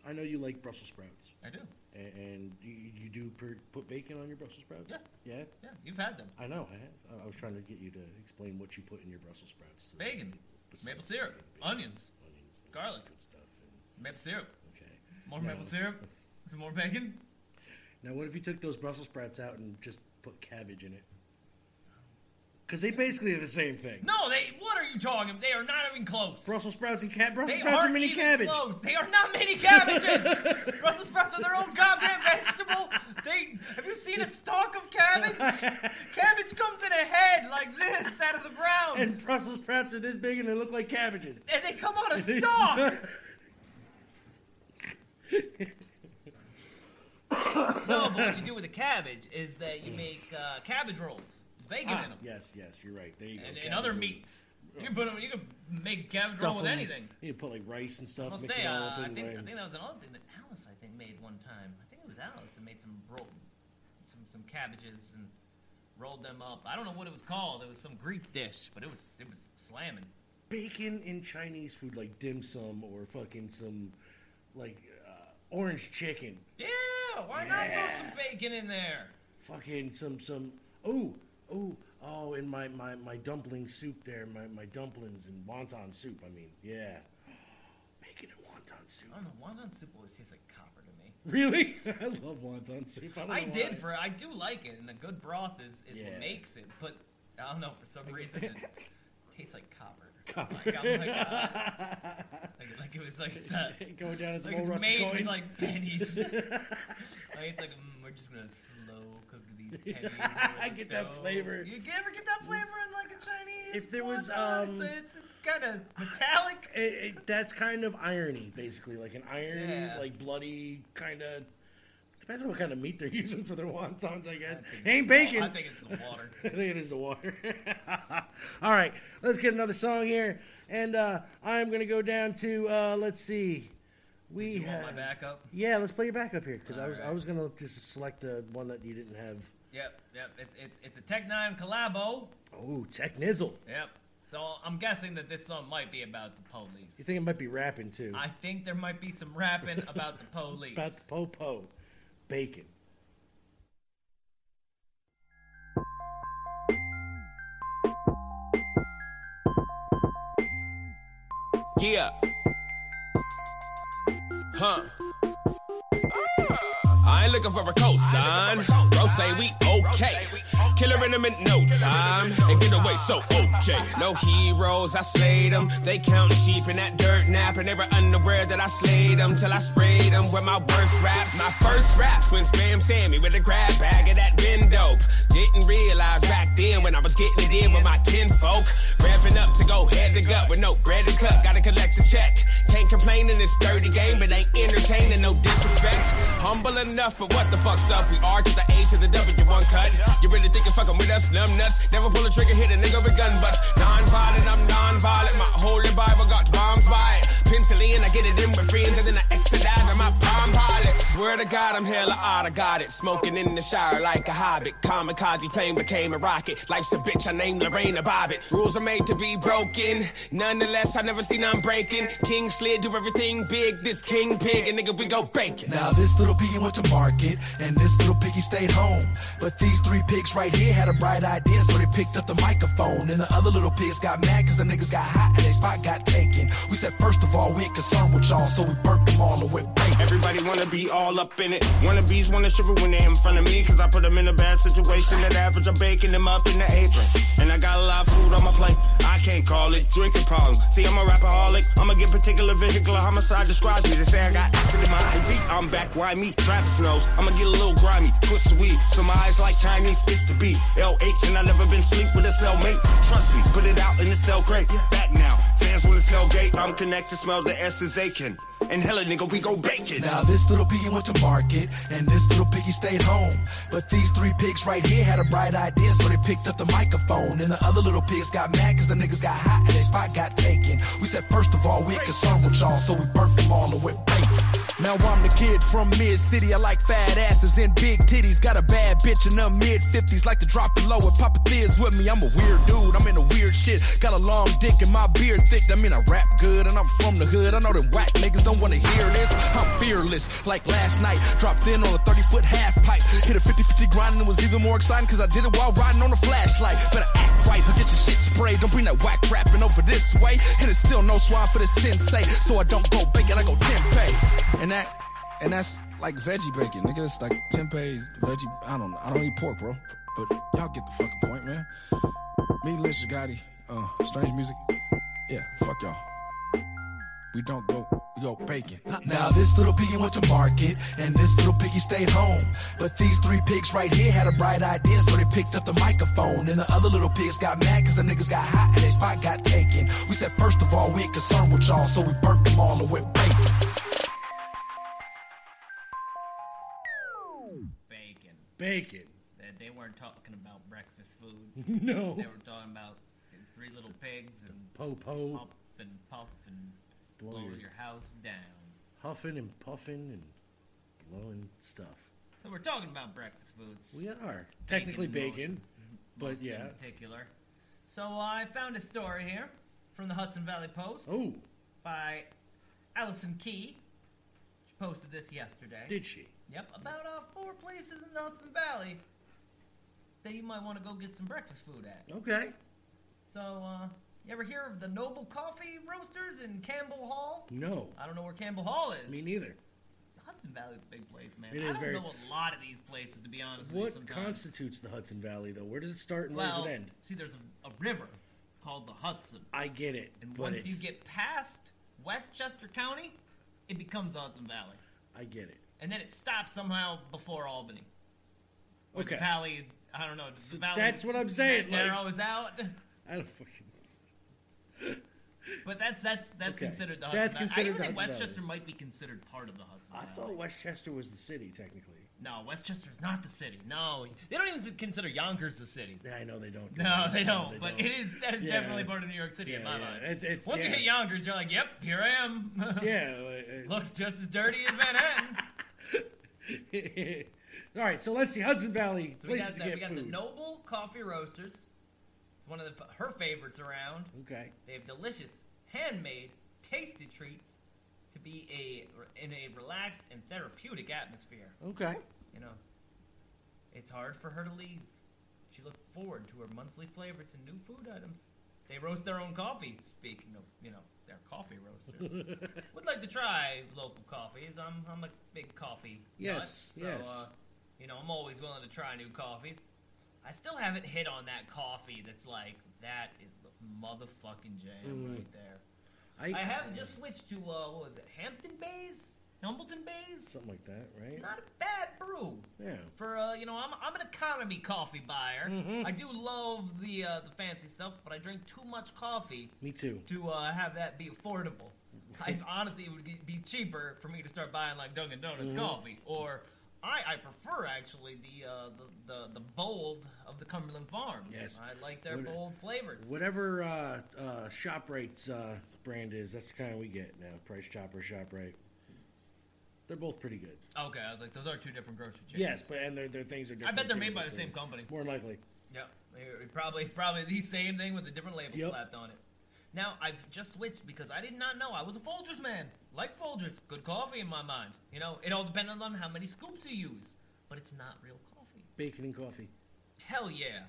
Speaker 6: I know you like Brussels sprouts.
Speaker 7: I do.
Speaker 6: A- And, you, you do per, put bacon on your Brussels sprouts?
Speaker 7: Yeah.
Speaker 6: Yeah?
Speaker 7: yeah, you've had them.
Speaker 6: I know. I, had, I was trying to get you to explain what you put in your Brussels sprouts.
Speaker 7: Bacon, maple syrup, onions, garlic, maple syrup.
Speaker 6: Okay.
Speaker 7: More
Speaker 6: Now-
Speaker 7: maple syrup. Some more bacon.
Speaker 6: Now, what if you took those Brussels sprouts out and just put cabbage in it? Because they basically are the same thing.
Speaker 7: No, they. What are you talking? They are not even close.
Speaker 6: Brussels sprouts and cab Brussels
Speaker 7: They
Speaker 6: sprouts are
Speaker 7: aren't
Speaker 6: mini
Speaker 7: even
Speaker 6: cabbage.
Speaker 7: close. They are not mini cabbages. Brussels sprouts are their own goddamn vegetable. They have you seen a stalk of cabbage? cabbage comes in a head like this out of the ground, and,
Speaker 6: And Brussels sprouts are this big and they look like cabbages.
Speaker 7: they come on a
Speaker 6: They
Speaker 7: stalk. no, but what you do with a cabbage is that you make uh, cabbage rolls, bacon
Speaker 6: Ah,
Speaker 7: in them,
Speaker 6: yes, yes, you're right. There you go.
Speaker 7: and,
Speaker 6: cabbage
Speaker 7: and other
Speaker 6: rolls.
Speaker 7: meats. You can put 'em- You can make cabbage
Speaker 6: Stuff
Speaker 7: roll with
Speaker 6: 'em.
Speaker 7: anything.
Speaker 6: You can put like rice and stuff.
Speaker 7: I'll
Speaker 6: mix
Speaker 7: say,
Speaker 6: it all
Speaker 7: uh,
Speaker 6: up
Speaker 7: I
Speaker 6: and
Speaker 7: think I
Speaker 6: and-
Speaker 7: think that was another thing that Alice I think made one time. I think it was Alice that made some bro- some some cabbages and rolled them up. I don't know what it was called. It was some Greek dish, but it was it was slamming.
Speaker 6: bacon in Chinese food, like dim sum or fucking some like uh, orange chicken,
Speaker 7: Yeah, why not
Speaker 6: Yeah.
Speaker 7: throw some bacon in there?
Speaker 6: fucking some some oh oh oh, and my my my dumpling soup there, my my dumplings and wonton soup. I mean, yeah, bacon and wonton soup.
Speaker 7: I don't know. Wonton soup always tastes like copper to me.
Speaker 6: Really, I love wonton soup. I, don't
Speaker 7: I,
Speaker 6: know
Speaker 7: did
Speaker 6: why.
Speaker 7: for I do like it, and a good broth is, is
Speaker 6: Yeah.
Speaker 7: what makes it. But I don't know for some reason it tastes like copper.
Speaker 6: Copper.
Speaker 7: Like, I'm like, uh, like, like it was like it's, uh,
Speaker 6: Going down as
Speaker 7: like
Speaker 6: more
Speaker 7: it's
Speaker 6: rusty
Speaker 7: made
Speaker 6: coins.
Speaker 7: with like pennies. like it's like mm, we're just gonna slow cook these pennies. over
Speaker 6: I
Speaker 7: the
Speaker 6: get that
Speaker 7: stove.
Speaker 6: flavor.
Speaker 7: You ever get that flavor in like a Chinese?
Speaker 6: If there was,
Speaker 7: wonton?
Speaker 6: um,
Speaker 7: it's, it's kind of metallic.
Speaker 6: It, it, that's kind of irony, basically, like an irony,
Speaker 7: Yeah.
Speaker 6: like bloody kind of. Depends on what kind of meat they're using for their wontons, I guess. Ain't bacon.
Speaker 7: I think it's the water.
Speaker 6: I think it is the water. All right, let's get another song here, and uh, I'm gonna go down to uh, let's see. We
Speaker 7: You
Speaker 6: have
Speaker 7: want my backup?
Speaker 6: yeah, let's play your backup here because I was I
Speaker 7: Alright.
Speaker 6: was gonna just select the one that you didn't have.
Speaker 7: Yep, yep. It's it's it's a Tech Nine collabo.
Speaker 6: Oh, Tech Nizzle.
Speaker 7: Yep. So I'm guessing that this song might be about the police.
Speaker 6: You think it might be rapping too?
Speaker 7: I think there might be some rapping about the police.
Speaker 6: About the popo, bacon.
Speaker 17: Yeah. Huh. I ain't looking for a cosign. Bro say we okay. Killer in them in no time. And get away so okay. No heroes, I slayed them. They count sheep in that dirt nap. And they were unaware that I slayed them till I sprayed them with my worst raps. My first raps when Spam Sammy with a grab bag of that Ben dope. Didn't realize back then when I was getting it in with my kinfolk. Revving up to go head to gut with no bread to cut. Gotta collect the check. Can't complain in this dirty game, but ain't entertaining, no disrespect. Humble enough, but what the fuck's up? We are to the H to the W1 cut. You really think you're fucking with us? Numb nuts. Never pull a trigger, hit a nigga with gun butts. Non-violent, I'm non-violent. My holy Bible got bombs by it. Penciling, I get it in with friends, and then I exit out of my palm pilot. Swear Swear to God, I'm hella odd, I got it. Smoking in the shower like a hobbit. Kamikaze plane became a rocket. Life's a bitch, I named Lorraine Bobbitt. Rules are made to be broken. Nonetheless, I never seen none breaking. King slid, do everything big. This king pig, and nigga, we go bacon.
Speaker 18: Now this little piggy went to market, and this little piggy stayed home. But these three pigs right here had a bright idea, so they picked up the microphone. And the other little pigs got mad cause the niggas got hot and their spot got taken. We said, first of all, we ain't concerned with y'all, so we burnt them all and went bacon.
Speaker 19: Everybody wanna be all up in it. Wannabes wanna shiver when they in front of me, cause I put them in a bad situation. That average, I'm baking them up in the apron. And I got a lot of food on my plate. I can't call it drinking problem. See, I'm a rapaholic. I'ma get particular vehicular homicide describes me. They say I got acid in my IV. I'm back, why me? Travis knows. I'ma get a little grimy, twist the weed. So my eyes like Chinese, it's the beat. LH, and I never been sleep with a cellmate. Trust me, put it out in the cell crate. Back now. Fans wanna tailgate. I'm connected, smell the essence aching. And hella nigga, we go bacon.
Speaker 18: Now this little piggy went to market, and this little piggy stayed home. But these three pigs right here had a bright idea, so they picked up the microphone. And the other little pigs got mad cause the niggas got hot and their spot got taken. We said, first of all, we ain't concerned with y'all, so we burnt them all and went bacon.
Speaker 20: Now I'm the kid from mid city. I like fat asses and big titties. Got a bad bitch in her mid 50s. Like to drop it low and pop a thiz with me. I'm a weird dude. I'm into weird shit. Got a long dick and my beard thick. I mean, I rap good and I'm from the hood. I know them whack niggas don't wanna hear this. I'm fearless. Like last night, dropped in on a 30 foot half pipe. Hit a 50 50 grind and it was even more exciting because I did it while riding on a flashlight. Better act right or get your shit sprayed. Don't bring that whack rapping over this way. And it's still no swine for the sensei. So I don't go bacon, I go tempeh.
Speaker 21: And that, and that's like veggie bacon, nigga. It's like tempeh, veggie. I don't know. I don't eat pork, bro. But y'all get the fucking point, man. Me, Lynn Gotti, uh, strange music. Yeah, fuck y'all. We don't go, we go bacon.
Speaker 18: Now this little piggy went to market, and this little piggy stayed home. But these three pigs right here had a bright idea, so they picked up the microphone. And the other little pigs got mad cause the niggas got hot and their spot got taken. We said, first of all, we ain't concerned with y'all, so we burnt them all and went bacon.
Speaker 7: Bacon.
Speaker 6: Bacon.
Speaker 7: That they weren't talking about breakfast food.
Speaker 6: No.
Speaker 7: They were talking about the three little pigs and
Speaker 6: Po po.
Speaker 7: puff and puff and blow,
Speaker 6: Blow your-
Speaker 7: your house down.
Speaker 6: Huffing and puffing and blowing stuff.
Speaker 7: So we're talking about breakfast foods.
Speaker 6: We are. Technically bacon, but
Speaker 7: most
Speaker 6: yeah.
Speaker 7: in particular. So uh, I found a story here from the Hudson Valley Post.
Speaker 6: Oh.
Speaker 7: By Allison Key. She posted this yesterday.
Speaker 6: Did she?
Speaker 7: Yep. About uh, four places in the Hudson Valley that you might want to go get some breakfast food at.
Speaker 6: Okay.
Speaker 7: So uh, you ever hear of the Noble Coffee Roasters in Campbell Hall?
Speaker 6: No.
Speaker 7: I don't know where Campbell Hall is.
Speaker 6: Me neither.
Speaker 7: Hudson Valley's a big place, man.
Speaker 6: It
Speaker 7: I
Speaker 6: is
Speaker 7: don't
Speaker 6: very-
Speaker 7: know a lot of these places, to be honest with you.
Speaker 6: What
Speaker 7: Sometimes.
Speaker 6: constitutes the Hudson Valley, though? Where does it start and
Speaker 7: well,
Speaker 6: where does it end?
Speaker 7: see, there's a, a river called the Hudson.
Speaker 6: I get it,
Speaker 7: And
Speaker 6: but
Speaker 7: once you
Speaker 6: it's-
Speaker 7: get past Westchester County, it becomes Hudson Valley.
Speaker 6: I get it.
Speaker 7: And then it stops somehow before Albany. Where
Speaker 6: Okay.
Speaker 7: The valley, I don't know. does the valley
Speaker 6: that's what I'm saying, like-
Speaker 7: Narrows out.
Speaker 6: I don't fucking.
Speaker 7: But that's that's that's
Speaker 6: Okay.
Speaker 7: considered the Hudson
Speaker 6: That's
Speaker 7: Valley.
Speaker 6: considered
Speaker 7: I even
Speaker 6: the
Speaker 7: think
Speaker 6: Hudson
Speaker 7: Westchester might be considered part of the Hudson
Speaker 6: I
Speaker 7: Valley.
Speaker 6: thought Westchester was the city, technically.
Speaker 7: No, Westchester's not the city. No, they don't even consider Yonkers the city.
Speaker 6: I know they don't.
Speaker 7: No,
Speaker 6: They
Speaker 7: they
Speaker 6: don't,
Speaker 7: don't.
Speaker 6: they
Speaker 7: but
Speaker 6: don't.
Speaker 7: it is that is
Speaker 6: Yeah.
Speaker 7: definitely part of New York City in
Speaker 6: Yeah,
Speaker 7: my
Speaker 6: yeah,
Speaker 7: mind.
Speaker 6: it's- it's-
Speaker 7: Once you
Speaker 6: yeah.
Speaker 7: hit Yonkers, you're like, yep, here I am.
Speaker 6: Yeah, uh,
Speaker 7: looks just as dirty as Manhattan.
Speaker 6: All right, so let's see Hudson Valley
Speaker 7: So we
Speaker 6: places
Speaker 7: got, the,
Speaker 6: to
Speaker 7: we
Speaker 6: get
Speaker 7: got the
Speaker 6: food.
Speaker 7: Noble Coffee Roasters. It's one of the, her favorites around.
Speaker 6: Okay.
Speaker 7: They have delicious, handmade, tasty treats to be a in a relaxed and therapeutic atmosphere.
Speaker 6: Okay.
Speaker 7: You know, it's hard for her to leave. She looked forward to her monthly flavors and new food items. They roast their own coffee. Speaking of, you know, their coffee roasters. Would like to try local coffees. I'm I'm a big coffee. nut,
Speaker 6: Yes,
Speaker 7: so,
Speaker 6: yes.
Speaker 7: Uh, you know, I'm always willing to try new coffees. I still haven't hit on that coffee that's like that is the motherfucking jam
Speaker 6: Mm.
Speaker 7: right there.
Speaker 6: I-
Speaker 7: I, have just switched to uh, what was it, Hampton Bays, Humbleton Bays.
Speaker 6: Something like that, right?
Speaker 7: It's not a bad brew.
Speaker 6: Yeah.
Speaker 7: For uh, you know, I'm, I'm an economy coffee buyer.
Speaker 6: Mhm.
Speaker 7: I do love the uh, the fancy stuff, but I drink too much coffee
Speaker 6: Me too.
Speaker 7: to uh, have that be affordable. I honestly, it would ge- be cheaper for me to start buying like Dunkin' Donuts
Speaker 6: Mhm.
Speaker 7: coffee, or I, I prefer actually the, uh, the the the bold of the Cumberland Farms.
Speaker 6: Yes.
Speaker 7: I like their
Speaker 6: What-
Speaker 7: bold flavors.
Speaker 6: Whatever uh, uh, ShopRite's uh, brand is, that's the kind we get now. Price Chopper, ShopRite. They're both pretty good.
Speaker 7: Okay, I was like, those are two different grocery chickens.
Speaker 6: Yes, but and their, their things are
Speaker 7: I
Speaker 6: different.
Speaker 7: bet they're
Speaker 6: too,
Speaker 7: made by
Speaker 6: but
Speaker 7: the
Speaker 6: they're-
Speaker 7: same company.
Speaker 6: More than likely.
Speaker 7: Yep. It- it Probably it's probably the same thing with a different label
Speaker 6: Yep.
Speaker 7: slapped on it. Now I've just switched because I did not know I was a Folgers man. Like Folgers, good coffee in my mind. You know, it all depends on how many scoops you use, but it's not real coffee.
Speaker 6: Bacon and coffee.
Speaker 7: Hell yeah.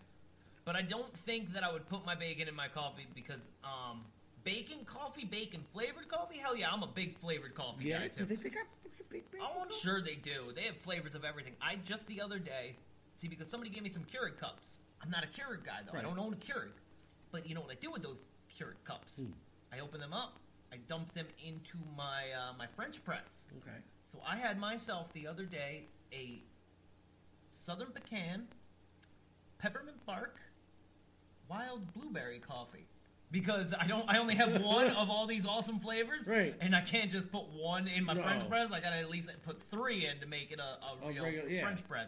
Speaker 7: But I don't think that I would put my bacon in my coffee because um bacon, coffee, bacon, flavored coffee? Hell yeah, I'm a big flavored coffee
Speaker 6: Yeah,
Speaker 7: guy
Speaker 6: I
Speaker 7: too.
Speaker 6: think they got big bacon.
Speaker 7: Oh, I'm sure they do. They have flavors of everything. I just the other day, see, because somebody gave me some Keurig cups. I'm not a Keurig guy though. I
Speaker 6: Right.
Speaker 7: don't own a Keurig. But you know what I do with those Keurig cups?
Speaker 6: Hmm.
Speaker 7: I open them up. I dump them into my uh, my French press.
Speaker 6: Okay.
Speaker 7: So I had myself the other day a southern pecan, peppermint bark, wild blueberry coffee. Because I don't, I only have one of all these awesome flavors,
Speaker 6: Right.
Speaker 7: And I can't just put one in my
Speaker 6: No.
Speaker 7: French press. I gotta at least put three in to make it a, a
Speaker 6: A
Speaker 7: real
Speaker 6: regular- yeah.
Speaker 7: French press.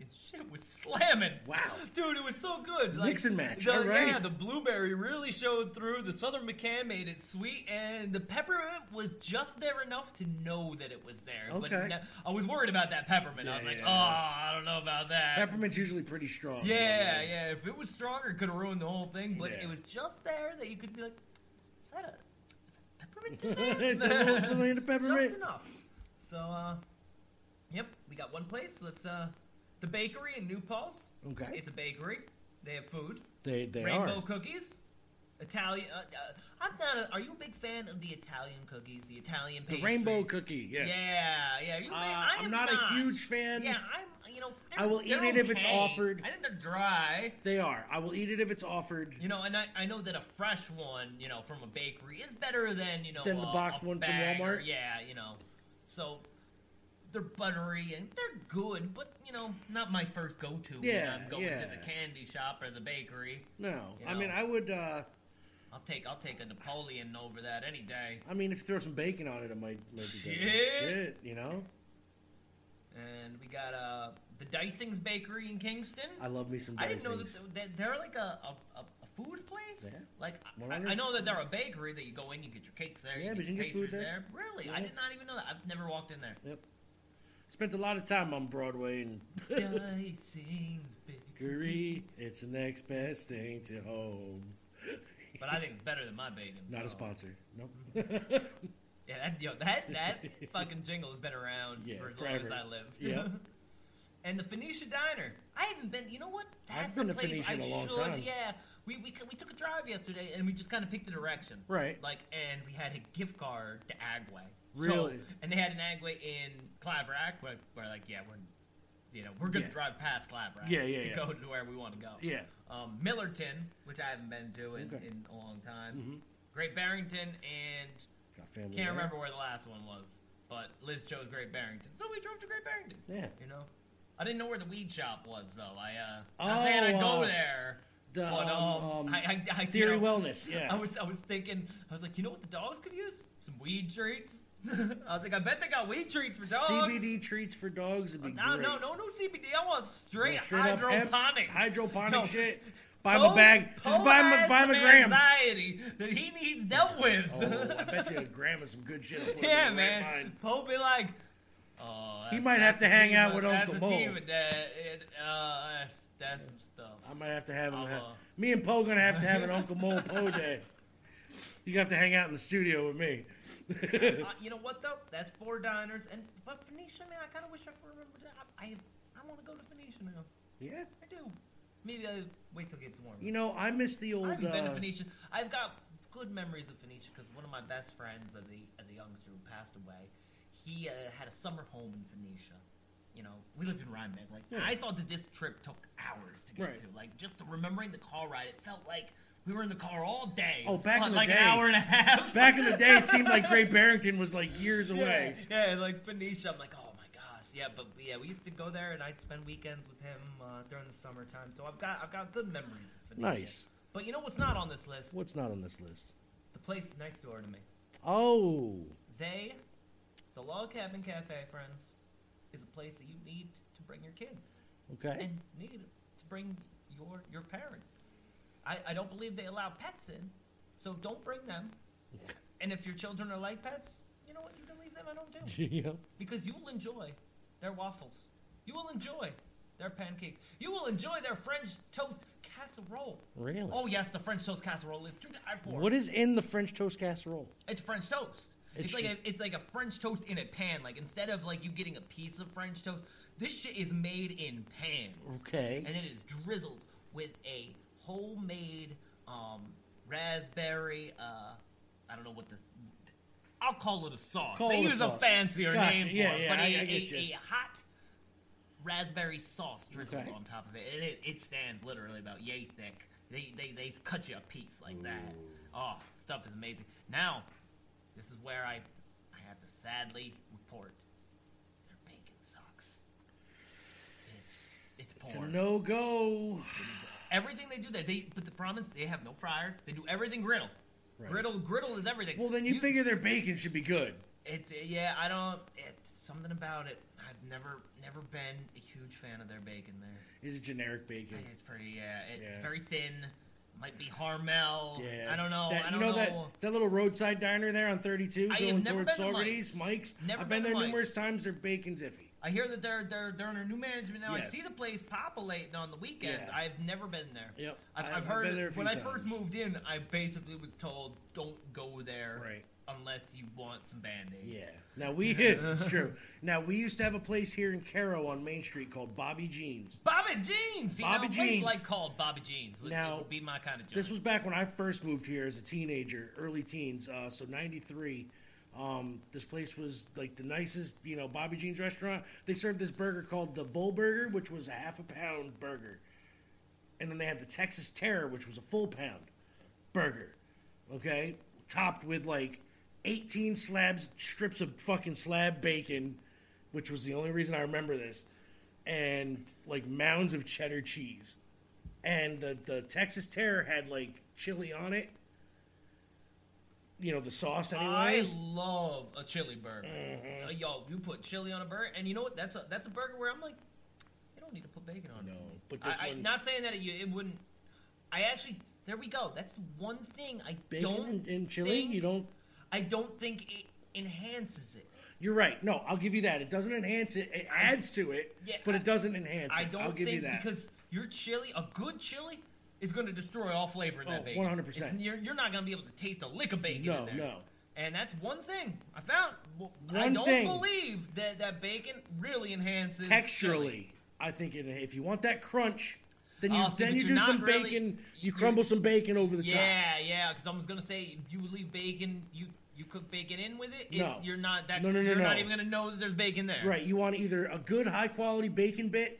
Speaker 7: Fucking shit was slamming!
Speaker 6: Wow.
Speaker 7: dude, it was so good.
Speaker 6: Mix and match,
Speaker 7: the-
Speaker 6: all right.
Speaker 7: Yeah, the blueberry really showed through. The southern pecan made it sweet, and the peppermint was just there enough to know that it was there. But
Speaker 6: Okay.
Speaker 7: no- I was worried about that peppermint. I
Speaker 6: Yeah,
Speaker 7: was like,
Speaker 6: yeah,
Speaker 7: oh,
Speaker 6: oh, yeah.
Speaker 7: I don't know about that.
Speaker 6: Peppermint's usually pretty strong.
Speaker 7: Uh, Yeah, yeah. If it was stronger, it could have ruined the whole thing. But
Speaker 6: Yeah.
Speaker 7: it was just there that you could be like, is that a, is that peppermint? in
Speaker 6: it's a
Speaker 7: there?"
Speaker 6: little, little hint of peppermint.
Speaker 7: Just enough. So, uh, yep, we got one place. Let's uh, the bakery in New Paltz.
Speaker 6: Okay.
Speaker 7: It's a bakery. They have food.
Speaker 6: They they
Speaker 7: Rainbow
Speaker 6: are.
Speaker 7: cookies. Italian. Uh, uh, I'm not. A, are you a big fan of the Italian cookies? The Italian
Speaker 6: The
Speaker 7: pastries?
Speaker 6: rainbow cookie. Yes.
Speaker 7: Yeah, yeah. You,
Speaker 6: Uh,
Speaker 7: I
Speaker 6: I'm
Speaker 7: am
Speaker 6: not a huge fan.
Speaker 7: Yeah, I'm. You know,
Speaker 6: I will eat
Speaker 7: they're
Speaker 6: it if it's
Speaker 7: okay.
Speaker 6: offered.
Speaker 7: I think they're dry.
Speaker 6: They are. I will eat it if it's offered.
Speaker 7: You know, and I, I know that a fresh one, you know, from a bakery is better than you know
Speaker 6: Than the
Speaker 7: a-
Speaker 6: box
Speaker 7: a
Speaker 6: one from
Speaker 7: bag or-
Speaker 6: Walmart?
Speaker 7: yeah, you know, so they're buttery and they're good, but you know, not my first go-to.
Speaker 6: Yeah,
Speaker 7: when I'm going
Speaker 6: yeah.
Speaker 7: to the candy shop or the bakery.
Speaker 6: No,
Speaker 7: you
Speaker 6: I mean
Speaker 7: know.
Speaker 6: I would. uh
Speaker 7: I'll take I'll take a Napoleon over that any day.
Speaker 6: I mean, if you throw some bacon on it, it might. might be
Speaker 7: Shit.
Speaker 6: better. Shit, you know.
Speaker 7: And we got uh the Dicing's Bakery in Kingston.
Speaker 6: I love me some.
Speaker 7: I didn't know that
Speaker 6: dicings.
Speaker 7: that they're like a, a, a a food place.
Speaker 6: Yeah.
Speaker 7: Like
Speaker 6: Well,
Speaker 7: I,
Speaker 6: I
Speaker 7: I
Speaker 6: know-
Speaker 7: know that they're a bakery that you go in, you get your cakes there,
Speaker 6: Yeah,
Speaker 7: you
Speaker 6: but
Speaker 7: get
Speaker 6: you
Speaker 7: your
Speaker 6: can get food
Speaker 7: pastries there.
Speaker 6: there.
Speaker 7: Really,
Speaker 6: Yeah.
Speaker 7: I did not even know that. I've never walked in there.
Speaker 6: Yep. Spent a lot of time on Broadway and
Speaker 7: Dicing's
Speaker 6: bakery. It's the next best thing to home.
Speaker 7: But I think it's better than my bacon.
Speaker 6: Not a
Speaker 7: so.
Speaker 6: sponsor. Nope.
Speaker 7: Yeah, that yo, that that fucking jingle has been around
Speaker 6: Yeah,
Speaker 7: for as long as
Speaker 6: forever.
Speaker 7: I lived.
Speaker 6: Yep.
Speaker 7: and the Phoenicia Diner. I haven't been. You know what?
Speaker 6: I've been
Speaker 7: a
Speaker 6: to
Speaker 7: place
Speaker 6: Phoenicia
Speaker 7: I
Speaker 6: in a long
Speaker 7: should-
Speaker 6: time.
Speaker 7: Yeah, we, we c- we took a drive yesterday and we just kind of picked a direction.
Speaker 6: Right.
Speaker 7: Like, and we had a gift card to Agway. So-
Speaker 6: Really?
Speaker 7: and they had an Agway in Claverack. We're, we're like, yeah, we're you know we're gonna
Speaker 6: Yeah.
Speaker 7: drive past Claverack.
Speaker 6: Yeah, yeah,
Speaker 7: To
Speaker 6: yeah.
Speaker 7: go to where we want to go.
Speaker 6: Yeah.
Speaker 7: Um, Millerton, which I haven't been to in,
Speaker 6: Okay.
Speaker 7: in a long time.
Speaker 6: Mhm.
Speaker 7: Great Barrington and
Speaker 6: Got family.
Speaker 7: can't
Speaker 6: there.
Speaker 7: remember where the last one was, but Liz chose Great Barrington, so we drove to Great Barrington.
Speaker 6: Yeah.
Speaker 7: you know, I didn't know where the weed shop was though. I uh,
Speaker 6: Oh,
Speaker 7: not saying I'd go
Speaker 6: uh,
Speaker 7: there.
Speaker 6: the,
Speaker 7: but,
Speaker 6: um,
Speaker 7: um,
Speaker 6: um,
Speaker 7: I, I, I, you
Speaker 6: Theory
Speaker 7: know,
Speaker 6: Wellness, yeah.
Speaker 7: I was, I was thinking, I was like, you know what the dogs could use? Some weed treats. I was like, I bet they got weed treats for dogs.
Speaker 6: CBD treats for dogs would be
Speaker 7: No,
Speaker 6: great.
Speaker 7: no, no, no CBD. I want straight,
Speaker 6: No, straight up hemp,
Speaker 7: hydroponics.
Speaker 6: hydroponic
Speaker 7: No.
Speaker 6: shit. Buy him
Speaker 7: Poe-
Speaker 6: a bag. Just
Speaker 7: Poe
Speaker 6: buy him, a-
Speaker 7: has
Speaker 6: buy him a
Speaker 7: some
Speaker 6: gram.
Speaker 7: Anxiety that he needs dealt with.
Speaker 6: Oh, I bet you a gram is some good shit. I'll put him in
Speaker 7: yeah,
Speaker 6: the right mind.
Speaker 7: man. Pope be like, oh,
Speaker 6: He
Speaker 7: that's-
Speaker 6: might have
Speaker 7: that's
Speaker 6: to hang
Speaker 7: sativa,
Speaker 6: out with
Speaker 7: that's
Speaker 6: Uncle Mo.
Speaker 7: sativa, That, it, uh, that's, that's some stuff.
Speaker 6: I might have to have him.
Speaker 7: I'll,
Speaker 6: have-
Speaker 7: uh,
Speaker 6: me and Poe gonna have to have an Uncle Mo and Poe day. You have to hang out in the studio with me.
Speaker 7: uh, you know what though? That's four diners, and but Phoenicia, man, I kind of wish I could remember that. I I, I want to go to Phoenicia now.
Speaker 6: yeah.
Speaker 7: I do. Maybe I wait till it gets warm.
Speaker 6: You know, I miss the old.
Speaker 7: I haven't been to
Speaker 6: uh,
Speaker 7: Phoenicia. I've got good memories of Phoenicia because one of my best friends as a as a youngster who passed away, he uh, had a summer home in Phoenicia. You know, we lived in Rhinebeck. Like
Speaker 9: Yeah.
Speaker 7: I thought that this trip took hours to get
Speaker 9: Right.
Speaker 7: to. Like just remembering the car ride, it felt like we were in the car all day. It
Speaker 6: Oh,
Speaker 7: was
Speaker 6: back
Speaker 7: fun,
Speaker 6: in the
Speaker 7: like
Speaker 6: day,
Speaker 7: an hour and a half.
Speaker 6: Back in the day, it seemed like Great Barrington was like years away.
Speaker 7: Yeah, yeah, like Phoenicia. I'm like, oh my gosh, yeah. But yeah, we used to go there, and I'd spend weekends with him uh, during the summertime. So I've got I've got good memories of Phoenicia.
Speaker 6: Nice.
Speaker 7: But you know what's not on this list?
Speaker 6: What's not on this list?
Speaker 7: The place next door to me.
Speaker 6: Oh,
Speaker 7: They, the Log Cabin Cafe, friends, is a place that you need to bring your kids.
Speaker 6: Okay.
Speaker 7: And need to bring your your parents. I, I don't believe they allow pets in, so don't bring them. And if your children are like pets, you know what? You can leave them I don't do.
Speaker 6: Yep.
Speaker 7: Because you will enjoy their waffles. You will enjoy their pancakes. You will enjoy their French toast casserole.
Speaker 6: Really?
Speaker 7: Oh yes, the French toast casserole is to die for.
Speaker 6: What is in the French toast casserole?
Speaker 7: It's French toast. It's,
Speaker 6: It's
Speaker 7: like a,
Speaker 6: just-
Speaker 7: it's like a French toast in a pan. Like instead of like you getting a piece of French toast, this shit is made in pans.
Speaker 6: Okay.
Speaker 7: And it is drizzled with a homemade um, raspberry. Uh, I don't know what this. I'll call it a sauce.
Speaker 6: Call
Speaker 7: they
Speaker 6: it a
Speaker 7: use a
Speaker 6: sauce.
Speaker 7: fancier
Speaker 6: Gotcha.
Speaker 7: name
Speaker 6: Yeah,
Speaker 7: for it,
Speaker 6: yeah,
Speaker 7: but
Speaker 6: I-
Speaker 7: a,
Speaker 6: I
Speaker 7: a-
Speaker 6: get
Speaker 7: a
Speaker 6: you.
Speaker 7: hot raspberry sauce drizzled
Speaker 6: Okay.
Speaker 7: on top of it, and it, it stands literally about yay thick. They, they they cut you a piece like that. Oh, stuff is amazing. Now, this is where I I have to sadly report their bacon sucks. It's it's
Speaker 6: It's
Speaker 7: poor.
Speaker 6: a no go.
Speaker 7: everything they do there, they but the problem is they have no fryers. They do everything griddle.
Speaker 6: Right.
Speaker 7: Griddle griddle is everything.
Speaker 6: Well, then you, figure their bacon should be good.
Speaker 7: It, yeah, I don't. It, something about it. I've never, never been a huge fan of their bacon. There,
Speaker 6: Is it generic bacon?
Speaker 7: it's pretty. Yeah, it's
Speaker 6: Yeah.
Speaker 7: very thin. Might be Harmel.
Speaker 6: Yeah.
Speaker 7: I don't know.
Speaker 6: That,
Speaker 7: I don't
Speaker 6: you know, that
Speaker 7: know.
Speaker 6: that little roadside diner there on 32
Speaker 7: I have
Speaker 6: going
Speaker 7: never
Speaker 6: towards
Speaker 7: been to
Speaker 6: Saugerties, Mike's.
Speaker 7: Never
Speaker 6: I've
Speaker 7: been
Speaker 6: been,
Speaker 7: to
Speaker 6: there
Speaker 7: Mike's.
Speaker 6: numerous times. Their bacon's iffy.
Speaker 7: I hear that they're they're they're under new management now. I
Speaker 6: Yes.
Speaker 7: see the place populating on the weekends.
Speaker 6: Yeah.
Speaker 7: I've never been there.
Speaker 6: Yep.
Speaker 7: I've,
Speaker 6: I've-
Speaker 7: I've
Speaker 6: I've
Speaker 7: heard
Speaker 6: been there a
Speaker 7: when
Speaker 6: few
Speaker 7: I first moved in, I basically was told don't go there unless you want some band aids.
Speaker 6: Yeah. Now we it's true. Now we used to have a place here in Caro on Main Street called Bobby Jeans.
Speaker 7: Bobby Jeans. See,
Speaker 6: Bobby
Speaker 7: now, a place
Speaker 6: Jeans.
Speaker 7: like called Bobby Jeans. Would,
Speaker 6: Now,
Speaker 7: it would be my kind of joint.
Speaker 6: This was back when I first moved here as a teenager, early teens, uh, so '93. Um, this place was like the nicest, you know, Bobby Jeans restaurant. They served this burger called the Bull Burger, which was a half a pound burger, and then they had the Texas Terror, which was a full pound burger. Okay, topped with like 18 slabs, strips of fucking slab bacon, which was the only reason I remember this, and like mounds of cheddar cheese and the, the Texas Terror had like chili on it. You know the sauce anyway.
Speaker 7: I love a chili burger.
Speaker 6: Mm-hmm.
Speaker 7: Uh, yo, you put chili on a burger, and you know what? That's a that's a burger where I'm like, you don't need to put bacon on. No,
Speaker 6: but
Speaker 7: I,
Speaker 6: this
Speaker 7: I-
Speaker 6: one-
Speaker 7: not saying that it, you- it wouldn't. I actually, there we go. That's one thing I
Speaker 6: Bacon
Speaker 7: don't.
Speaker 6: and, and chili.
Speaker 7: think-
Speaker 6: You don't.
Speaker 7: I don't think it enhances it.
Speaker 6: You're right. No, I'll give you that. It doesn't enhance it. It adds to it,
Speaker 7: Yeah,
Speaker 6: but
Speaker 7: I-
Speaker 6: it doesn't enhance
Speaker 7: I
Speaker 6: it.
Speaker 7: don't
Speaker 6: I'll give
Speaker 7: think
Speaker 6: you that.
Speaker 7: because your chili, a good chili, is going to destroy all flavor in
Speaker 6: Oh,
Speaker 7: that bacon.
Speaker 6: 100%.
Speaker 7: It's- You're, you're not going to be able to taste a lick of bacon.
Speaker 6: No,
Speaker 7: in there.
Speaker 6: no.
Speaker 7: And that's one thing I found. Well, I
Speaker 6: One
Speaker 7: don't
Speaker 6: thing.
Speaker 7: believe that that bacon really enhances
Speaker 6: texturally, I think it, if you want that crunch, then you
Speaker 7: Oh, see,
Speaker 6: then
Speaker 7: but
Speaker 6: you
Speaker 7: you're
Speaker 6: do
Speaker 7: not
Speaker 6: some
Speaker 7: really-
Speaker 6: bacon. You crumble some bacon over the top.
Speaker 7: Yeah, yeah. Because I was gonna say you leave bacon, you you cook bacon in with it. It's,
Speaker 6: No.
Speaker 7: you're not that.
Speaker 6: No, no, no,
Speaker 7: You're not
Speaker 6: no.
Speaker 7: even gonna know that there's bacon there.
Speaker 6: Right. You want either a good high quality bacon bit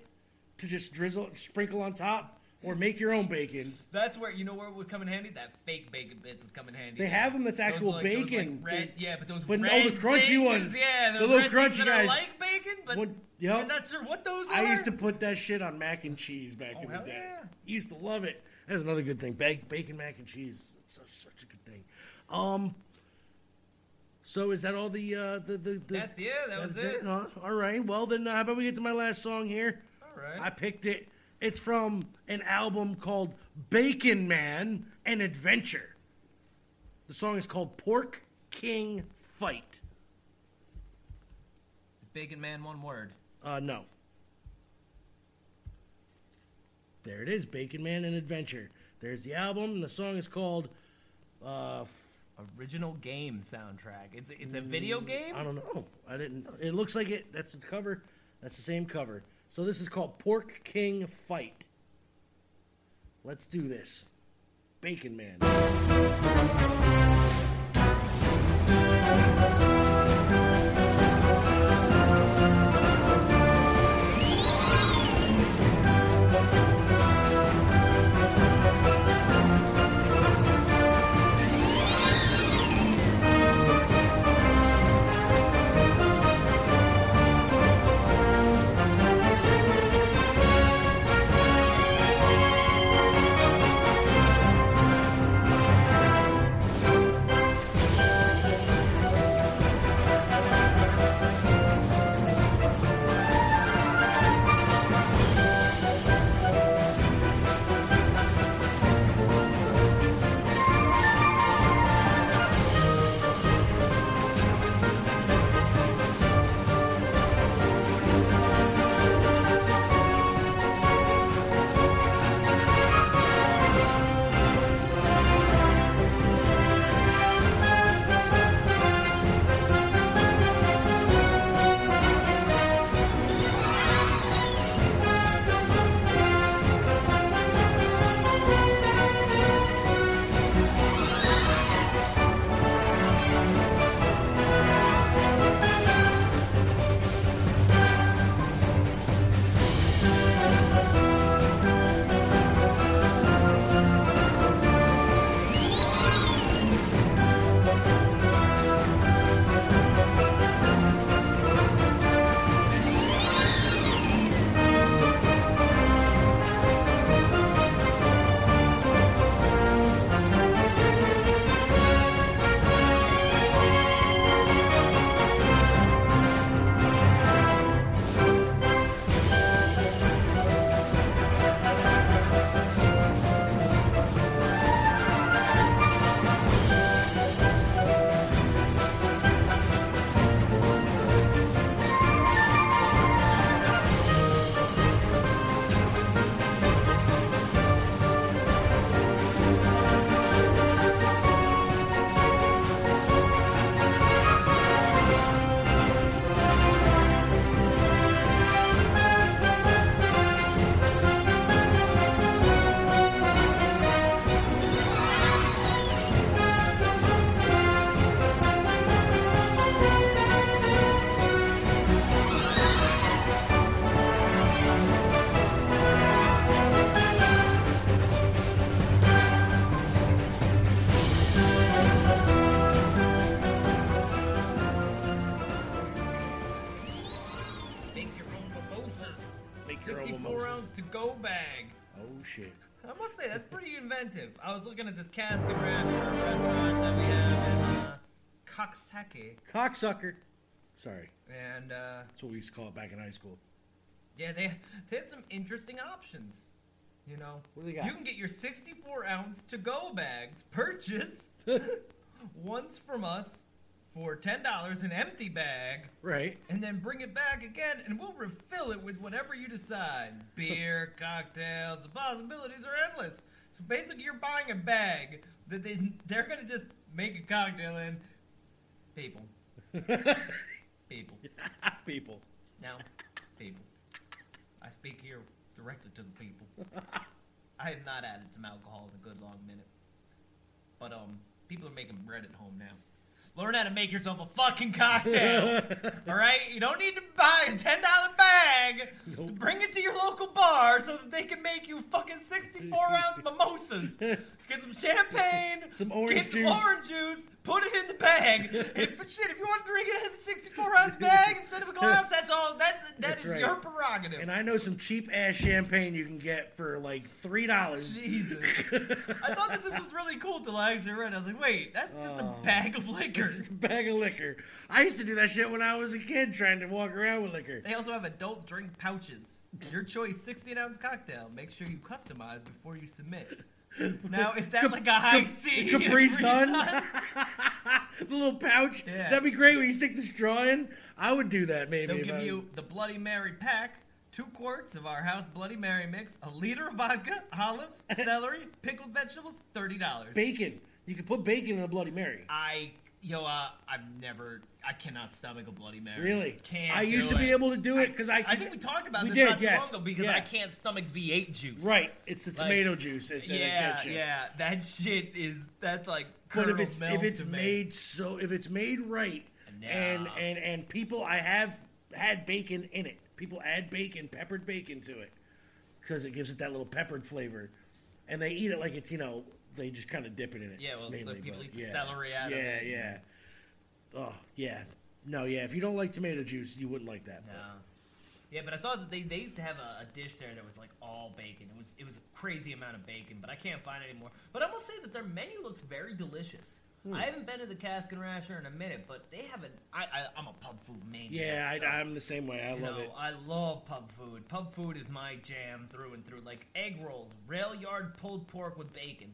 Speaker 6: to just drizzle, sprinkle on top, or make your own bacon.
Speaker 7: That's where you know where it would come in handy. That fake bacon bits would come in handy.
Speaker 6: They have 'em that's
Speaker 7: Those,
Speaker 6: actual
Speaker 7: like- those, like,
Speaker 6: bacon.
Speaker 7: red,
Speaker 6: They-
Speaker 7: yeah, but those
Speaker 6: but all
Speaker 7: red
Speaker 6: the crunchy
Speaker 7: things,
Speaker 6: ones.
Speaker 7: Yeah,
Speaker 6: The
Speaker 7: those
Speaker 6: little
Speaker 7: red things
Speaker 6: crunchy
Speaker 7: that are
Speaker 6: guys.
Speaker 7: like bacon, but
Speaker 6: What- yep.
Speaker 7: you're not sure what those are.
Speaker 6: I used to put that shit on mac and cheese back
Speaker 7: Oh,
Speaker 6: in the
Speaker 7: hell
Speaker 6: day.
Speaker 7: yeah.
Speaker 6: Used to love it. That's another good thing. Ba- bacon mac and cheese. It's such, such a good thing. Um. So is that all the uh, the, the the?
Speaker 7: That's- yeah, that was it.
Speaker 6: huh? All right. Well then, uh, how about we get to my last song here?
Speaker 7: All right.
Speaker 6: I picked it. It's from an album called Bacon Man and Adventure. The song is called Pork King Fight.
Speaker 7: Bacon man, one word.
Speaker 6: Uh, no. There it is, Bacon Man and Adventure. There's the album. and The song is called. Uh,
Speaker 7: Original game soundtrack. It's it's a video game.
Speaker 6: Mm,
Speaker 7: Oh.
Speaker 6: I don't know. I didn't. It looks like it. That's the cover. That's the same cover. So this is called Pork King Fight. Let's do this, Bacon Man.
Speaker 15: Bacon,
Speaker 7: 64 ounce to go bag.
Speaker 6: Oh shit.
Speaker 7: I must say that's pretty inventive. I was looking at this cask and rapture restaurant that we have in uh, Coxsackie,
Speaker 6: Cocksucker. Sorry.
Speaker 7: and uh,
Speaker 6: That's what we used to call it back in high school.
Speaker 7: yeah, they they have some interesting options. You know,
Speaker 6: What do they got?
Speaker 7: you can get your 64 ounce to go bags purchased once from us for ten dollars an empty bag,
Speaker 6: Right.
Speaker 7: and then bring it back again, and we'll refill it with whatever you decide. Beer, cocktails, the possibilities are endless. So basically, you're buying a bag that they, they're going to just make a cocktail in. People. people.
Speaker 6: people.
Speaker 7: Now, people. I speak here directly to the people. I have not added some alcohol in a good long minute. But, um, people are making bread at home now. Learn how to make yourself a fucking cocktail. All right, you don't need to buy a ten dollar bag. to Bring it to your local bar so that they can make you fucking sixty four ounce mimosas. Get some champagne,
Speaker 6: Some orange
Speaker 7: get
Speaker 6: juice.
Speaker 7: some orange juice, put it in the bag. and for shit, if you want to drink it in a sixty four ounce bag instead of a glass, that's all. That's that
Speaker 6: That's
Speaker 7: is
Speaker 6: right.
Speaker 7: your prerogative.
Speaker 6: And I know some cheap ass champagne you can get for like three dollars.
Speaker 7: Jesus. I thought that this was really cool till I actually read. it. I was like, wait, that's just a bag of liquor.
Speaker 6: Oh. Just a bag of liquor. I used to do that shit when I was a kid, trying to walk around with liquor.
Speaker 7: They also have adult drink pouches. Your choice, 16 ounce cocktail. Make sure you customize before you submit. Now, is that like a high C?
Speaker 6: Capri Sun, the little pouch. That'd be great when you stick the straw in. I would do that maybe.
Speaker 7: They'll
Speaker 6: if
Speaker 7: give
Speaker 6: I-
Speaker 7: you the Bloody Mary pack, two quarts of our house Bloody Mary mix, a liter of vodka, olives, celery, pickled vegetables, $30.
Speaker 6: bacon. You could put bacon in a Bloody Mary.
Speaker 7: I, yo, uh, I've never, I cannot stomach a Bloody Mary.
Speaker 6: Really?
Speaker 7: Can't
Speaker 6: I used
Speaker 7: do
Speaker 6: to be
Speaker 7: it.
Speaker 6: able to do it because I.
Speaker 7: I think we talked about
Speaker 6: We
Speaker 7: this
Speaker 6: did,
Speaker 7: not too
Speaker 6: yes.
Speaker 7: long ago because
Speaker 6: Yeah.
Speaker 7: I can't stomach V8 juice.
Speaker 6: Right. It's the
Speaker 7: Like,
Speaker 6: tomato juice. that- that I
Speaker 7: yeah,
Speaker 6: catch it.
Speaker 7: yeah. That shit is that's like.
Speaker 6: But if
Speaker 7: curdled
Speaker 6: it's
Speaker 7: milk
Speaker 6: if it's
Speaker 7: to me.
Speaker 6: made so if it's made right and and and people I have had bacon in it. People add bacon, peppered bacon to it because it gives it that little peppered flavor, and they eat it like it's you know they just kind of dip it in it.
Speaker 7: Yeah, well, it's
Speaker 6: mainly,
Speaker 7: like people
Speaker 6: but
Speaker 7: eat the
Speaker 6: yeah.
Speaker 7: celery out
Speaker 6: yeah,
Speaker 7: of it.
Speaker 6: Yeah, Oh yeah, no, yeah. If you don't like tomato juice, you wouldn't like that.
Speaker 7: No. Yeah, but I thought that they, they used to have a, a dish there that was like all bacon. It was it was a crazy amount of bacon, but I can't find it anymore. But I will say that their menu looks very delicious.
Speaker 6: Hmm.
Speaker 7: I haven't been to the Cask and Rasher in a minute, but they haven't. I, I I'm a pub food maniac.
Speaker 6: Yeah,
Speaker 7: so,
Speaker 6: I, I'm the same way. I
Speaker 7: you
Speaker 6: love
Speaker 7: know,
Speaker 6: it.
Speaker 7: I love pub food. Pub food is my jam through and through. Like egg rolls, rail yard pulled pork with bacon,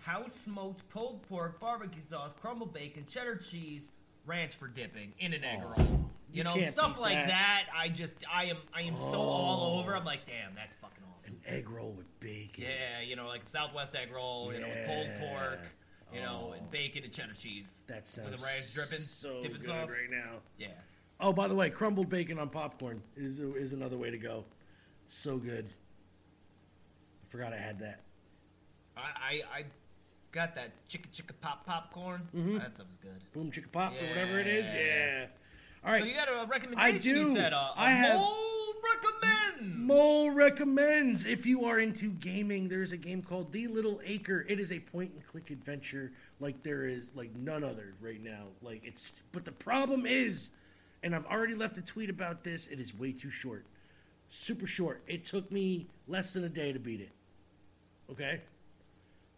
Speaker 7: house smoked pulled pork, barbecue sauce, crumbled bacon, cheddar cheese, ranch for dipping in an egg roll. You,
Speaker 6: you
Speaker 7: know,
Speaker 6: can't
Speaker 7: stuff
Speaker 6: beat
Speaker 7: like
Speaker 6: that. Oh.
Speaker 7: that. I just, I am, I am so all over. I'm like, damn, that's fucking awesome.
Speaker 6: Egg roll with bacon.
Speaker 7: Yeah, you know, like Southwest egg roll, you know, with pulled pork, you know, and bacon and cheddar cheese.
Speaker 6: Oh. That sounds
Speaker 7: with the ranch dripping,
Speaker 6: so
Speaker 7: dipping
Speaker 6: good
Speaker 7: sauce.
Speaker 6: right now.
Speaker 7: Yeah.
Speaker 6: Oh, by the way, crumbled bacon on popcorn is is another way to go. So good. I forgot I had that.
Speaker 7: I, I, I got that chicken chicken pop popcorn.
Speaker 6: Mhm.
Speaker 7: That stuff's good.
Speaker 6: Boom chicken pop or whatever it is. Yeah. All right.
Speaker 7: So you got a recommendation?
Speaker 6: I do.
Speaker 7: You said, uh, a
Speaker 6: I have-
Speaker 7: mole recommend.
Speaker 6: Mole recommends if you are into gaming, there's a game called The Little Acre. It is a point and click adventure like there is like none other right now. Like it's but the problem is, and I've already left a tweet about this, it is way too short. Super short. It took me less than a day to beat it. Okay?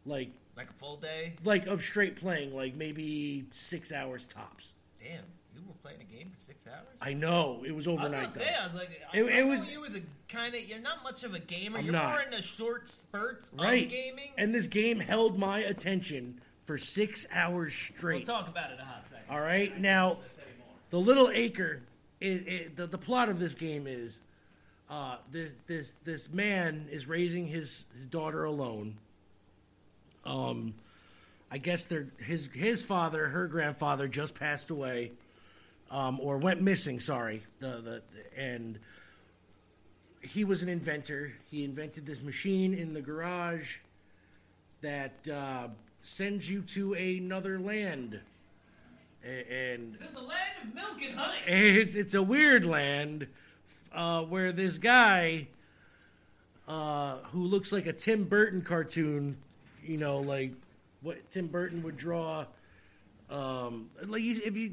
Speaker 6: Like
Speaker 7: Like a full day.
Speaker 6: like of straight playing, like maybe six hours tops.
Speaker 7: Damn, you were playing a game for six hours.
Speaker 6: I know it was overnight.
Speaker 7: I was
Speaker 6: though.
Speaker 7: gonna say, I was like, I,
Speaker 6: It-
Speaker 7: I
Speaker 6: it
Speaker 7: know
Speaker 6: was-
Speaker 7: You as a kind of, you're not much of a gamer.
Speaker 6: I'm
Speaker 7: you're
Speaker 6: not.
Speaker 7: more into short spurts
Speaker 6: right.
Speaker 7: of gaming.
Speaker 6: And this game held my attention for six hours straight.
Speaker 7: We'll talk about it in a hot second.
Speaker 6: All right, now the Little Acre. It, it, the, the plot of this game is uh, this this this man is raising his his daughter alone. Um, I guess their his his father, her grandfather, just passed away, um, or went missing. Sorry, the the, the and he was an inventor. He invented this machine in the garage that uh, sends you to another land, A- and
Speaker 7: The land of milk and honey.
Speaker 6: it's it's a weird land uh, where this guy uh, who looks like a Tim Burton cartoon, you know, like what Tim Burton would draw. Um, like you, if you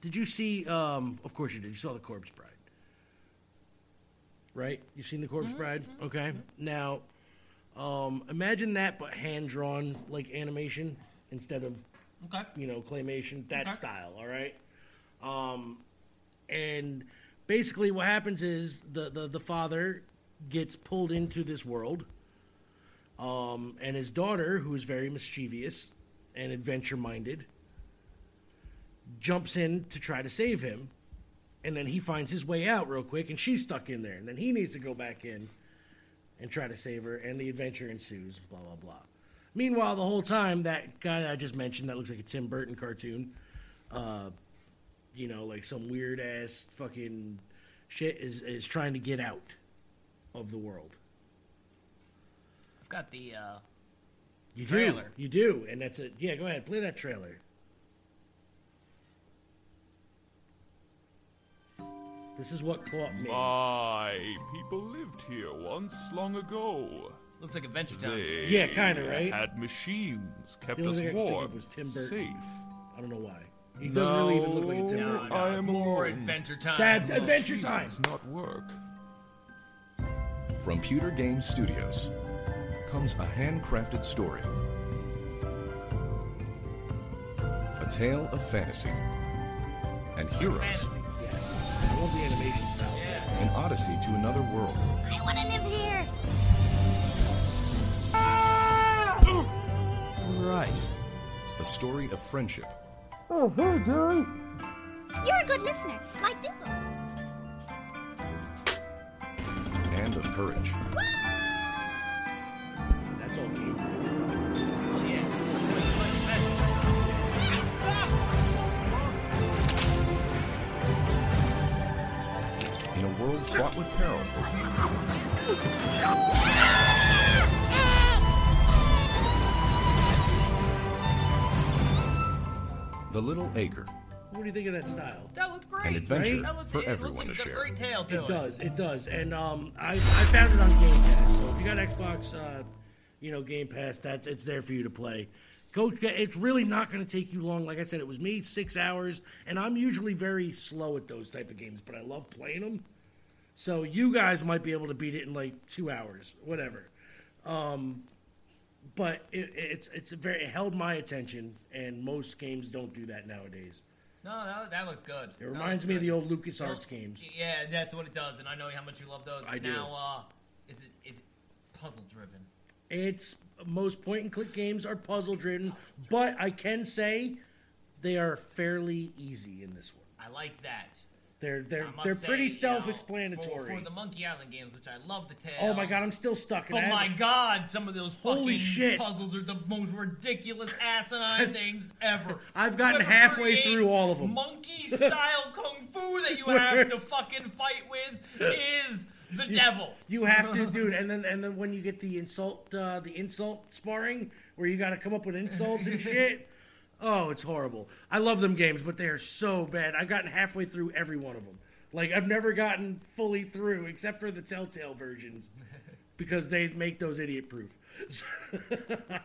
Speaker 6: did you see? Um, of course you did. You saw the Corpse Bride, right? You've seen The Corpse Bride, okay? Now, um, imagine that, but hand drawn, like animation instead of, you know, claymation, that
Speaker 7: Okay.
Speaker 6: style, all right? Um, and basically, what happens is the, the, the father gets pulled into this world, um, and his daughter, who is very mischievous and adventure minded, jumps in to try to save him. And then he finds his way out real quick, and she's stuck in there. And then he needs to go back in and try to save her, and the adventure ensues, blah, blah, blah. Meanwhile, the whole time, that guy I just mentioned that looks like a Tim Burton cartoon, uh, you know, like some weird ass fucking shit, is, is trying to get out of the world.
Speaker 7: I've got the uh,
Speaker 6: You
Speaker 7: trailer.
Speaker 6: do. You do. And that's it. Yeah, go ahead. Play that trailer. This is what caught me.
Speaker 1: My people lived here once long ago.
Speaker 7: Looks like Adventure Time.
Speaker 1: They
Speaker 6: Yeah, kinda, right?
Speaker 1: Had machines kept
Speaker 6: the only
Speaker 1: us
Speaker 6: thing I could think
Speaker 1: warm,
Speaker 6: of was Tim Burton.
Speaker 1: safe.
Speaker 6: I don't know why. He doesn't really even look like a Tim
Speaker 1: No,
Speaker 6: Burton.
Speaker 1: no, I it's am more alone.
Speaker 7: Adventure Time.
Speaker 6: That Adventure
Speaker 1: Machines
Speaker 6: Time.
Speaker 1: Not work.
Speaker 22: From Pewter Game Studios comes a handcrafted story. A tale of fantasy and heroes,
Speaker 6: I love the animation style.
Speaker 22: an odyssey to another world.
Speaker 16: I want to live here.
Speaker 22: Right. A story of friendship,
Speaker 16: Oh, hey, Jerry. You're a good listener, like Dougal.
Speaker 22: and of courage.
Speaker 6: That's all game.
Speaker 22: In a world fraught with peril, The Little Acre,
Speaker 6: What do you think of that style?
Speaker 7: That looks great.
Speaker 22: an adventure
Speaker 6: Right?
Speaker 22: for everyone to share.
Speaker 7: Great tale to
Speaker 6: It does, it does, and um, I, I found it on Game Pass. So if you got Xbox, uh, you know Game Pass, that's it's there for you to play. Go, it's really not going to take you long. Like I said, it was me six hours, and I'm usually very slow at those type of games, but I love playing them. So you guys might be able to beat it in like two hours, whatever. Um, but it, it's it's a very it held my attention, and most games don't do that nowadays.
Speaker 7: No, that, that looked good.
Speaker 6: It reminds me of the old LucasArts games.
Speaker 7: Yeah, that's what it does, and I know how much you love those.
Speaker 6: I do.
Speaker 7: now, uh, is it is it puzzle driven?
Speaker 6: It's most point and click games are puzzle driven, but I can say they are fairly easy in this one.
Speaker 7: I like that.
Speaker 6: They're they're
Speaker 7: I must
Speaker 6: they're
Speaker 7: say,
Speaker 6: pretty
Speaker 7: you know,
Speaker 6: self
Speaker 7: For,
Speaker 6: explanatory.
Speaker 7: for the Monkey Island games, which I love the tale.
Speaker 6: Oh my god, I'm still stuck in
Speaker 7: But
Speaker 6: that.
Speaker 7: my god, some of those fucking
Speaker 6: Holy shit.
Speaker 7: puzzles are the most ridiculous asinine things ever.
Speaker 6: I've gotten
Speaker 7: Whoever
Speaker 6: halfway
Speaker 7: creates
Speaker 6: through all of them.
Speaker 7: Monkey style kung fu that you have to fucking fight with is the
Speaker 6: You-
Speaker 7: devil.
Speaker 6: You have to, dude. And then and then when you get the insult uh, the insult sparring where you got to come up with insults and shit. Oh, it's horrible. I love them games, but they are so bad. I've gotten halfway through every one of them. Like I've never gotten fully through except for the Telltale versions because they make those idiot proof.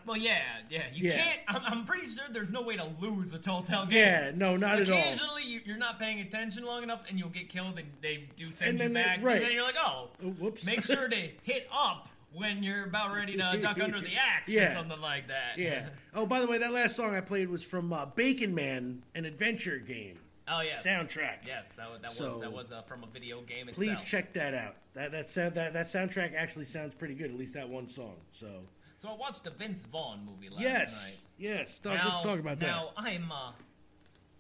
Speaker 7: Well, yeah, yeah. You
Speaker 6: Yeah.
Speaker 7: can't. I'm, I'm pretty sure there's no way to lose a Telltale game.
Speaker 6: Yeah, no, not at all.
Speaker 7: Occasionally, you- you're not paying attention long enough, and you'll get killed, and they do send
Speaker 6: And then
Speaker 7: you
Speaker 6: they-
Speaker 7: back.
Speaker 6: right.
Speaker 7: And then you're like, oh,
Speaker 6: whoops.
Speaker 7: make sure to hit up when you're about ready to duck under the axe
Speaker 6: Yeah.
Speaker 7: or something like that.
Speaker 6: Yeah. Oh, by the way, that last song I played was from uh, Bacon Man, an adventure game.
Speaker 7: Oh yeah.
Speaker 6: Soundtrack.
Speaker 7: Yes, that, wa- that
Speaker 6: So-
Speaker 7: was that was uh, from a video game. Itself.
Speaker 6: Please check that out. That that sound that, that soundtrack actually sounds pretty good. At least that one song. So
Speaker 7: So I watched the Vince Vaughn movie last
Speaker 6: yes, yes. Talk,
Speaker 7: night.
Speaker 6: let's
Speaker 7: Now-
Speaker 6: talk about
Speaker 7: Now I'm uh,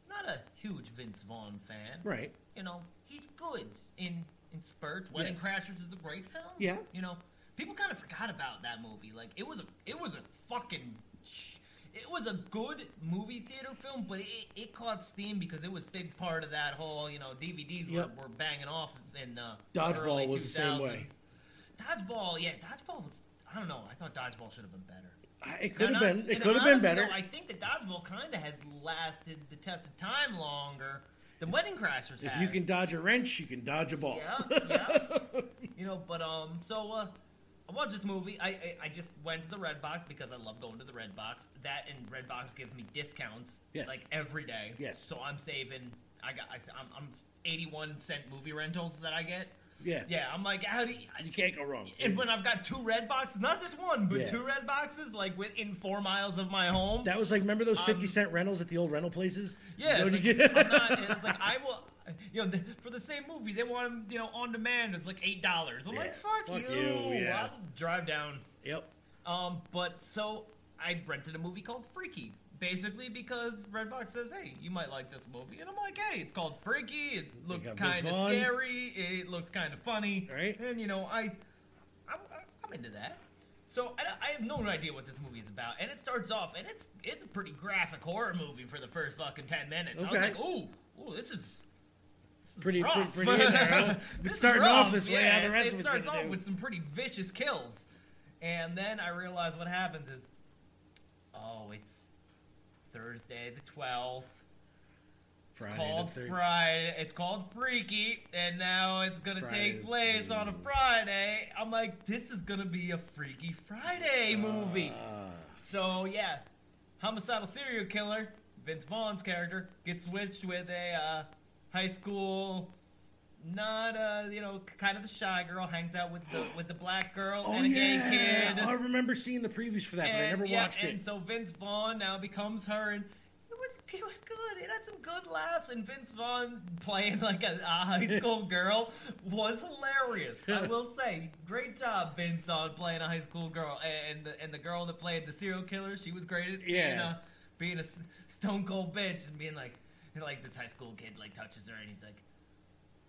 Speaker 7: not a huge Vince Vaughn fan.
Speaker 6: Right.
Speaker 7: You know, he's good in in spurts. Wedding
Speaker 6: Yes.
Speaker 7: Crashers is a great film.
Speaker 6: Yeah.
Speaker 7: You know, people kind of forgot about that movie. Like it was a it was a fucking. sh- It was a good movie theater film, but it, it caught steam because it was a big part of that whole, you know, DVDs
Speaker 6: Yep.
Speaker 7: were, were banging off in uh,
Speaker 6: that.
Speaker 7: early
Speaker 6: Dodgeball was the same
Speaker 7: 2000s.
Speaker 6: way.
Speaker 7: Dodgeball, yeah, dodgeball was. I don't know. I thought dodgeball should have been better.
Speaker 6: I- Uh, It
Speaker 7: Now,
Speaker 6: could
Speaker 7: not-
Speaker 6: have been. It
Speaker 7: and
Speaker 6: could have been
Speaker 7: honestly,
Speaker 6: better.
Speaker 7: though, I think the dodgeball kind of has lasted the test of time longer than Wedding Crashers
Speaker 6: If
Speaker 7: has.
Speaker 6: you can dodge a wrench, you can dodge a ball.
Speaker 7: yeah, yeah. you know, but um, so uh, I watched this movie. I, I I just went to the Red Box because I love going to the Red Box. That and Red Box give me discounts
Speaker 6: Yes.
Speaker 7: like every day.
Speaker 6: Yes.
Speaker 7: So I'm saving. I got. I, am I'm 81 cent movie rentals that I get.
Speaker 6: Yeah.
Speaker 7: Yeah, I'm like, how do you,
Speaker 6: You can't go wrong.
Speaker 7: and when I've got two red boxes, not just one, but
Speaker 6: Yeah.
Speaker 7: two red boxes, like within four miles of my home.
Speaker 6: That was like, remember those
Speaker 7: Um,
Speaker 6: 50 cent rentals at the old rental places?
Speaker 7: Yeah,
Speaker 6: You
Speaker 7: it's
Speaker 6: know,
Speaker 7: like,
Speaker 6: you get-
Speaker 7: I'm not. and It's like I will. You know, th- for the same movie, they want 'em, you know on demand. It's like eight dollars. I'm like, fuck,
Speaker 6: Fuck
Speaker 7: you.
Speaker 6: you, yeah.
Speaker 7: I'll drive down.
Speaker 6: Yep.
Speaker 7: Um, but so I rented a movie called Freaky, basically because Redbox says, hey, you might like this movie, and I'm like, hey, it's called Freaky. It looks
Speaker 6: got Vince
Speaker 7: kind of
Speaker 6: Vaughn.
Speaker 7: scary. It looks kind of funny. Right. And you know, I, I'm, I'm into that. So I, don't- I have no idea what this movie is about, and it starts off, and it's it's a pretty graphic horror movie for the first fucking ten minutes. I was
Speaker 6: Okay.
Speaker 7: like, ooh, ooh, this is
Speaker 6: pretty, pretty,
Speaker 7: rough.
Speaker 6: pretty in there. Huh?
Speaker 7: This
Speaker 6: It's
Speaker 7: is
Speaker 6: starting
Speaker 7: rough.
Speaker 6: off this way.
Speaker 7: Yeah,
Speaker 6: how the
Speaker 7: it-
Speaker 6: rest
Speaker 7: it
Speaker 6: of it's
Speaker 7: starts
Speaker 6: gonna
Speaker 7: off
Speaker 6: do.
Speaker 7: with some pretty vicious kills, and then I realize what happens is, oh, it's Thursday the twelfth.
Speaker 6: Friday
Speaker 7: It's
Speaker 6: the
Speaker 7: called
Speaker 6: thir-
Speaker 7: Friday. It's called Freaky, and now it's gonna
Speaker 6: Friday
Speaker 7: take
Speaker 6: the
Speaker 7: place on a Friday. I'm like, this is gonna be a Freaky Friday movie.
Speaker 6: Ah.
Speaker 7: So yeah, homicidal serial killer Vince Vaughn's character gets switched with a uh, high school, not uh, you know, k- kind of the shy girl hangs out with the with the black girl
Speaker 6: Oh,
Speaker 7: and a
Speaker 6: yeah. Oh,
Speaker 7: gay kid.
Speaker 6: I remember seeing the previews for that, but I
Speaker 7: And,
Speaker 6: never
Speaker 7: yeah,
Speaker 6: watched it.
Speaker 7: And so Vince Vaughn now becomes her, and it was it was good. It had some good laughs, and Vince Vaughn playing like a, a high school girl was hilarious. I will say, great job, Vince, on playing a high school girl, and the, and the girl that played the serial killer, she was great at being
Speaker 6: Yeah.
Speaker 7: a being a s- stone cold bitch and being like like this high school kid like touches her, and he's like.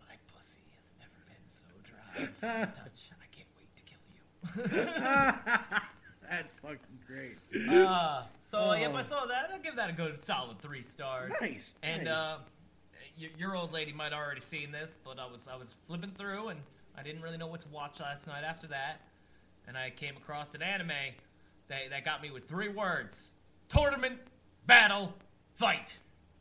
Speaker 7: "My pussy has never been so dry. Touch. I can't wait to kill you."
Speaker 6: That's fucking great.
Speaker 7: uh, so yeah,
Speaker 6: Oh.
Speaker 7: if I saw that, I'd give that a good solid three stars.
Speaker 6: Nice,
Speaker 7: And
Speaker 6: nice.
Speaker 7: Uh, y- your old lady might already seen this, but I was I was flipping through and I didn't really know what to watch last night after that, and I came across an anime that that got me with three words: tournament, battle, fight.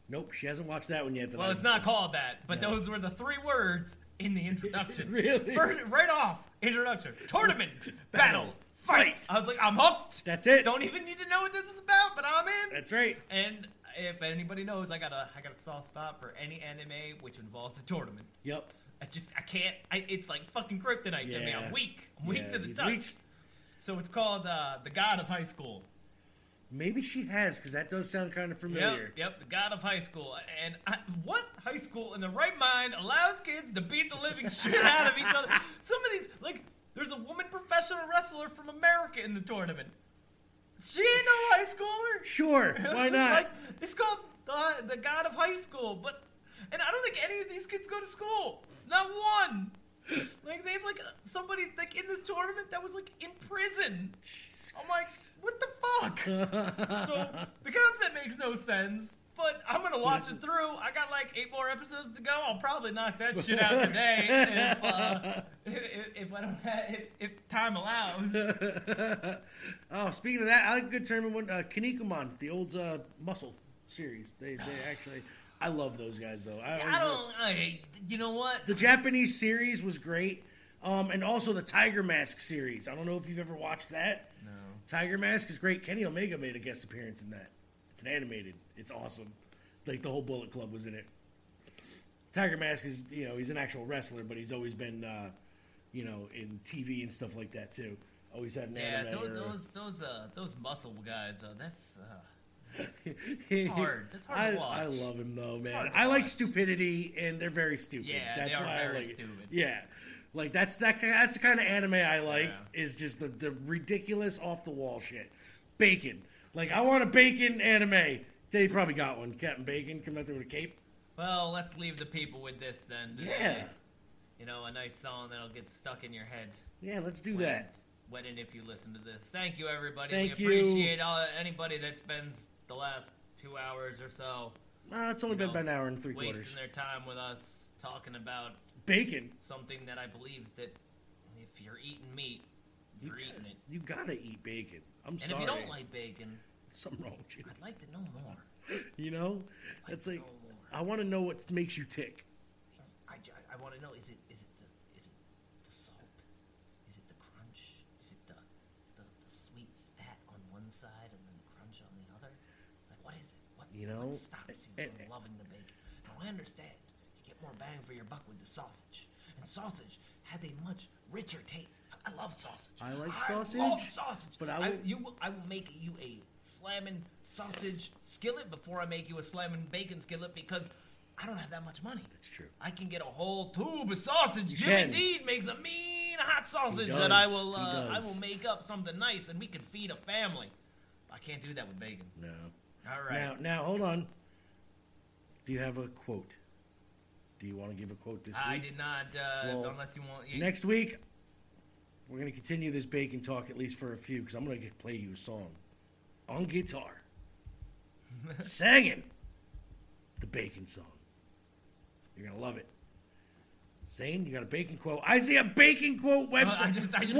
Speaker 6: Nope, she hasn't watched that one yet. that
Speaker 7: Well,
Speaker 6: I-
Speaker 7: it's not called that, but
Speaker 6: No.
Speaker 7: those were the three words in the introduction.
Speaker 6: Really?
Speaker 7: First, right off, introduction. Tournament, battle, fight. I was like, I'm hooked.
Speaker 6: That's it.
Speaker 7: Don't even need to know what this is about, but I'm in.
Speaker 6: That's right.
Speaker 7: And if anybody knows, I got a I got a soft spot for any anime which involves a tournament.
Speaker 6: Yep.
Speaker 7: I just I can't. I, it's like fucking kryptonite to me.
Speaker 6: Yeah.
Speaker 7: I'm weak. I'm weak
Speaker 6: Yeah,
Speaker 7: to the
Speaker 6: he's
Speaker 7: touch.
Speaker 6: weak.
Speaker 7: So it's called uh, the God of High School.
Speaker 6: Maybe she has, because that does sound kind of familiar.
Speaker 7: Yep, yep, the god of high school. And I, what high school in the right mind allows kids to beat the living shit out of each other? Some of these, like, there's a woman professional wrestler from America in the tournament. She ain't no high schooler.
Speaker 6: Sure, why not?
Speaker 7: like, it's called the, the god of high school, but, and I don't think any of these kids go to school. Not one. Like they have like somebody like in this tournament that was like in prison. I'm like, what the fuck? so the concept makes no sense, but I'm gonna watch it through. I got like eight more episodes to go. I'll probably knock that shit out today if, uh, if, if I don't have, if, if time allows.
Speaker 6: oh, speaking of that, I like a good tournament one. Uh, Kanikuman, the old uh, Muscle series. They, they actually, I love those guys though. I,
Speaker 7: I
Speaker 6: always-
Speaker 7: don't. I, you know what?
Speaker 6: The Japanese series was great, um, and also the Tiger Mask series. I don't know if you've ever watched that.
Speaker 7: No.
Speaker 6: Tiger Mask is great. Kenny Omega made a guest appearance in that. It's an animated. It's awesome. Like the whole Bullet Club was in it. Tiger Mask is, you know, he's an actual wrestler, but he's always been, uh, you know, in TV and stuff like that too. Always had an
Speaker 7: Yeah,
Speaker 6: anime.
Speaker 7: those
Speaker 6: or-
Speaker 7: those those uh those muscle guys. Uh, that's. Uh, it's hard. That's hard
Speaker 6: I,
Speaker 7: to watch.
Speaker 6: I love him though, man.
Speaker 7: hard to
Speaker 6: I like stupidity, and they're very stupid.
Speaker 7: Yeah,
Speaker 6: that's
Speaker 7: they are
Speaker 6: why
Speaker 7: very
Speaker 6: I like it.
Speaker 7: stupid.
Speaker 6: Yeah, like that's that. ki- That's the kind of anime I like. Is just the, the ridiculous, off the wall shit. Bacon. Like I want a bacon anime. They probably got one. Captain Bacon coming out there with a cape.
Speaker 7: Well, let's leave the people with this then.
Speaker 6: Yeah.
Speaker 7: You know, a nice song that'll get stuck in your head.
Speaker 6: Yeah, let's do
Speaker 7: when-
Speaker 6: that.
Speaker 7: When and if you listen to this. Thank you, everybody.
Speaker 6: Thank
Speaker 7: we
Speaker 6: you.
Speaker 7: appreciate all, anybody that spends the last two hours or so
Speaker 6: Uh, it's only
Speaker 7: you
Speaker 6: been
Speaker 7: know,
Speaker 6: about an hour and three
Speaker 7: wasting
Speaker 6: quarters.
Speaker 7: their time with us talking about
Speaker 6: Bacon.
Speaker 7: Something that I believe that if you're eating meat, you're eating it.
Speaker 6: You gotta eat bacon. I'm
Speaker 7: and
Speaker 6: sorry.
Speaker 7: if you don't like bacon,
Speaker 6: something wrong with you.
Speaker 7: I'd like to know more.
Speaker 6: You know, it's like I want to know what makes you tick.
Speaker 7: I, ju- I, want to know is it is it the is it the salt? Is it the crunch? Is it the, the the sweet fat on one side and then the crunch on the other? Like what is it? What
Speaker 6: You
Speaker 7: what
Speaker 6: know, eh,
Speaker 7: stops you from loving the bacon? Now I understand you get more bang for your buck with the sausage, and sausage has a much richer taste. I love sausage.
Speaker 6: I like
Speaker 7: I love
Speaker 6: sausage,
Speaker 7: sausage.
Speaker 6: but
Speaker 7: But
Speaker 6: I
Speaker 7: I
Speaker 6: will-
Speaker 7: you will, I will make you a slamming sausage skillet before I make you a slamming bacon skillet because I don't have that much money. That's
Speaker 6: true.
Speaker 7: I can get a whole tube of sausage.
Speaker 6: You
Speaker 7: Jimmy
Speaker 6: can.
Speaker 7: Dean makes a mean hot sausage
Speaker 6: does.
Speaker 7: that I will
Speaker 6: He
Speaker 7: uh, I
Speaker 6: does.
Speaker 7: will make up something nice and we can feed a family. I can't do that with bacon.
Speaker 6: No.
Speaker 7: All right.
Speaker 6: Now, now, hold on. Do you have a quote? Do you want to give a quote this
Speaker 7: I
Speaker 6: week?
Speaker 7: did not uh,
Speaker 6: Well,
Speaker 7: unless you want you,
Speaker 6: Next week, we're going to continue this bacon talk at least for a few because I'm going to play you a song on guitar, singing the bacon song. You're going to love it. Zane, you got a bacon quote. I see a bacon quote
Speaker 7: Well, I
Speaker 6: website.
Speaker 7: Uh, just- I just-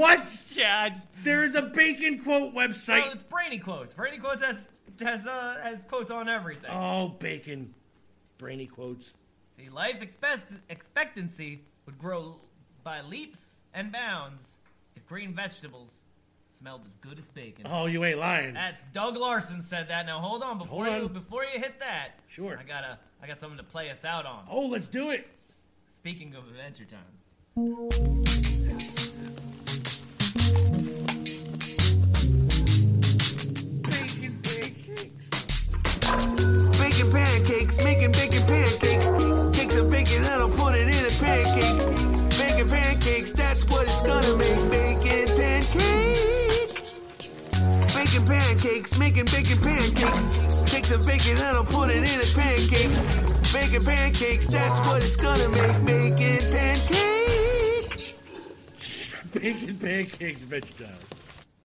Speaker 6: what?
Speaker 7: Yeah,
Speaker 6: there is a bacon quote
Speaker 7: Well,
Speaker 6: website.
Speaker 7: it's Brainy quotes. Brainy quotes has has uh, has quotes on everything.
Speaker 6: Oh, bacon. Brainy quotes.
Speaker 7: See, life expect- expectancy would grow by leaps and bounds if green vegetables smelled as good as bacon.
Speaker 6: Oh, you ain't lying.
Speaker 7: That's Doug Larson said that. Now hold on before
Speaker 6: Hold
Speaker 7: you
Speaker 6: on.
Speaker 7: before you hit that.
Speaker 6: Sure.
Speaker 7: I gotta I got something to play us out on.
Speaker 6: Oh, let's do it.
Speaker 7: Speaking of Adventure Time.
Speaker 9: Bacon pancakes. Bacon pancakes, making bacon pancakes. Take some bacon and I'll put it in a pancake. Bacon pancakes, that's what it's gonna make. Bacon pancake. Bacon pancakes, making bacon pancakes. Take some bacon and I'll put it in a pancake. Bacon pancakes, that's what it's gonna make. Bacon pancake.
Speaker 6: Bacon pancakes, vegetarian.